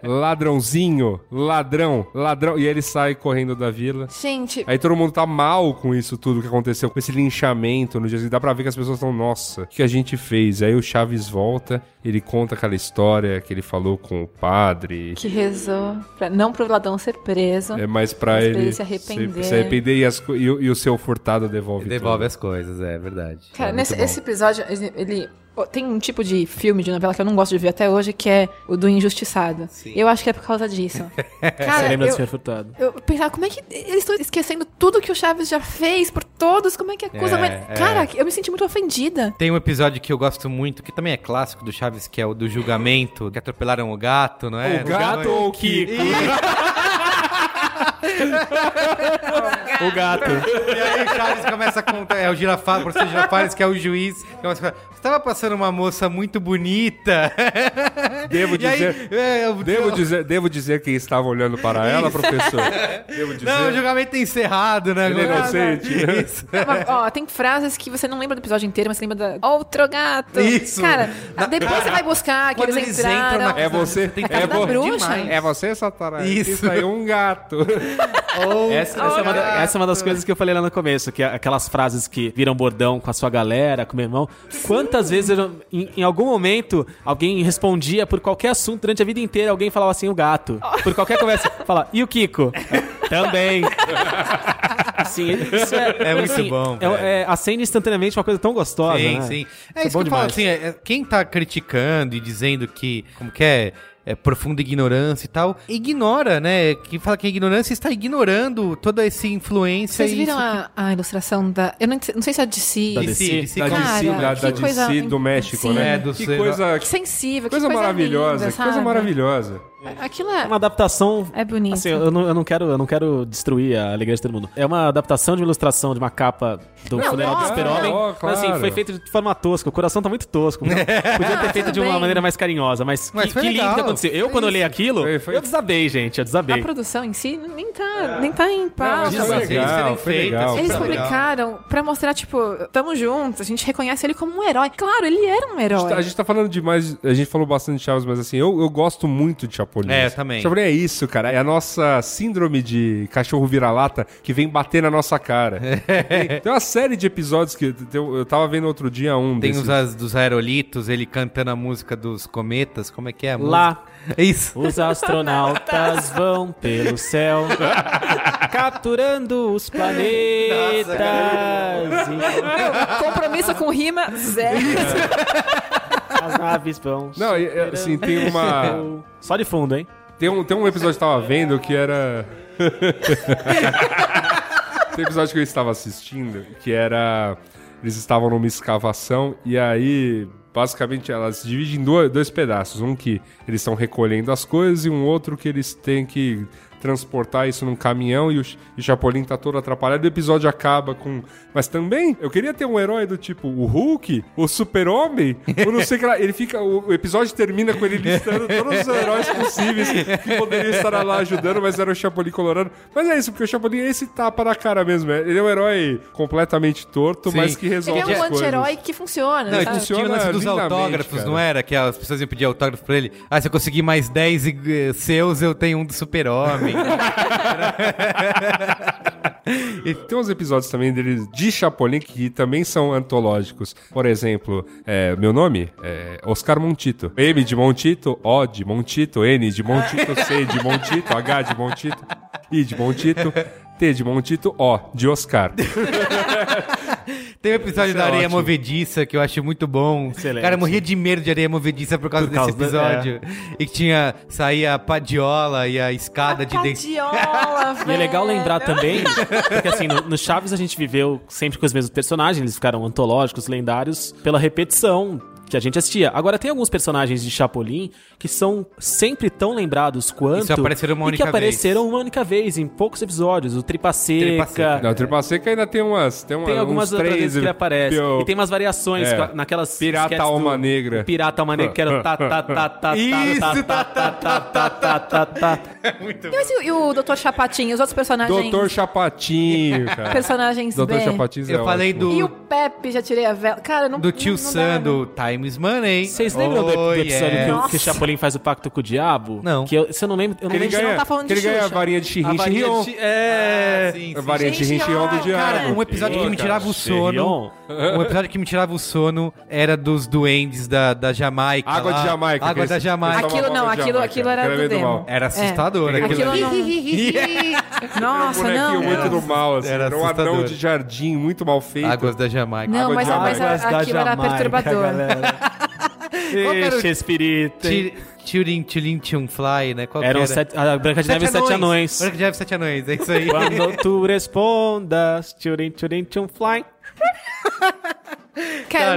[SPEAKER 2] ladrãozinho, ladrão, ladrão. E aí ele sai correndo da vila.
[SPEAKER 3] Não. Gente,
[SPEAKER 2] Aí todo mundo tá mal com isso tudo que aconteceu, com esse linchamento no dia seguinte. Dá pra ver que as pessoas estão, nossa, o que a gente fez? Aí o Chaves volta, ele conta aquela história que ele falou com o padre.
[SPEAKER 3] que rezou. Pra, não pro ladrão ser preso.
[SPEAKER 2] É mais pra
[SPEAKER 3] Mas pra
[SPEAKER 2] ele,
[SPEAKER 3] ele se arrepender.
[SPEAKER 2] se arrepender e, as co- e o- e o seu furtado devolve.
[SPEAKER 1] Ele devolve
[SPEAKER 2] tudo.
[SPEAKER 1] as coisas, é verdade.
[SPEAKER 3] Cara,
[SPEAKER 1] É muito
[SPEAKER 3] nesse
[SPEAKER 1] bom.
[SPEAKER 3] esse episódio, ele, ele- oh, tem um tipo de filme, de novela que eu não gosto de ver até hoje, que é o do injustiçado. Eu acho que é por causa disso.
[SPEAKER 4] Você
[SPEAKER 3] Cara,
[SPEAKER 4] lembra do
[SPEAKER 3] eu,
[SPEAKER 4] Senhor Furtado?
[SPEAKER 3] eu pensava, como é que eles estão esquecendo tudo que o Chaves já fez por todos? Como é que acusa? mas- Cara, eu me senti muito ofendida.
[SPEAKER 1] Tem um episódio que eu gosto muito, que também é clássico do Chaves, que é o do julgamento, que atropelaram o gato, não é?
[SPEAKER 2] O gato ou o Kiko?
[SPEAKER 4] O gato.
[SPEAKER 1] E aí o Charles começa a contar, é o Girafales, o professor Girafales, que é o juiz, começa a falar, você tava passando uma moça muito bonita.
[SPEAKER 2] Devo
[SPEAKER 1] E aí,
[SPEAKER 2] dizer-
[SPEAKER 1] é, eu-
[SPEAKER 2] Devo dizer, devo dizer que estava olhando para ela, professor. Devo dizer.
[SPEAKER 1] Não, o julgamento é encerrado, né?
[SPEAKER 2] Ele é
[SPEAKER 1] Agora-
[SPEAKER 2] inocente, né?
[SPEAKER 1] Isso.
[SPEAKER 3] Mas, ó, tem frases que você não lembra do episódio inteiro, mas você lembra da outro gato.
[SPEAKER 1] Isso.
[SPEAKER 3] Cara, depois você vai buscar que
[SPEAKER 1] Quando
[SPEAKER 3] eles,
[SPEAKER 1] eles entram
[SPEAKER 3] entraram.
[SPEAKER 1] na
[SPEAKER 2] É você,
[SPEAKER 1] Tem
[SPEAKER 2] é,
[SPEAKER 3] casa da
[SPEAKER 2] vo-
[SPEAKER 3] bruxa.
[SPEAKER 1] demais.
[SPEAKER 2] é você, Satanás.
[SPEAKER 1] Isso.
[SPEAKER 2] Isso aí, um gato.
[SPEAKER 1] Então,
[SPEAKER 4] Essa, essa é uma,
[SPEAKER 3] Ah.
[SPEAKER 4] da- essa é uma das coisas que eu falei lá no começo, que é aquelas frases que viram bordão com a sua galera, com o meu irmão. Quantas vezes, eu, não- em, em algum momento, alguém respondia por qualquer assunto durante a vida inteira, alguém falava assim, o gato. Por qualquer conversa, fala, e o Kiko? Também. Assim, isso é,
[SPEAKER 1] É muito
[SPEAKER 4] assim,
[SPEAKER 1] bom, velho.
[SPEAKER 4] É, é, acende instantaneamente uma coisa tão gostosa,
[SPEAKER 1] Sim,
[SPEAKER 4] né?
[SPEAKER 1] sim. É
[SPEAKER 4] é
[SPEAKER 1] isso
[SPEAKER 4] bom
[SPEAKER 1] que eu falo,
[SPEAKER 4] demais.
[SPEAKER 1] assim, é- é- quem tá criticando e dizendo que, como que é, é profunda ignorância e tal, ignora, né? Quem fala que é ignorância está ignorando toda essa influência
[SPEAKER 3] Vocês
[SPEAKER 1] e
[SPEAKER 3] viram
[SPEAKER 1] isso-
[SPEAKER 3] a, a ilustração da. Eu não, ent- não sei se é de si.
[SPEAKER 1] Da DC, DC,
[SPEAKER 2] Da
[SPEAKER 1] claro.
[SPEAKER 2] DC,
[SPEAKER 3] Cara,
[SPEAKER 2] da,
[SPEAKER 3] que
[SPEAKER 2] da DC
[SPEAKER 3] coisa
[SPEAKER 2] do México,
[SPEAKER 3] sim.
[SPEAKER 2] né?
[SPEAKER 1] É, do
[SPEAKER 2] que
[SPEAKER 1] ser-
[SPEAKER 2] coisa,
[SPEAKER 3] Que
[SPEAKER 2] que
[SPEAKER 3] sensível, que
[SPEAKER 2] coisa maravilhosa,
[SPEAKER 3] linda,
[SPEAKER 2] que coisa
[SPEAKER 3] sabe?
[SPEAKER 2] maravilhosa.
[SPEAKER 3] Aquilo
[SPEAKER 4] É
[SPEAKER 3] é,
[SPEAKER 4] uma adaptação
[SPEAKER 3] é bonito.
[SPEAKER 4] Assim, eu não, eu não quero, eu não quero destruir a alegria de todo mundo. É uma adaptação de uma ilustração de uma capa do
[SPEAKER 3] Não,
[SPEAKER 4] funeral do
[SPEAKER 3] óbvio,
[SPEAKER 4] Super-Homem.
[SPEAKER 2] não.
[SPEAKER 4] Mas, assim,
[SPEAKER 2] Claro.
[SPEAKER 4] foi feito de forma tosca. O coração tá muito tosco. Então, podia ter feito de uma
[SPEAKER 3] bem.
[SPEAKER 4] maneira mais carinhosa, mas,
[SPEAKER 1] Mas
[SPEAKER 4] que,
[SPEAKER 1] foi
[SPEAKER 4] que lindo
[SPEAKER 1] legal.
[SPEAKER 4] que aconteceu. Eu,
[SPEAKER 1] Foi
[SPEAKER 4] quando
[SPEAKER 1] isso.
[SPEAKER 4] olhei aquilo,
[SPEAKER 2] Foi- foi-
[SPEAKER 4] eu desabei, gente. Eu desabei.
[SPEAKER 3] A produção em si nem tá, nem tá em
[SPEAKER 2] É. Não,
[SPEAKER 3] pau.
[SPEAKER 2] isso
[SPEAKER 1] Isso
[SPEAKER 2] é
[SPEAKER 1] é
[SPEAKER 2] legal,
[SPEAKER 1] bem
[SPEAKER 2] foi
[SPEAKER 1] feito,
[SPEAKER 2] legal.
[SPEAKER 1] isso é
[SPEAKER 3] Eles
[SPEAKER 1] super legal.
[SPEAKER 3] publicaram pra mostrar, tipo, tamo juntos, a gente reconhece ele como um herói. Claro, ele era um
[SPEAKER 2] A gente, tá, a
[SPEAKER 3] herói.
[SPEAKER 2] gente tá falando demais, a gente falou bastante de Chaves, mas assim, eu, eu gosto muito de Chapolin.
[SPEAKER 1] É, eu também.
[SPEAKER 2] Chapolin é isso, cara. É a nossa síndrome de cachorro vira-lata que vem bater na nossa cara.
[SPEAKER 1] É.
[SPEAKER 2] tem, tem uma série de episódios que eu, eu tava vendo outro dia um
[SPEAKER 1] Tem
[SPEAKER 2] desses.
[SPEAKER 1] os as- dos aerolitos, ele cantando a música dos cometas, como é que é a
[SPEAKER 4] Lá,
[SPEAKER 1] música? É isso.
[SPEAKER 4] os astronautas vão pelo céu, capturando os planetas.
[SPEAKER 3] Meu, compromisso com rima, zero.
[SPEAKER 4] e as naves vão.
[SPEAKER 2] Não, e- é, assim, tem uma...
[SPEAKER 4] Só de fundo, hein?
[SPEAKER 2] Tem um, tem um episódio que eu tava vendo que era. tem um episódio que eu estava assistindo que era. Eles estavam numa escavação e aí. Basicamente, elas se dividem em dois, dois pedaços. Um que eles estão recolhendo as coisas e um outro que eles têm que transportar isso num caminhão e o, Ch- e o Chapolin tá todo atrapalhado. E o episódio acaba com. Mas também, eu queria ter um herói do tipo o Hulk, o Super-Homem, o não sei o que lá. Ele fica. O, o episódio termina com ele listando todos os heróis possíveis que poderiam estar lá ajudando, mas era o Chapolin colorado. Mas é isso, porque o Chapolin é esse tapa na cara mesmo. é- Ele é um herói completamente torto,
[SPEAKER 1] Sim.
[SPEAKER 2] mas que resolve
[SPEAKER 3] Ele é um
[SPEAKER 2] as
[SPEAKER 3] anti-herói
[SPEAKER 2] coisas.
[SPEAKER 3] que funciona.
[SPEAKER 1] Não, e
[SPEAKER 3] sabe?
[SPEAKER 2] funciona.
[SPEAKER 1] tinha o lance dos
[SPEAKER 2] lindamente,
[SPEAKER 1] autógrafos,
[SPEAKER 2] cara.
[SPEAKER 1] não era? Que as pessoas iam pedir autógrafo pra ele. Ah, se eu conseguir mais 10 e- eh, seus, eu tenho um do super-homem.
[SPEAKER 2] E tem uns episódios também dele de Chapolin que também são antológicos. Por exemplo, é, meu nome é Oscar Montito. M de Montito, O de Montito, N de Montito, C de Montito, H de Montito, I de Montito, T de Montito, O de Oscar.
[SPEAKER 1] Tem um episódio
[SPEAKER 2] Isso é
[SPEAKER 1] da areia
[SPEAKER 2] ótimo.
[SPEAKER 1] movediça que eu acho muito bom.
[SPEAKER 4] Excelente.
[SPEAKER 1] Cara, eu morria de medo de areia movediça por causa,
[SPEAKER 4] Por causa
[SPEAKER 1] desse
[SPEAKER 4] da-
[SPEAKER 1] episódio.
[SPEAKER 2] é.
[SPEAKER 1] E que tinha... Saía a padiola e a escada de... dentro.
[SPEAKER 3] Padiola, velho.
[SPEAKER 4] E é legal lembrar também, porque assim, no, no Chaves a gente viveu sempre com os mesmos personagens, eles ficaram antológicos, lendários, pela repetição que a gente assistia. Agora, tem alguns personagens de Chapolin que são sempre tão lembrados quanto.
[SPEAKER 1] E só apareceram uma
[SPEAKER 4] e
[SPEAKER 1] única
[SPEAKER 4] que
[SPEAKER 1] vez.
[SPEAKER 4] apareceram uma única vez, em poucos episódios. O Tripa
[SPEAKER 1] Tripa
[SPEAKER 4] Seca.
[SPEAKER 1] Seca.
[SPEAKER 2] Não, o Tripa Seca ainda tem umas. Tem, uma,
[SPEAKER 4] Tem algumas
[SPEAKER 2] uns
[SPEAKER 4] outras
[SPEAKER 2] três
[SPEAKER 4] vezes que ele aparece.
[SPEAKER 2] pio-
[SPEAKER 4] E tem umas variações
[SPEAKER 2] É.
[SPEAKER 4] ca- naquelas.
[SPEAKER 2] Pirata
[SPEAKER 4] sketches do-
[SPEAKER 2] Alma Negra.
[SPEAKER 4] o Pirata Alma Negra, que era. o Tá, tá, tá, tá, tá,
[SPEAKER 2] Isso,
[SPEAKER 4] tá, tá, tá, tá, tá, tá, tá, tá.
[SPEAKER 3] Mas Então, e, o- e o Dr. Chapatinho, os outros personagens?
[SPEAKER 2] Doutor Chapatinho, cara.
[SPEAKER 3] Personagens
[SPEAKER 2] Doutor
[SPEAKER 3] bem.
[SPEAKER 2] Chapatinho
[SPEAKER 1] Eu
[SPEAKER 2] é
[SPEAKER 1] falei
[SPEAKER 2] ótimo.
[SPEAKER 3] E o
[SPEAKER 1] do,
[SPEAKER 3] Pepe, já tirei a vela. Cara, não
[SPEAKER 1] do tio
[SPEAKER 3] não- não dá,
[SPEAKER 1] Sam
[SPEAKER 3] né?
[SPEAKER 1] do Time is Money.
[SPEAKER 4] Vocês lembram do-
[SPEAKER 1] Oh,
[SPEAKER 4] do episódio
[SPEAKER 1] yeah.
[SPEAKER 4] que o- que,
[SPEAKER 3] Nossa.
[SPEAKER 4] o Chapolin faz o pacto com o diabo?
[SPEAKER 1] Não.
[SPEAKER 4] Que eu, se eu não lembro, eu não
[SPEAKER 2] Que ele
[SPEAKER 4] lembro. se
[SPEAKER 2] ganha,
[SPEAKER 4] não
[SPEAKER 3] tá falando
[SPEAKER 2] que ele
[SPEAKER 3] de
[SPEAKER 2] ganha a
[SPEAKER 3] Xuxa.
[SPEAKER 2] varinha de
[SPEAKER 4] A
[SPEAKER 2] Xirrin
[SPEAKER 4] varinha
[SPEAKER 2] Xirrion.
[SPEAKER 4] de- É.
[SPEAKER 1] Ah, sim,
[SPEAKER 2] A
[SPEAKER 1] sim,
[SPEAKER 2] varinha
[SPEAKER 1] sim.
[SPEAKER 2] de Xirrin Xirrion do diabo.
[SPEAKER 1] Cara, um episódio que me tirava o sono.
[SPEAKER 4] Xerion.
[SPEAKER 1] Um episódio que me tirava o sono era dos duendes da, da Jamaica.
[SPEAKER 2] Água
[SPEAKER 1] lá.
[SPEAKER 2] de Jamaica. que
[SPEAKER 1] Água
[SPEAKER 2] eles-
[SPEAKER 1] da Jamaica.
[SPEAKER 2] eles tomam
[SPEAKER 3] Aquilo não,
[SPEAKER 2] água de
[SPEAKER 3] aquilo-
[SPEAKER 2] Jamaica.
[SPEAKER 3] aquilo era
[SPEAKER 2] Aquilo
[SPEAKER 3] do demo.
[SPEAKER 2] mal.
[SPEAKER 1] Era assustador
[SPEAKER 2] É.
[SPEAKER 1] aquilo.
[SPEAKER 3] Aquilo
[SPEAKER 1] ali.
[SPEAKER 3] não... Nossa,
[SPEAKER 2] Bonequinho
[SPEAKER 3] não.
[SPEAKER 2] muito do mal, assim.
[SPEAKER 1] Era
[SPEAKER 2] Era, um anão
[SPEAKER 1] assustador.
[SPEAKER 2] de jardim muito mal feito.
[SPEAKER 1] Águas da Jamaica.
[SPEAKER 3] Não,
[SPEAKER 2] Água
[SPEAKER 3] mas,
[SPEAKER 2] de
[SPEAKER 3] mas né,
[SPEAKER 2] Jamaica.
[SPEAKER 3] a- aquilo era
[SPEAKER 4] né?
[SPEAKER 3] perturbador.
[SPEAKER 1] era o-
[SPEAKER 4] Ixi, espírito. hein?
[SPEAKER 1] Tirin, Tilin, Tium Fly, né? Qual que
[SPEAKER 4] Eram
[SPEAKER 1] era?
[SPEAKER 4] sete, a Branca de Neve e Sete Anões.
[SPEAKER 1] Branca de Neve e Sete Anões, é isso aí.
[SPEAKER 4] Quando tu respondas, tchurim, tchurim, tchum, fly.
[SPEAKER 3] Cara,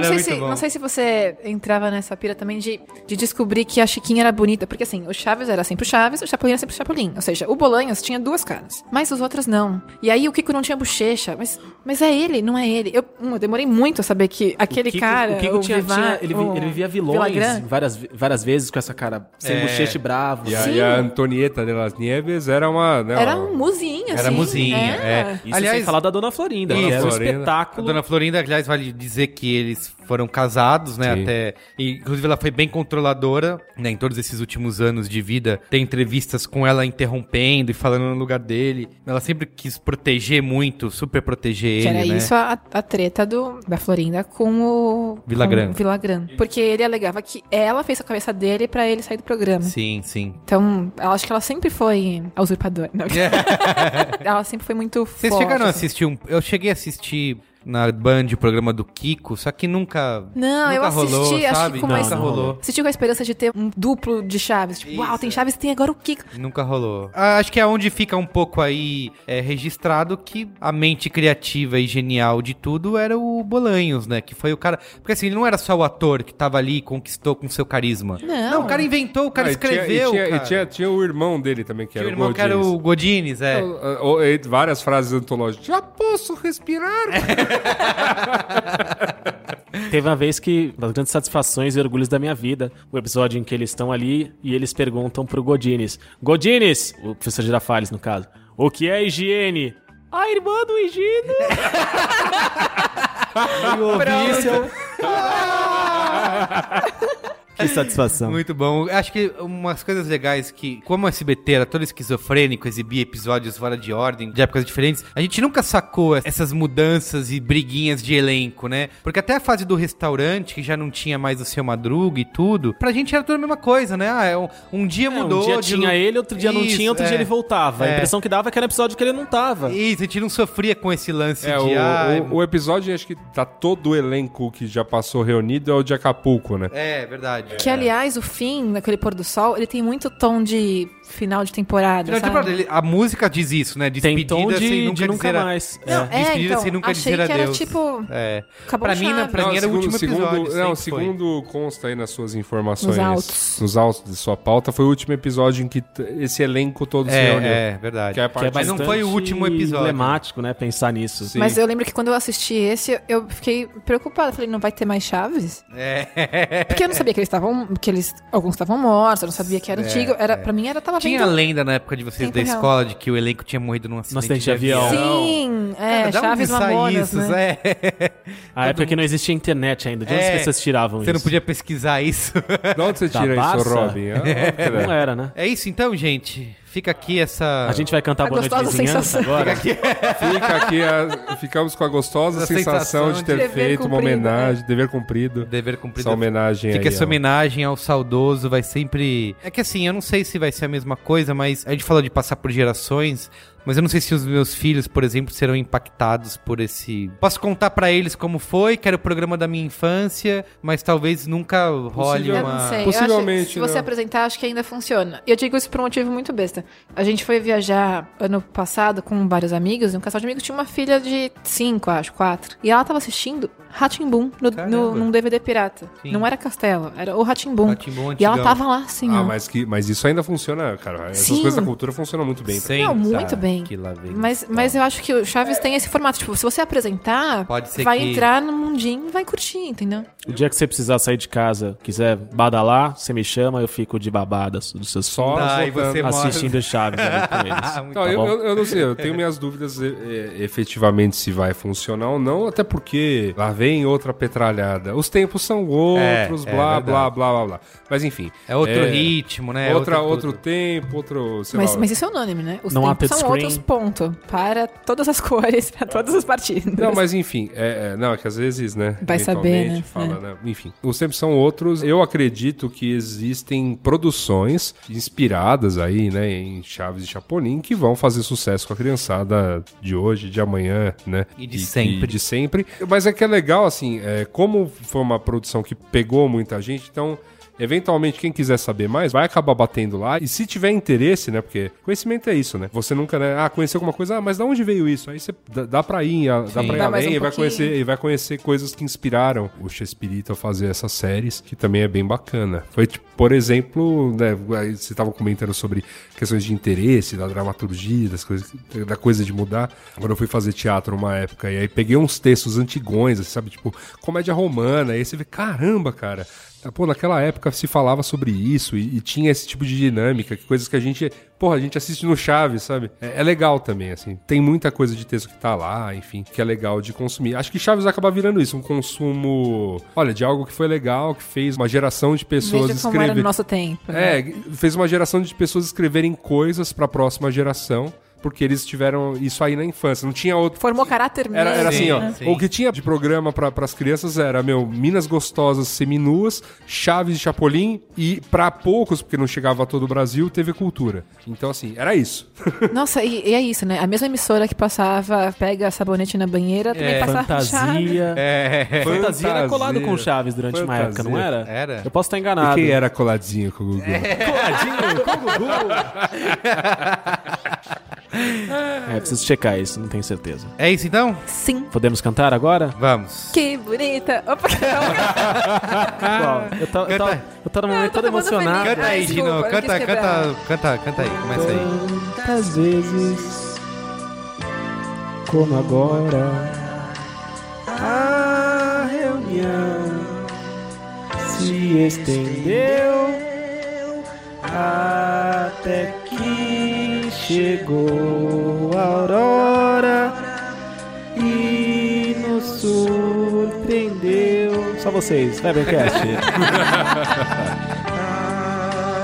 [SPEAKER 1] Cara,
[SPEAKER 3] não sei,
[SPEAKER 1] é
[SPEAKER 3] se,
[SPEAKER 1] muito bom.
[SPEAKER 3] não sei se você entrava nessa pira também de, de descobrir que a Chiquinha era bonita. Porque assim, o Chaves era sempre o Chaves, o Chapolin era sempre o Chapolin. Ou seja, o Bolanhos tinha duas caras, mas os outros não. E aí o Kiko não tinha bochecha. Mas, mas é ele, não é ele. Eu, hum, eu demorei muito a saber que aquele
[SPEAKER 4] O Kiko-
[SPEAKER 3] cara.
[SPEAKER 4] o Kiko tinha,
[SPEAKER 3] Vivar-
[SPEAKER 4] tinha- ele, vi-
[SPEAKER 3] o
[SPEAKER 4] ele vivia
[SPEAKER 3] Villagrán.
[SPEAKER 4] vilões várias, ve- várias vezes com essa cara sem
[SPEAKER 1] É.
[SPEAKER 4] bochecha e bravo.
[SPEAKER 2] E a,
[SPEAKER 3] Sim.
[SPEAKER 2] e a Antonieta de las Nieves era uma. né,
[SPEAKER 3] Era
[SPEAKER 2] uma-
[SPEAKER 3] um muzinha,
[SPEAKER 1] Era
[SPEAKER 3] assim.
[SPEAKER 1] muzinha, é.
[SPEAKER 4] Isso sem
[SPEAKER 1] Aliás-
[SPEAKER 4] falar da Dona Florinda,
[SPEAKER 1] Isso.
[SPEAKER 4] que era um
[SPEAKER 2] Florinda.
[SPEAKER 1] A
[SPEAKER 4] espetáculo.
[SPEAKER 1] dona Florinda, aliás, vale dizer que eles foram casados, né?
[SPEAKER 2] Sim.
[SPEAKER 1] Até. e, inclusive, ela foi bem controladora, né? Em todos esses últimos anos de vida. Tem entrevistas com ela interrompendo e falando no lugar dele. Ela sempre quis proteger muito, super proteger ele.
[SPEAKER 3] Que era
[SPEAKER 1] né?
[SPEAKER 3] isso a, a treta do, da Florinda com o
[SPEAKER 1] Villagrán.
[SPEAKER 3] com o Villagrán. Porque ele alegava que ela fez a cabeça dele pra ele sair do programa.
[SPEAKER 1] Sim, sim.
[SPEAKER 3] Então, eu acho que ela sempre foi a usurpadora. Não. ela sempre foi muito
[SPEAKER 1] É. Vocês
[SPEAKER 3] forte.
[SPEAKER 1] chegaram a
[SPEAKER 3] assim.
[SPEAKER 1] assistir um. Eu cheguei a assistir na Band o programa do Kiko, só que nunca.
[SPEAKER 3] Não,
[SPEAKER 1] nunca
[SPEAKER 3] eu assisti,
[SPEAKER 1] rolou,
[SPEAKER 3] acho
[SPEAKER 1] sabe?
[SPEAKER 3] que com
[SPEAKER 1] nunca
[SPEAKER 3] mais- um
[SPEAKER 1] rolou. é.
[SPEAKER 3] Assistiu com a esperança de ter um duplo de Chaves. Tipo, uau, tem Chaves, tem agora o Kiko.
[SPEAKER 1] Nunca rolou. Ah, Acho que é onde fica um pouco aí é, registrado que a mente criativa e genial de tudo era o Bolanhos, né? Que foi o cara. Porque assim, ele não era só o ator que tava ali e conquistou com seu carisma.
[SPEAKER 3] Não.
[SPEAKER 1] o cara inventou, o cara
[SPEAKER 2] Ah, e tinha- e
[SPEAKER 1] escreveu.
[SPEAKER 2] tinha- E tinha,
[SPEAKER 1] cara.
[SPEAKER 2] tinha o irmão dele também, que
[SPEAKER 1] Tinha
[SPEAKER 2] era
[SPEAKER 1] o
[SPEAKER 2] o
[SPEAKER 1] irmão que era o
[SPEAKER 2] Godinez.
[SPEAKER 1] Godines, é.
[SPEAKER 2] Ah, ou- e Várias frases antológicas. Já posso respirar?
[SPEAKER 1] É,
[SPEAKER 4] Teve uma vez que, uma das grandes satisfações e orgulhos da minha vida, o episódio em que eles estão ali e eles perguntam pro Godines: Godines, o professor Girafales, no caso, o que é higiene? A irmã do Higino! que satisfação.
[SPEAKER 1] Muito bom. Acho que umas coisas legais que, como o SBT era todo esquizofrênico, exibia episódios fora de ordem, de épocas diferentes, a gente nunca sacou essas mudanças e briguinhas de elenco, né? Porque até a fase do restaurante, que já não tinha mais o seu madruga e tudo, pra gente era tudo a mesma coisa, né? Ah, é um, um dia
[SPEAKER 4] É,
[SPEAKER 1] mudou.
[SPEAKER 4] um dia
[SPEAKER 1] de
[SPEAKER 4] tinha
[SPEAKER 1] lu-
[SPEAKER 4] ele, outro dia não
[SPEAKER 1] Isso,
[SPEAKER 4] tinha, outro dia
[SPEAKER 1] é.
[SPEAKER 4] ele voltava.
[SPEAKER 1] É.
[SPEAKER 4] A impressão que dava é que era um episódio que ele não tava.
[SPEAKER 1] Isso, a gente não sofria com esse lance
[SPEAKER 2] É,
[SPEAKER 1] de. ai,
[SPEAKER 2] o, o, o episódio, acho que tá todo o elenco que já passou reunido é o de Acapulco, né?
[SPEAKER 1] É, verdade.
[SPEAKER 3] Que, aliás, o fim, naquele pôr do sol, ele tem muito tom de final de temporada,
[SPEAKER 1] Afinal de
[SPEAKER 3] sabe?
[SPEAKER 1] contas, É. tipo, ele- A música diz isso, né? Despedida
[SPEAKER 4] Tem tom
[SPEAKER 1] sem
[SPEAKER 4] de
[SPEAKER 1] nunca
[SPEAKER 4] de nunca
[SPEAKER 1] dizer a-
[SPEAKER 4] mais.
[SPEAKER 3] Não,
[SPEAKER 4] É.
[SPEAKER 3] é,
[SPEAKER 1] Despedida
[SPEAKER 3] então,
[SPEAKER 1] sem nunca
[SPEAKER 3] achei
[SPEAKER 1] dizer
[SPEAKER 3] que era
[SPEAKER 1] adeus.
[SPEAKER 3] tipo...
[SPEAKER 1] É.
[SPEAKER 3] Acabou
[SPEAKER 1] Pra
[SPEAKER 3] o
[SPEAKER 1] mim, na-
[SPEAKER 3] Chaves.
[SPEAKER 1] pra mim era o último episódio,
[SPEAKER 2] Não,
[SPEAKER 1] sempre foi.
[SPEAKER 2] segundo consta aí nas suas informações,
[SPEAKER 3] Nos autos.
[SPEAKER 2] nos autos de sua pauta, foi o último episódio em que t- esse elenco todo se reuniu.
[SPEAKER 1] É, é, verdade.
[SPEAKER 2] Que é a
[SPEAKER 4] Que é
[SPEAKER 2] parte
[SPEAKER 1] Mas não foi o
[SPEAKER 4] bastante
[SPEAKER 1] último episódio.
[SPEAKER 4] emblemático, né? Pensar nisso.
[SPEAKER 2] Sim.
[SPEAKER 3] Mas eu lembro que quando eu assisti esse, eu fiquei preocupada. Falei, não vai ter mais Chaves?
[SPEAKER 1] É.
[SPEAKER 3] Porque eu não sabia que eles estavam. que eles. Alguns estavam mortos, eu não sabia que era antigo. Era, pra mim era
[SPEAKER 1] É,
[SPEAKER 3] tava
[SPEAKER 1] Tinha a
[SPEAKER 3] vendo.
[SPEAKER 1] lenda na época de vocês
[SPEAKER 3] Tempo
[SPEAKER 1] da
[SPEAKER 3] real.
[SPEAKER 1] escola de que o elenco tinha morrido num acidente,
[SPEAKER 4] acidente de avião.
[SPEAKER 3] Sim, é,
[SPEAKER 1] Cara, dá
[SPEAKER 3] Chaves
[SPEAKER 1] onde sai
[SPEAKER 3] Mamonas,
[SPEAKER 1] isso,
[SPEAKER 3] né?
[SPEAKER 1] é.
[SPEAKER 4] A época que não existia internet ainda. De onde
[SPEAKER 1] É.
[SPEAKER 4] as pessoas tiravam
[SPEAKER 1] Você
[SPEAKER 4] isso?
[SPEAKER 1] não podia pesquisar isso.
[SPEAKER 2] De onde você
[SPEAKER 4] Da
[SPEAKER 2] tira isso,
[SPEAKER 4] Barça?
[SPEAKER 2] Robin? Ah,
[SPEAKER 4] Não era, né?
[SPEAKER 1] É isso então, gente. Fica aqui essa.
[SPEAKER 4] A gente vai cantar
[SPEAKER 3] A
[SPEAKER 1] É
[SPEAKER 4] Boa Noite
[SPEAKER 3] gostosa
[SPEAKER 4] Vizinhança
[SPEAKER 3] sensação.
[SPEAKER 4] agora?
[SPEAKER 2] é. Fica aqui, a- ficamos com a gostosa
[SPEAKER 1] A
[SPEAKER 2] sensação,
[SPEAKER 1] sensação de
[SPEAKER 2] de
[SPEAKER 1] né?
[SPEAKER 2] ter
[SPEAKER 3] dever
[SPEAKER 2] feito uma
[SPEAKER 3] cumprido,
[SPEAKER 2] homenagem, dever cumprido.
[SPEAKER 1] Dever cumprido.
[SPEAKER 2] Essa homenagem
[SPEAKER 1] Fica
[SPEAKER 2] aí.
[SPEAKER 1] essa
[SPEAKER 2] ó.
[SPEAKER 1] homenagem ao saudoso, vai sempre. É que assim, eu não sei se vai ser a mesma coisa, mas a gente falou de passar por gerações, mas eu não sei se os meus filhos, por exemplo, serão impactados por esse. Posso contar pra eles como foi, que era o programa da minha infância, mas talvez nunca role
[SPEAKER 2] Possível-
[SPEAKER 1] uma.
[SPEAKER 3] Eu não sei. eu
[SPEAKER 2] Possivelmente,
[SPEAKER 3] acho que se
[SPEAKER 2] né?
[SPEAKER 3] você apresentar, acho que ainda funciona. E eu digo isso por um motivo muito besta. A gente foi viajar ano passado com vários amigos, e um casal de amigos tinha uma filha de 5, acho, 4. E ela tava assistindo Ratimbum no,
[SPEAKER 1] Caramba.
[SPEAKER 3] no, num DVD pirata.
[SPEAKER 1] Sim.
[SPEAKER 3] Não era Castelo, era o Ratimbum.
[SPEAKER 1] Rá-Tim-Bum
[SPEAKER 3] E ela
[SPEAKER 1] antigão.
[SPEAKER 3] tava lá, assim,
[SPEAKER 2] Ah,
[SPEAKER 3] ó.
[SPEAKER 2] mas, que, mas isso ainda funciona, cara. Essas
[SPEAKER 3] Sim.
[SPEAKER 2] coisas da cultura funcionam muito bem.
[SPEAKER 1] Sempre.
[SPEAKER 3] Não, muito
[SPEAKER 1] sabe,
[SPEAKER 3] bem.
[SPEAKER 1] tá, que lá vem. Tá.
[SPEAKER 3] Mas, mas eu acho que o Chaves tem esse formato. Tipo, se você apresentar,
[SPEAKER 1] então. Pode ser
[SPEAKER 3] vai
[SPEAKER 1] que-
[SPEAKER 3] entrar no mundinho e vai curtir, entendeu?
[SPEAKER 4] O dia que você precisar sair de casa, quiser badalar, você me chama, eu fico de babada dos seus
[SPEAKER 2] Só
[SPEAKER 1] Tá,
[SPEAKER 2] voltando.
[SPEAKER 1] e você mostra-
[SPEAKER 4] assistindo Chaves ali com eles.
[SPEAKER 1] Muito
[SPEAKER 2] Não, eu,
[SPEAKER 4] bom.
[SPEAKER 2] eu- eu não sei, eu tenho minhas dúvidas e- e- efetivamente se vai funcionar ou não, até porque lá vem outra petralhada. Os tempos são outros,
[SPEAKER 1] É, é
[SPEAKER 2] blá,
[SPEAKER 1] verdade.
[SPEAKER 2] blá, blá, blá, blá. Mas enfim.
[SPEAKER 1] É outro ritmo, né?
[SPEAKER 2] Outra,
[SPEAKER 1] Outro
[SPEAKER 2] outro
[SPEAKER 1] tudo.
[SPEAKER 2] tempo, outro. Sei
[SPEAKER 3] Mas,
[SPEAKER 2] lá.
[SPEAKER 3] mas isso é unânime, né? Os
[SPEAKER 4] Não há
[SPEAKER 3] tempos são
[SPEAKER 4] touchscreen.
[SPEAKER 3] outros, ponto. Para todas as cores, para todas as partidas.
[SPEAKER 2] Tá. Não, mas enfim, é, é, não, é que às vezes, né?
[SPEAKER 3] Vai saber,
[SPEAKER 2] eventualmente
[SPEAKER 3] né?
[SPEAKER 2] Fala,
[SPEAKER 3] É.
[SPEAKER 2] né? Enfim, os tempos são outros. Eu acredito que existem produções inspiradas aí, né, em Chaves e Chapolin, que vão fazer sucesso com a criançada de hoje, de amanhã, né?
[SPEAKER 1] E de sempre.
[SPEAKER 2] e de sempre. Mas é que é legal, assim, é, como foi uma produção que pegou muita gente, então. Eventualmente, quem quiser saber mais, vai acabar batendo lá. E se tiver interesse, né? Porque conhecimento é isso, né? Você nunca, né? Ah, conheceu alguma coisa, ah, mas da onde veio isso? Aí você dá, dá pra ir, a- dá pra ir
[SPEAKER 3] Dá mais
[SPEAKER 2] além
[SPEAKER 3] um
[SPEAKER 2] e vai
[SPEAKER 3] pouquinho.
[SPEAKER 2] conhecer e vai conhecer coisas que inspiraram o Chespirito a fazer essas séries, que também é bem bacana. Foi, tipo, por exemplo, né, aí você estava comentando sobre questões de interesse, da dramaturgia, das coisas, da coisa de mudar. Quando eu fui fazer teatro uma época, e aí peguei uns textos antigões, assim, sabe, tipo, comédia romana, e aí você vê, caramba, cara. tá, Pô, naquela época se falava sobre isso e, e tinha esse tipo de dinâmica, que coisas que a gente, porra, a gente assiste no Chaves, sabe? É, é legal também, assim. Tem muita coisa de texto que tá lá, enfim, que é legal de consumir. Acho que Chaves acaba virando isso, um consumo, olha, de algo que foi legal, que fez uma geração de pessoas
[SPEAKER 3] Veja como era no
[SPEAKER 2] escrever.
[SPEAKER 3] nosso tempo. né?
[SPEAKER 2] É, fez uma geração de pessoas escreverem coisas pra próxima geração, porque eles tiveram isso aí na infância. Não tinha outro
[SPEAKER 3] Formou caráter mesmo.
[SPEAKER 2] era, era assim,
[SPEAKER 1] Sim,
[SPEAKER 2] ó.
[SPEAKER 1] sim.
[SPEAKER 2] O que tinha de programa pra, pras crianças era, meu, Minas Gostosas Seminuas, Chaves de Chapolin e, pra poucos, porque não chegava a todo o Brasil, TV Cultura. Então, assim, era isso.
[SPEAKER 3] Nossa, e, e é isso, né? A mesma emissora que passava pega sabonete na banheira, também passava chave.
[SPEAKER 4] É, Fantasia.
[SPEAKER 1] É.
[SPEAKER 4] Fantasia era colado com Chaves durante uma época, não era?
[SPEAKER 1] Era. é?
[SPEAKER 4] Eu posso estar
[SPEAKER 2] E
[SPEAKER 4] enganado.
[SPEAKER 2] quem era coladinho com o É Gugu?
[SPEAKER 3] É
[SPEAKER 4] Coladinho com o Gugu. É, preciso checar isso, não tenho certeza.
[SPEAKER 1] É isso então?
[SPEAKER 3] Sim.
[SPEAKER 4] Podemos cantar agora?
[SPEAKER 1] Vamos.
[SPEAKER 3] Que bonita. Opa, calma.
[SPEAKER 4] Qual? Eu tô, eu tô,
[SPEAKER 1] Ah, Canta.
[SPEAKER 4] eu tô no momento todo
[SPEAKER 3] todo mundo
[SPEAKER 4] emocionado.
[SPEAKER 3] feliz.
[SPEAKER 1] Canta aí,
[SPEAKER 3] Ah,
[SPEAKER 1] Gino.
[SPEAKER 3] desculpa, eu
[SPEAKER 1] canta,
[SPEAKER 3] quis quebrar.
[SPEAKER 1] canta, canta, canta aí. Começa aí.
[SPEAKER 4] Tantas vezes como agora a reunião se estendeu até que chegou a aurora e nos surpreendeu. Só vocês, vai bem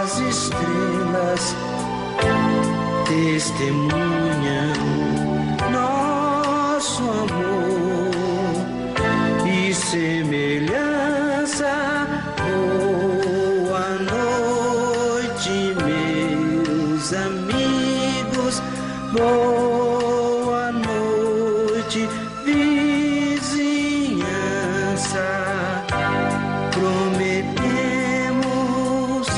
[SPEAKER 7] As estrelas testemunham nosso amor e semelhança. Boa noite, meus amigos. Boa noite, vizinhança prometemos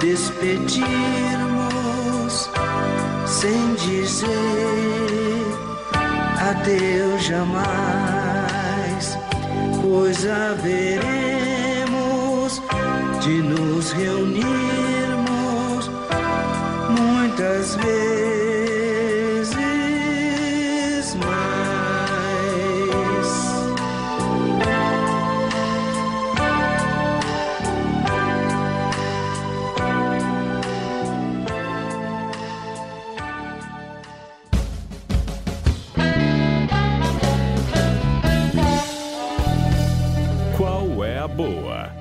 [SPEAKER 7] despedirmos sem dizer adeus jamais, pois haveremos de nos reunirmos muitas vezes mais.
[SPEAKER 5] Qual é a boa?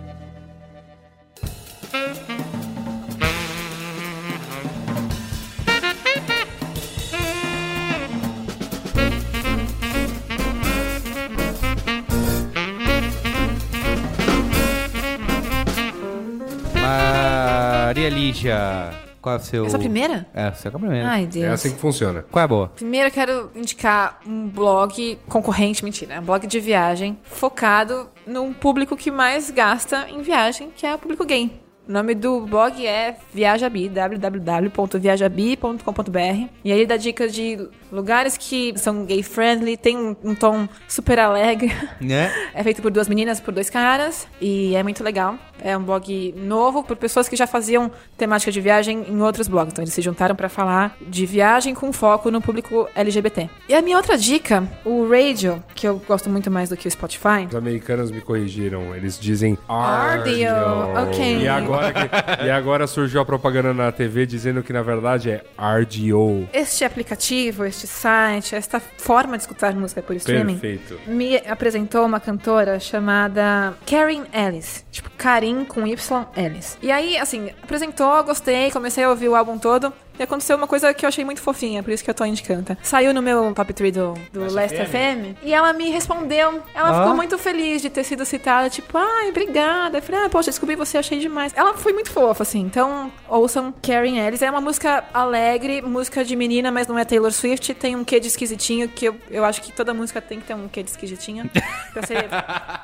[SPEAKER 1] Maria Lígia. Qual é o seu.
[SPEAKER 3] Essa primeira?
[SPEAKER 1] É, essa é a primeira.
[SPEAKER 3] Ai,
[SPEAKER 2] É
[SPEAKER 3] Deus.
[SPEAKER 2] assim que funciona.
[SPEAKER 1] Qual é a boa?
[SPEAKER 3] Primeiro eu quero indicar um blog concorrente, mentira, um blog de viagem focado num público que mais gasta em viagem, que é o público gay. O nome do blog é Viajabi, www.viajabi.com.br. E aí ele dá dicas de lugares que são gay friendly, tem um, um tom super alegre.
[SPEAKER 1] Né?
[SPEAKER 3] É feito por duas meninas, por dois caras, e é muito legal. É um blog novo por pessoas que já faziam temática de viagem em outros blogs. Então eles se juntaram pra falar de viagem com foco no público LGBT. E a minha outra dica, o Radio, que eu gosto muito mais do que o Spotify.
[SPEAKER 2] Os americanos me corrigiram, eles dizem
[SPEAKER 3] Ardio.
[SPEAKER 2] Ardio.
[SPEAKER 3] Ok.
[SPEAKER 2] E agora, que- e agora surgiu a propaganda na TV dizendo que na verdade é RDO.
[SPEAKER 3] Este aplicativo, este site, esta forma de escutar música por streaming.
[SPEAKER 2] Perfeito.
[SPEAKER 3] me apresentou uma cantora chamada Karen Ellis. Tipo, Karin com Y Ellis. E aí, assim, apresentou, gostei, comecei a ouvir o álbum todo. E aconteceu uma coisa que eu achei muito fofinha, por isso que eu tô indicando. tá? Saiu no meu top 3 do, do Last FM. E ela me respondeu. Ela
[SPEAKER 1] Ah.
[SPEAKER 3] ficou muito feliz de ter sido citada. Tipo, ai, obrigada. Eu falei, ah, poxa, descobri você, achei demais. Ela foi muito fofa, assim. Então, ouçam Karen Ellis. É uma música alegre, música de menina, mas não é Taylor Swift. Tem um quê de esquisitinho, que eu, eu acho que toda música tem que ter um quê de esquisitinho. pra ser...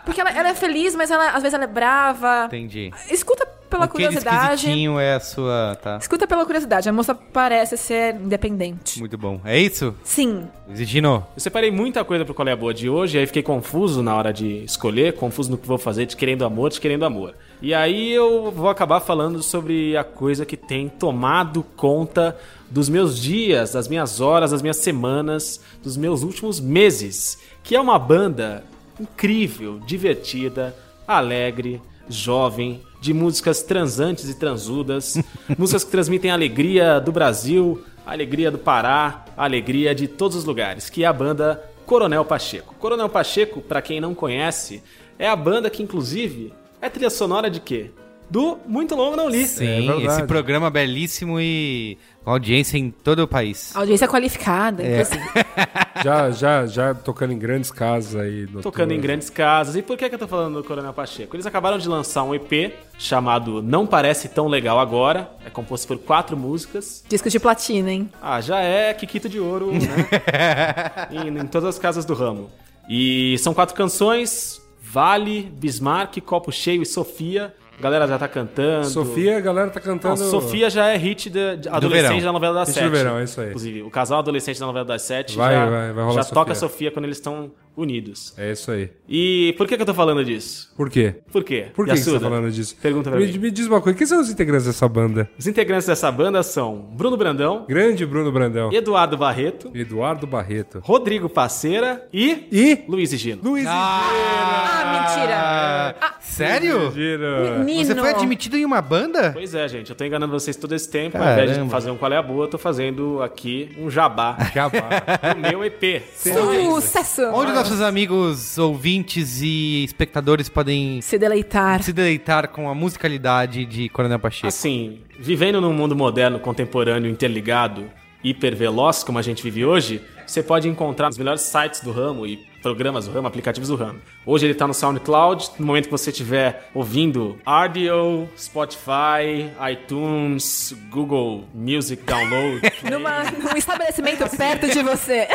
[SPEAKER 3] Porque ela, ela é feliz, mas ela, às vezes ela é brava.
[SPEAKER 1] Entendi.
[SPEAKER 3] Escuta pela
[SPEAKER 1] Aquele Um
[SPEAKER 3] curiosidade.
[SPEAKER 1] esquisitinho é a sua. Tá.
[SPEAKER 3] Escuta pela curiosidade. A moça parece ser independente.
[SPEAKER 1] Muito bom. É isso?
[SPEAKER 3] Sim.
[SPEAKER 1] Zidino,
[SPEAKER 4] Eu separei muita coisa pro Qual é a Boa de hoje, aí fiquei confuso na hora de escolher, confuso no que vou fazer, de querendo amor, de querendo amor. E aí eu vou acabar falando sobre a coisa que tem tomado conta dos meus dias, das minhas horas, das minhas semanas, dos meus últimos meses, que é uma banda incrível, divertida, alegre, jovem, de músicas transantes e transudas, músicas que transmitem a alegria do Brasil, a alegria do Pará, a alegria de todos os lugares, que é a banda Coronel Pacheco. Coronel Pacheco, pra quem não conhece, é a banda que inclusive é trilha sonora de quê? Do Muito Longo Não Li.
[SPEAKER 1] sim, é
[SPEAKER 2] verdade.
[SPEAKER 1] esse programa belíssimo e com audiência em todo o país.
[SPEAKER 3] Audiência qualificada,
[SPEAKER 1] É.
[SPEAKER 3] inclusive.
[SPEAKER 2] Já, já, já tocando em grandes casas aí. noturnas.
[SPEAKER 4] Tocando em grandes casas. E por que, que eu tô falando do Coronel Pacheco? Eles acabaram de lançar um EP chamado Não Parece Tão Legal Agora. É composto por quatro músicas.
[SPEAKER 3] Disco de platina, hein?
[SPEAKER 4] Ah, já é Kikito de Ouro, né? em, em todas as casas do ramo. E são quatro canções: Vale, Bismarck, Copo Cheio e Sofia. A galera já tá cantando.
[SPEAKER 2] Sofia, a galera tá
[SPEAKER 4] Não,
[SPEAKER 2] cantando.
[SPEAKER 4] Sofia já é hit da de
[SPEAKER 1] verão.
[SPEAKER 4] adolescente da novela das
[SPEAKER 2] Hit do
[SPEAKER 4] sete.
[SPEAKER 2] verão, é isso aí.
[SPEAKER 4] Inclusive, o casal adolescente da novela das sete
[SPEAKER 2] Vai,
[SPEAKER 4] já,
[SPEAKER 2] vai, vai rolar
[SPEAKER 4] já toca
[SPEAKER 2] Sofia.
[SPEAKER 4] Sofia quando eles estão unidos.
[SPEAKER 2] É isso aí.
[SPEAKER 4] E por que, que eu tô falando disso?
[SPEAKER 2] Por quê?
[SPEAKER 4] Por quê?
[SPEAKER 2] Por que, que você tá
[SPEAKER 4] Yasuda,
[SPEAKER 2] falando disso?
[SPEAKER 4] Pergunta pra
[SPEAKER 2] me,
[SPEAKER 4] mim.
[SPEAKER 2] me diz uma coisa, quem são os integrantes dessa banda?
[SPEAKER 4] Os integrantes dessa banda são Bruno Brandão,
[SPEAKER 2] Grande Bruno Brandão,
[SPEAKER 4] Eduardo Barreto,
[SPEAKER 2] Eduardo Barreto
[SPEAKER 4] Rodrigo Passeira e,
[SPEAKER 2] e
[SPEAKER 4] Luiz e Gino.
[SPEAKER 2] Luiz
[SPEAKER 1] Ah,
[SPEAKER 3] Ah, mentira! Ah,
[SPEAKER 1] Sério?
[SPEAKER 2] Giro.
[SPEAKER 3] menino!
[SPEAKER 1] É. Você foi admitido em uma banda?
[SPEAKER 4] Pois é, gente, eu tô enganando vocês todo esse tempo. Ao invés
[SPEAKER 1] Caramba.
[SPEAKER 4] de fazer um qual é a boa, eu tô fazendo aqui um jabá
[SPEAKER 2] Jabá.
[SPEAKER 4] do meu EP.
[SPEAKER 3] Sucesso!
[SPEAKER 1] Onde tá nossos amigos ouvintes e espectadores podem
[SPEAKER 3] Se deleitar.
[SPEAKER 1] se deleitar com a musicalidade de Coronel Pacheco?
[SPEAKER 4] Assim, vivendo num mundo moderno, contemporâneo, interligado, hiperveloz, como a gente vive hoje, você pode encontrar os melhores sites do ramo e programas do ramo, aplicativos do ramo. Hoje ele tá no SoundCloud, no momento que você estiver ouvindo RDO, Spotify, iTunes, Google Music Download. Play.
[SPEAKER 3] Numa, num um estabelecimento perto de você.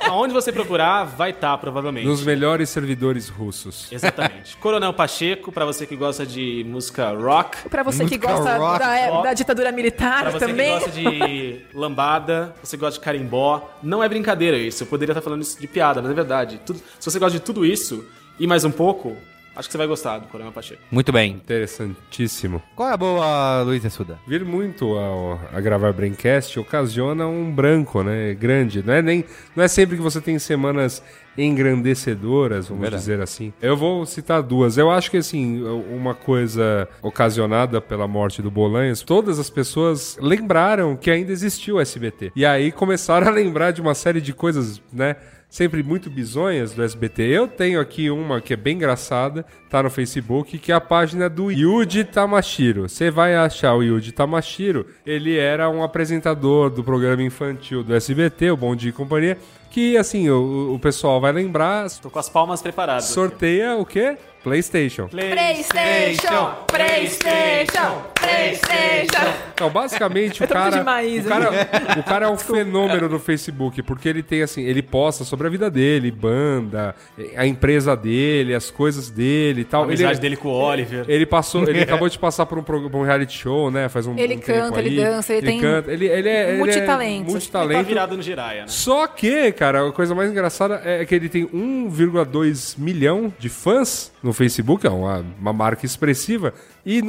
[SPEAKER 4] Aonde você procurar, vai estar, provavelmente.
[SPEAKER 2] Nos melhores servidores russos.
[SPEAKER 4] Exatamente. Coronel Pacheco, pra você que gosta de música rock,
[SPEAKER 3] Pra você que
[SPEAKER 1] Música
[SPEAKER 3] gosta
[SPEAKER 1] rock,
[SPEAKER 3] da, é,
[SPEAKER 4] rock.
[SPEAKER 3] da ditadura
[SPEAKER 4] Pra
[SPEAKER 3] militar
[SPEAKER 4] você
[SPEAKER 3] Ah, também.
[SPEAKER 4] que gosta de lambada, você gosta de carimbó, não é brincadeira isso. Eu poderia estar falando isso de piada, mas é verdade. Tudo- se você gosta de tudo isso e mais um pouco, acho que você vai gostar do Coronel Pacheco.
[SPEAKER 1] Muito bem.
[SPEAKER 2] Interessantíssimo.
[SPEAKER 1] Qual é a boa, Luiz Assuda?
[SPEAKER 2] Vir muito ao- a gravar Braincast ocasiona um branco, né? Grande. Não é, nem, não é sempre que você tem semanas engrandecedoras, vamos dizer assim. Eu vou citar duas. Eu acho que, assim, uma coisa ocasionada pela morte do Bolanhos, todas as pessoas lembraram que ainda existia o SBT. E aí começaram a lembrar de uma série de coisas, né? sempre muito bizonhas do SBT. Eu tenho aqui uma que é bem engraçada, tá no Facebook, que é a página do Yuji Tamashiro. Você vai achar o Yuji Tamashiro, ele era um apresentador do programa infantil do SBT, o Bom Dia e Companhia, que assim, o, o pessoal vai lembrar,
[SPEAKER 4] Tô com as palmas preparadas.
[SPEAKER 2] sorteia o quê? PlayStation.
[SPEAKER 4] Play-
[SPEAKER 3] PlayStation! PlayStation! PlayStation!
[SPEAKER 2] Então, basicamente, o
[SPEAKER 3] Eu tô muito
[SPEAKER 2] cara,
[SPEAKER 3] de Maísa.
[SPEAKER 2] o cara. O cara é um fenômeno no Facebook, porque ele tem assim, ele posta sobre a vida dele, banda, a empresa dele, as coisas dele e tal.
[SPEAKER 6] A amizade
[SPEAKER 2] ele,
[SPEAKER 6] dele com o Oliver.
[SPEAKER 2] Ele passou, ele acabou de passar por um, prog- por um reality show, né? Faz um
[SPEAKER 3] Ele
[SPEAKER 2] um tempo
[SPEAKER 3] canta, ele
[SPEAKER 2] aí.
[SPEAKER 3] dança, ele tem
[SPEAKER 2] canta, ele, ele é ele é
[SPEAKER 3] multitalentos.
[SPEAKER 6] Ele tá
[SPEAKER 2] multitalento.
[SPEAKER 6] virado no Jiraya, né?
[SPEAKER 2] Só que, cara, a coisa mais engraçada é que ele tem 1,2 milhão de fãs no Facebook, é uma, uma marca expressiva, e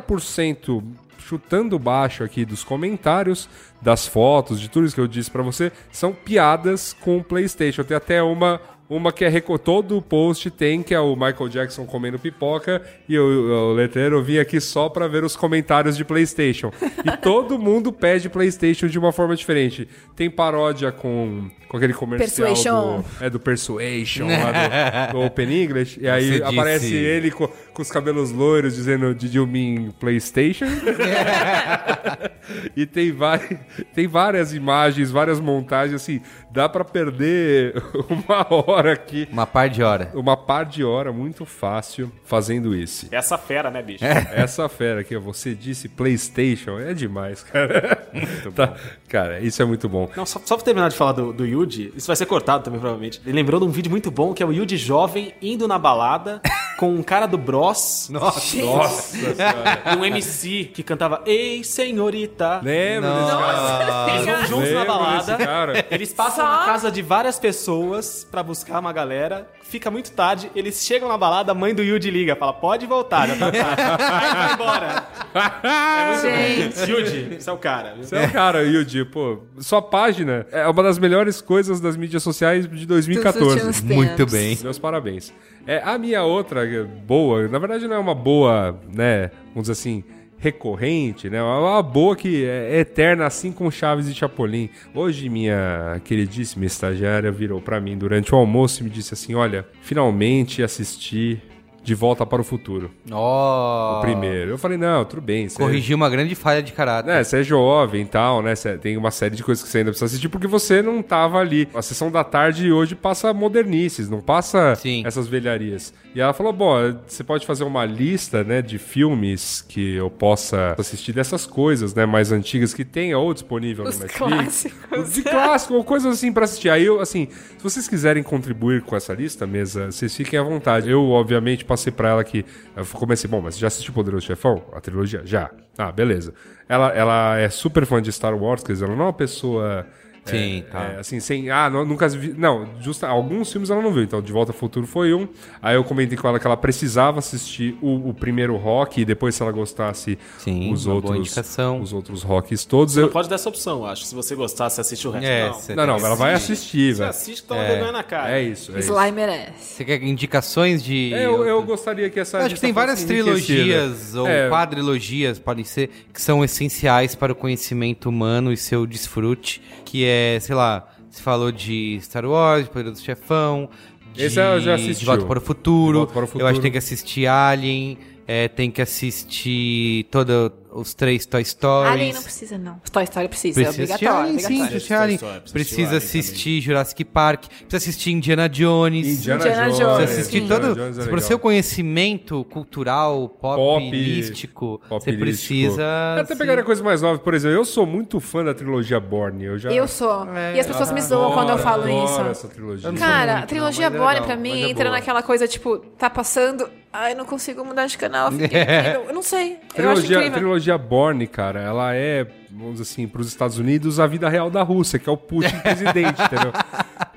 [SPEAKER 2] 90% chutando baixo aqui dos comentários, das fotos, de tudo isso que eu disse pra você, são piadas com o PlayStation. Tem até uma uma que é reco- todo post tem, que é o Michael Jackson comendo pipoca, e o, o letreiro eu vim aqui só pra ver os comentários de Playstation. E todo mundo pede Playstation de uma forma diferente. Tem paródia com, com aquele comercial
[SPEAKER 3] Persuasion.
[SPEAKER 2] Do, é do Persuasion, lá do, do Open English, e aí
[SPEAKER 1] Você
[SPEAKER 2] aparece
[SPEAKER 1] disse.
[SPEAKER 2] ele co- com, os cabelos loiros dizendo Did you mean Playstation? E tem, vari- tem várias imagens, várias montagens, assim, dá pra perder uma hora aqui
[SPEAKER 1] Uma par de hora.
[SPEAKER 2] uma par de hora muito fácil fazendo isso.
[SPEAKER 6] Essa fera, né, bicho?
[SPEAKER 2] Essa fera aqui, você disse PlayStation, é demais, cara. Tá, cara, isso é muito bom.
[SPEAKER 6] Não, só, só pra terminar de falar do, do Yuji, isso vai ser cortado também, provavelmente. Ele lembrou de um vídeo muito bom que é o Yuji jovem indo na balada com um cara do Bros.
[SPEAKER 1] Nossa.
[SPEAKER 2] Nossa senhora.
[SPEAKER 6] e um MC que cantava Ei, senhorita.
[SPEAKER 2] Lembra desse cara?
[SPEAKER 6] Eles vão juntos na
[SPEAKER 2] Lembro
[SPEAKER 6] balada.
[SPEAKER 2] desse cara.
[SPEAKER 6] Eles passam na casa de várias pessoas pra buscar uma galera. Fica muito tarde, eles chegam na balada, a mãe do Yuji liga, fala: pode voltar, já tá tarde. Aí vai embora.
[SPEAKER 3] Gente,
[SPEAKER 6] Yuji, você é o cara. viu?
[SPEAKER 2] Você é o cara, Yuji, pô. Sua página é uma das melhores coisas das mídias sociais de
[SPEAKER 3] dos
[SPEAKER 2] 2014.
[SPEAKER 3] últimos
[SPEAKER 1] Muito
[SPEAKER 3] tempos.
[SPEAKER 1] bem.
[SPEAKER 2] Meus parabéns. É, a minha outra eh, boa, na verdade não é uma boa, né, vamos dizer assim, recorrente, né? É uma boa que é eterna, assim como Chaves e Chapolin. Hoje minha queridíssima estagiária virou pra mim durante o almoço e me disse assim, olha, finalmente assisti De Volta para o Futuro,
[SPEAKER 1] Ó.
[SPEAKER 2] o primeiro. Eu falei, não, tudo bem. você-
[SPEAKER 1] Ah. Corrigiu uma grande falha de caráter.
[SPEAKER 2] né, você é jovem e tal, né? Você tem uma série de coisas que você ainda precisa assistir porque você não tava ali. A sessão da tarde hoje passa modernices, não passa
[SPEAKER 1] Sim.
[SPEAKER 2] essas velharias. E ela falou: bom, você pode fazer uma lista, né, de filmes que eu possa assistir dessas coisas, né, mais antigas que tenha ou disponível
[SPEAKER 3] Os
[SPEAKER 2] no Netflix.
[SPEAKER 3] clássicos.
[SPEAKER 2] De clássico, ou coisas assim pra assistir. Aí eu, assim, se vocês quiserem contribuir com essa lista, mesa, vocês fiquem à vontade. Eu, obviamente, passei pra ela que. Eu comecei, bom, mas já assistiu Poderoso Chefão? A trilogia? Já. Ah, beleza. Ela, ela é super fã de Star Wars, quer dizer, ela não é uma pessoa. é,
[SPEAKER 1] Sim, tá.
[SPEAKER 2] é, assim, sem. Ah, não- nunca vi. Não, justa, alguns filmes ela não viu. Então, De Volta ao Futuro foi um. Aí eu comentei com ela que ela precisava assistir o, o primeiro rock e depois, se ela gostasse,
[SPEAKER 1] Sim,
[SPEAKER 2] os
[SPEAKER 1] uma boa
[SPEAKER 2] outros.
[SPEAKER 1] indicação.
[SPEAKER 2] Os outros rocks todos. Eu,
[SPEAKER 6] Pode dar essa opção, eu acho. Se você gostar, você assiste o resto.
[SPEAKER 1] É,
[SPEAKER 6] não.
[SPEAKER 1] cê-
[SPEAKER 2] não, não, ela vai
[SPEAKER 6] Assiste.
[SPEAKER 2] assistir,
[SPEAKER 6] Você
[SPEAKER 2] velho.
[SPEAKER 6] assiste, toma vergonha na cara.
[SPEAKER 2] É isso. É isso.
[SPEAKER 3] Sly merece.
[SPEAKER 1] Você quer indicações de.
[SPEAKER 2] É, eu, eu gostaria que essa.
[SPEAKER 1] Acho que
[SPEAKER 2] lista
[SPEAKER 1] tem várias
[SPEAKER 2] fosse enriquecida.
[SPEAKER 1] trilogias ou
[SPEAKER 2] É,
[SPEAKER 1] quadrilogias, pode ser, que são essenciais para o conhecimento humano e seu desfrute, que é, sei lá, se falou de Star Wars, de Poderoso Chefão, de,
[SPEAKER 2] Esse eu já assisti.
[SPEAKER 1] de Volta para o Futuro.
[SPEAKER 2] De Volta para o
[SPEAKER 1] Eu acho
[SPEAKER 2] Futuro.
[SPEAKER 1] que tem que assistir Alien, é, tem que assistir todos os três Toy Stories.
[SPEAKER 3] Alien Ah, não precisa, não. Toy Story precisa, é
[SPEAKER 1] Precisa assistir
[SPEAKER 3] obrigatório.
[SPEAKER 1] Alien,
[SPEAKER 3] obrigatório.
[SPEAKER 1] sim, assistir Alien.
[SPEAKER 6] Toy Story, precisa
[SPEAKER 1] Precisa
[SPEAKER 6] assistir Alien
[SPEAKER 1] assistir Jurassic Park, precisa assistir Indiana Jones.
[SPEAKER 2] Indiana,
[SPEAKER 3] Indiana
[SPEAKER 2] Jones.
[SPEAKER 3] Jones.
[SPEAKER 1] Você
[SPEAKER 3] Olha,
[SPEAKER 1] assistir
[SPEAKER 3] sim.
[SPEAKER 1] todo.
[SPEAKER 2] Indiana Jones é
[SPEAKER 1] pro
[SPEAKER 2] legal.
[SPEAKER 1] seu conhecimento cultural, pop,
[SPEAKER 2] Pop,
[SPEAKER 1] místico,
[SPEAKER 2] pop
[SPEAKER 1] você
[SPEAKER 2] místico.
[SPEAKER 1] precisa.
[SPEAKER 2] Eu até
[SPEAKER 1] se-
[SPEAKER 2] pegaria coisa mais nova, por exemplo, eu sou muito fã da trilogia Borne. Eu já.
[SPEAKER 3] Eu sou.
[SPEAKER 1] É,
[SPEAKER 3] e as pessoas me zoam quando eu falo
[SPEAKER 2] adoro
[SPEAKER 3] isso.
[SPEAKER 2] essa trilogia.
[SPEAKER 1] Eu não sou
[SPEAKER 3] Cara,
[SPEAKER 1] muito,
[SPEAKER 3] a
[SPEAKER 1] não,
[SPEAKER 3] trilogia
[SPEAKER 1] mas é
[SPEAKER 3] Bonnie
[SPEAKER 1] legal,
[SPEAKER 3] pra
[SPEAKER 1] mas
[SPEAKER 3] mim
[SPEAKER 1] é
[SPEAKER 3] entra
[SPEAKER 1] boa.
[SPEAKER 3] naquela coisa, tipo, tá passando, ai, não consigo mudar de canal, eu
[SPEAKER 1] É.
[SPEAKER 3] fiquei incrível. Eu não sei, eu acho
[SPEAKER 2] Trilogia,
[SPEAKER 3] incrível.
[SPEAKER 2] trilogia Borne, cara, ela é, vamos dizer assim, para os Estados Unidos a vida real da Rússia, que é o Putin presidente, entendeu?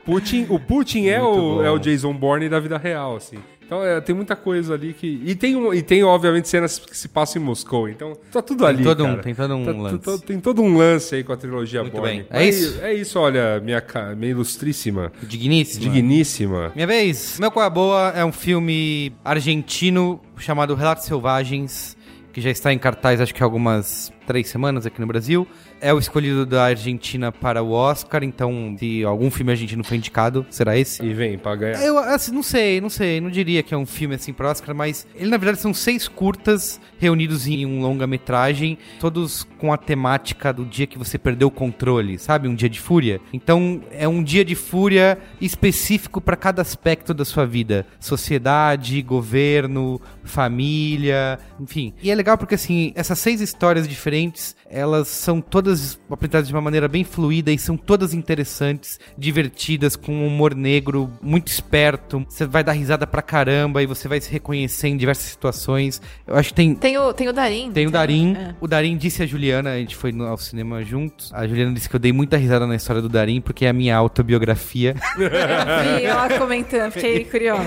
[SPEAKER 2] Putin, o Putin é o, é o Jason Bourne da vida real, assim. Então é, tem muita coisa ali que. E tem, um- e tem, obviamente, cenas que se passam em Moscou. Então tá tudo ali.
[SPEAKER 1] todo um-
[SPEAKER 2] cara.
[SPEAKER 1] tem todo um
[SPEAKER 2] Tá tu-
[SPEAKER 1] lance.
[SPEAKER 2] to- tem todo um lance aí com a trilogia
[SPEAKER 1] Muito
[SPEAKER 2] Bourne.
[SPEAKER 1] bem. É
[SPEAKER 2] Mas
[SPEAKER 1] isso?
[SPEAKER 2] É isso, olha, minha, ca- minha ilustríssima,
[SPEAKER 1] Digníssima.
[SPEAKER 2] digníssima.
[SPEAKER 1] Minha vez. Meu Qual é a Boa é um filme argentino chamado Relatos Selvagens, que já está em cartaz, acho que em algumas três semanas aqui no Brasil. É o escolhido da Argentina para o Oscar, então se algum filme argentino foi indicado, será esse?
[SPEAKER 2] E vem pra ganhar.
[SPEAKER 1] Eu assim, não sei, não sei, não diria que é um filme assim pro Oscar, mas ele na verdade são seis curtas reunidos em um longa-metragem, todos com a temática do dia que você perdeu o controle, sabe? Um dia de fúria. Então é um dia de fúria específico para cada aspecto da sua vida: sociedade, governo, família, enfim. E é legal porque assim, essas seis histórias diferentes, elas são todas apresentadas de uma maneira bem fluida e são todas interessantes, divertidas, com um humor negro muito esperto. Você vai dar risada pra caramba e você vai se reconhecer em diversas situações. Eu acho que tem.
[SPEAKER 3] Tem o, tem o Darim.
[SPEAKER 1] Tem o Darim.
[SPEAKER 3] É.
[SPEAKER 1] O Darim disse a Juliana, a gente foi no- ao cinema juntos. A Juliana disse que eu dei muita risada na história do Darim, porque é a minha autobiografia.
[SPEAKER 3] Eu vi ela É. comentando, fiquei curiosa.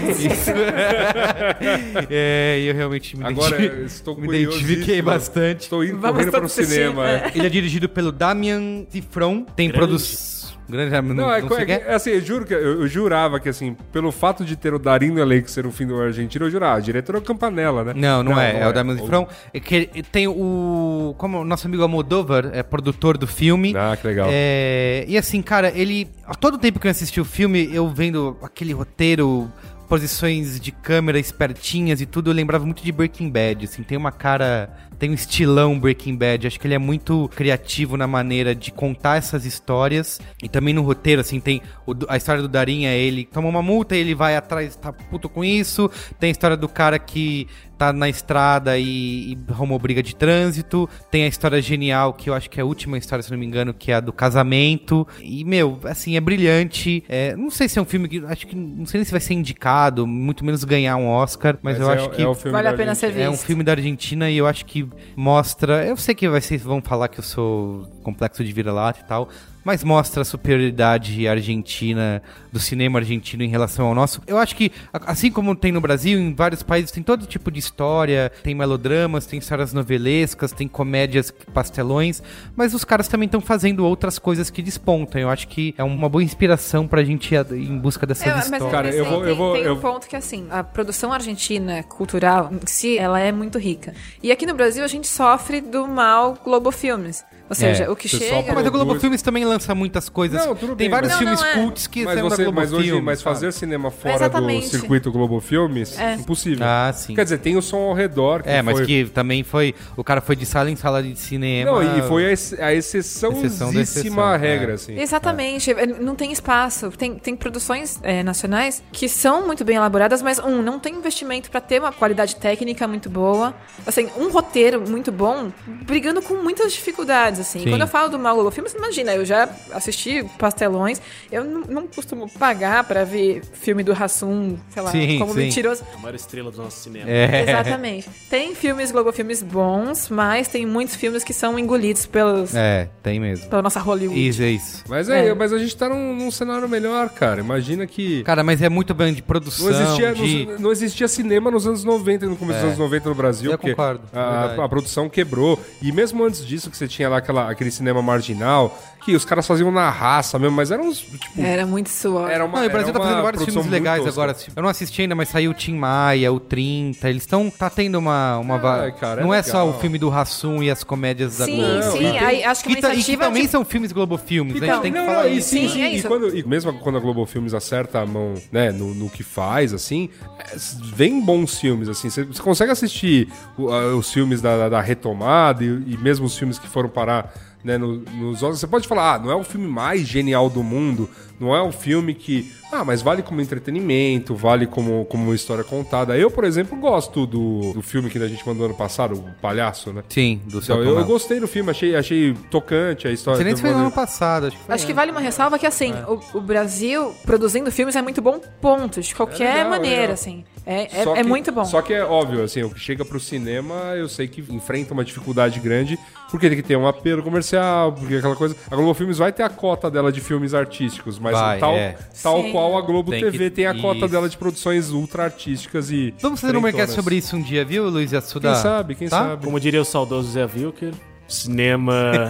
[SPEAKER 1] É, e eu realmente me
[SPEAKER 2] Agora,
[SPEAKER 1] identifiquei-
[SPEAKER 2] eu estou
[SPEAKER 1] me
[SPEAKER 2] curiosíssimo.
[SPEAKER 1] identifiquei bastante.
[SPEAKER 2] Estou indo
[SPEAKER 3] Vamos
[SPEAKER 2] correndo para o
[SPEAKER 3] todos assistir,
[SPEAKER 2] cinema.
[SPEAKER 3] é.
[SPEAKER 1] Ele é dirigido pelo Damian Tifron. Tem produção. Grande, não,
[SPEAKER 2] Não, é,
[SPEAKER 1] não
[SPEAKER 2] co-
[SPEAKER 1] sei
[SPEAKER 2] é,
[SPEAKER 1] o que é.
[SPEAKER 2] que- assim, eu juro que eu, eu jurava que assim, pelo fato de ter o Darim no elenco ser um fim do argentino, eu jurava, o diretor é o Campanella, né?
[SPEAKER 1] Não, não, é. é o Damian
[SPEAKER 2] O-
[SPEAKER 1] Tifron. É que ele- tem o. Como o nosso amigo Almodóvar é produtor do filme.
[SPEAKER 2] Ah, que legal.
[SPEAKER 1] É, e assim, cara, ele. A todo tempo que eu assisti o filme, eu vendo aquele roteiro. Posições de câmera espertinhas e tudo, eu lembrava muito de Breaking Bad. Assim, tem uma cara, tem um estilão Breaking Bad. Acho que ele é muito criativo na maneira de contar essas histórias e também no roteiro. Assim, tem o do- a história do Darinha, ele toma uma multa, ele vai atrás, tá puto com isso. Tem a história do cara que tá na estrada e, e arrumou briga de trânsito. Tem a história genial, que eu acho que é a última história, se não me engano, que é a do casamento. E, meu, assim, é brilhante. É, não sei se é um filme que. Acho que. Não sei nem se vai ser indicado, muito menos ganhar um Oscar, mas, eu
[SPEAKER 2] é,
[SPEAKER 1] acho
[SPEAKER 2] o-
[SPEAKER 1] que.
[SPEAKER 2] é o filme
[SPEAKER 3] Vale a
[SPEAKER 2] da
[SPEAKER 3] pena
[SPEAKER 2] Argentina.
[SPEAKER 3] ser visto.
[SPEAKER 1] É um filme da Argentina e eu acho que mostra. Eu sei que vai ser, vão falar que eu sou complexo de vira-lata e tal, mas mostra a superioridade argentina, do cinema argentino em relação ao nosso. Eu acho que, a- assim como tem no Brasil, em vários países tem todo tipo de história: tem melodramas, tem histórias novelescas, tem comédias pastelões, mas os caras também estão fazendo outras coisas que despontam. Eu acho que é uma boa inspiração pra gente ir a- em busca dessas
[SPEAKER 3] É, mas
[SPEAKER 1] histórias.
[SPEAKER 3] eu
[SPEAKER 2] Cara,
[SPEAKER 3] pensei,
[SPEAKER 2] eu vou-
[SPEAKER 3] tem,
[SPEAKER 2] eu vou-
[SPEAKER 3] tem
[SPEAKER 2] eu-
[SPEAKER 3] um ponto que assim, a produção argentina cultural em si, ela é muito rica. E aqui no Brasil a gente sofre do mal Globo Filmes. Ou seja,
[SPEAKER 1] É,
[SPEAKER 3] o que
[SPEAKER 2] você
[SPEAKER 3] chega.
[SPEAKER 2] sofre
[SPEAKER 1] Mas a Globo
[SPEAKER 2] Produz-
[SPEAKER 1] Filmes também lança muitas coisas.
[SPEAKER 2] Não, tudo
[SPEAKER 1] tem
[SPEAKER 2] bem,
[SPEAKER 1] vários
[SPEAKER 2] mas-
[SPEAKER 1] filmes
[SPEAKER 3] Não, não, é.
[SPEAKER 1] cults que
[SPEAKER 2] mas,
[SPEAKER 1] saem da
[SPEAKER 2] você,
[SPEAKER 1] Globo
[SPEAKER 2] mas hoje,
[SPEAKER 1] Filmes,
[SPEAKER 2] mas
[SPEAKER 1] sabe?
[SPEAKER 2] fazer cinema fora do
[SPEAKER 3] Exatamente.
[SPEAKER 2] circuito Globo Filmes,
[SPEAKER 3] É.
[SPEAKER 2] impossível.
[SPEAKER 1] Ah, sim.
[SPEAKER 2] Quer dizer, tem o som ao redor.
[SPEAKER 1] É, mas
[SPEAKER 2] foi-
[SPEAKER 1] que também foi. O cara foi de sala em sala de cinema.
[SPEAKER 2] Não, e foi a, ex- a exceçãozíssima
[SPEAKER 1] Exceção da exceção, é.
[SPEAKER 2] regra, assim.
[SPEAKER 3] Exatamente, é, não tem espaço. Tem, tem produções é, nacionais que são muito bem elaboradas, mas um, não tem investimento pra ter uma qualidade técnica muito boa. Assim, um roteiro muito bom, brigando com muitas dificuldades, assim.
[SPEAKER 1] Sim.
[SPEAKER 3] Quando eu falo do Mau Globo Filmes, imagina, eu já assisti pastelões, eu não, não costumo pagar pra ver filme do Hassum, sei lá,
[SPEAKER 1] Sim,
[SPEAKER 3] como
[SPEAKER 1] sim. É.
[SPEAKER 3] mentiroso.
[SPEAKER 6] A maior estrela do nosso cinema.
[SPEAKER 2] É.
[SPEAKER 3] Exatamente. Tem filmes Globo Filmes bons, mas tem muitos filmes que são engolidos pelos,
[SPEAKER 1] É, tem mesmo.
[SPEAKER 3] pela nossa Hollywood.
[SPEAKER 1] Isso, é isso.
[SPEAKER 2] Mas é,
[SPEAKER 3] É.
[SPEAKER 2] mas a gente tá num, num cenário melhor, cara. Imagina que.
[SPEAKER 1] Cara, mas é muito bem de produção.
[SPEAKER 2] Não existia,
[SPEAKER 1] de... É.
[SPEAKER 2] não, não existia cinema nos anos 90 e no começo dos anos 90 no Brasil.
[SPEAKER 1] Eu
[SPEAKER 2] porque
[SPEAKER 1] concordo, É verdade.
[SPEAKER 2] A, a produção quebrou. E mesmo antes disso, que você tinha lá aquela- aquele cinema marginal, que os caras faziam na raça mesmo, mas eram uns. Tipo,
[SPEAKER 3] Era muito suor.
[SPEAKER 2] era uma.
[SPEAKER 1] Não, e o
[SPEAKER 2] era
[SPEAKER 1] Brasil tá
[SPEAKER 2] uma
[SPEAKER 1] fazendo vários
[SPEAKER 2] produção
[SPEAKER 1] filmes legais
[SPEAKER 2] muito tosca.
[SPEAKER 1] agora. Eu não assisti ainda, mas saiu o Tim Maia, o 30. Eles estão. Tá tendo uma. uma va-
[SPEAKER 2] cara, é
[SPEAKER 1] não é só
[SPEAKER 2] legal.
[SPEAKER 1] o filme do Rassum e as comédias da
[SPEAKER 3] Sim,
[SPEAKER 1] Globo.
[SPEAKER 2] Não,
[SPEAKER 3] sim.
[SPEAKER 2] e
[SPEAKER 3] aí acho que é
[SPEAKER 1] Que,
[SPEAKER 3] uma
[SPEAKER 1] ta- e que
[SPEAKER 3] iniciativa
[SPEAKER 1] também
[SPEAKER 3] de-
[SPEAKER 1] são filmes Globo Filmes, a
[SPEAKER 3] Então,
[SPEAKER 1] gente tem que
[SPEAKER 2] não,
[SPEAKER 1] falar
[SPEAKER 2] não, e
[SPEAKER 1] isso.
[SPEAKER 2] sim,
[SPEAKER 3] Sim,
[SPEAKER 2] sim.
[SPEAKER 3] é
[SPEAKER 2] e
[SPEAKER 3] isso.
[SPEAKER 2] quando- e mesmo quando a Globo Filmes acerta a mão, né, no, no que faz, assim, é, s- vem bons filmes, assim. Você você consegue assistir o- a- os filmes da, da- da retomada e, e mesmo os filmes que foram parar né, no- nos Oscars. Você pode falar, ah, não é o filme mais genial do mundo, não é um filme que. Ah, mas vale como entretenimento, vale como, como uma história contada. Eu, por exemplo, gosto do, do filme que a gente mandou ano passado, o Palhaço, né?
[SPEAKER 1] Sim, do seu
[SPEAKER 2] Então, eu, eu gostei do filme, achei, achei tocante a história.
[SPEAKER 1] Você nem um
[SPEAKER 2] do
[SPEAKER 1] se foi no ano
[SPEAKER 2] maneiro-
[SPEAKER 1] passado, acho que foi.
[SPEAKER 3] Acho que vale uma ressalva que, assim,
[SPEAKER 2] É.
[SPEAKER 3] o, o Brasil produzindo filmes é muito bom, ponto, de qualquer
[SPEAKER 2] É legal,
[SPEAKER 3] maneira,
[SPEAKER 2] legal.
[SPEAKER 3] assim. É, é,
[SPEAKER 2] Só
[SPEAKER 3] é
[SPEAKER 2] que-
[SPEAKER 3] muito bom.
[SPEAKER 2] Só que é óbvio, assim, o que chega pro cinema, eu sei que enfrenta uma dificuldade grande, porque tem que ter um apelo comercial, porque aquela coisa. A Globo Filmes vai ter a cota dela de filmes artísticos, mas
[SPEAKER 1] Vai,
[SPEAKER 2] tal,
[SPEAKER 1] é.
[SPEAKER 2] tal
[SPEAKER 3] Sim.
[SPEAKER 2] qual a Globo
[SPEAKER 1] Tem
[SPEAKER 2] TV
[SPEAKER 1] que-
[SPEAKER 2] tem a cota
[SPEAKER 1] isso.
[SPEAKER 2] dela de produções ultra artísticas e.
[SPEAKER 1] Vamos fazer um
[SPEAKER 2] mercado
[SPEAKER 1] mercado sobre isso um dia, viu, Luiz Assuda?
[SPEAKER 2] Quem sabe, quem
[SPEAKER 1] Tá?
[SPEAKER 2] sabe.
[SPEAKER 6] Como diria o saudoso Zé Wilker, cinema.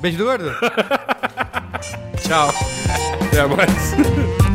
[SPEAKER 1] Beijo do gordo?
[SPEAKER 2] É, Tchau. Até mais.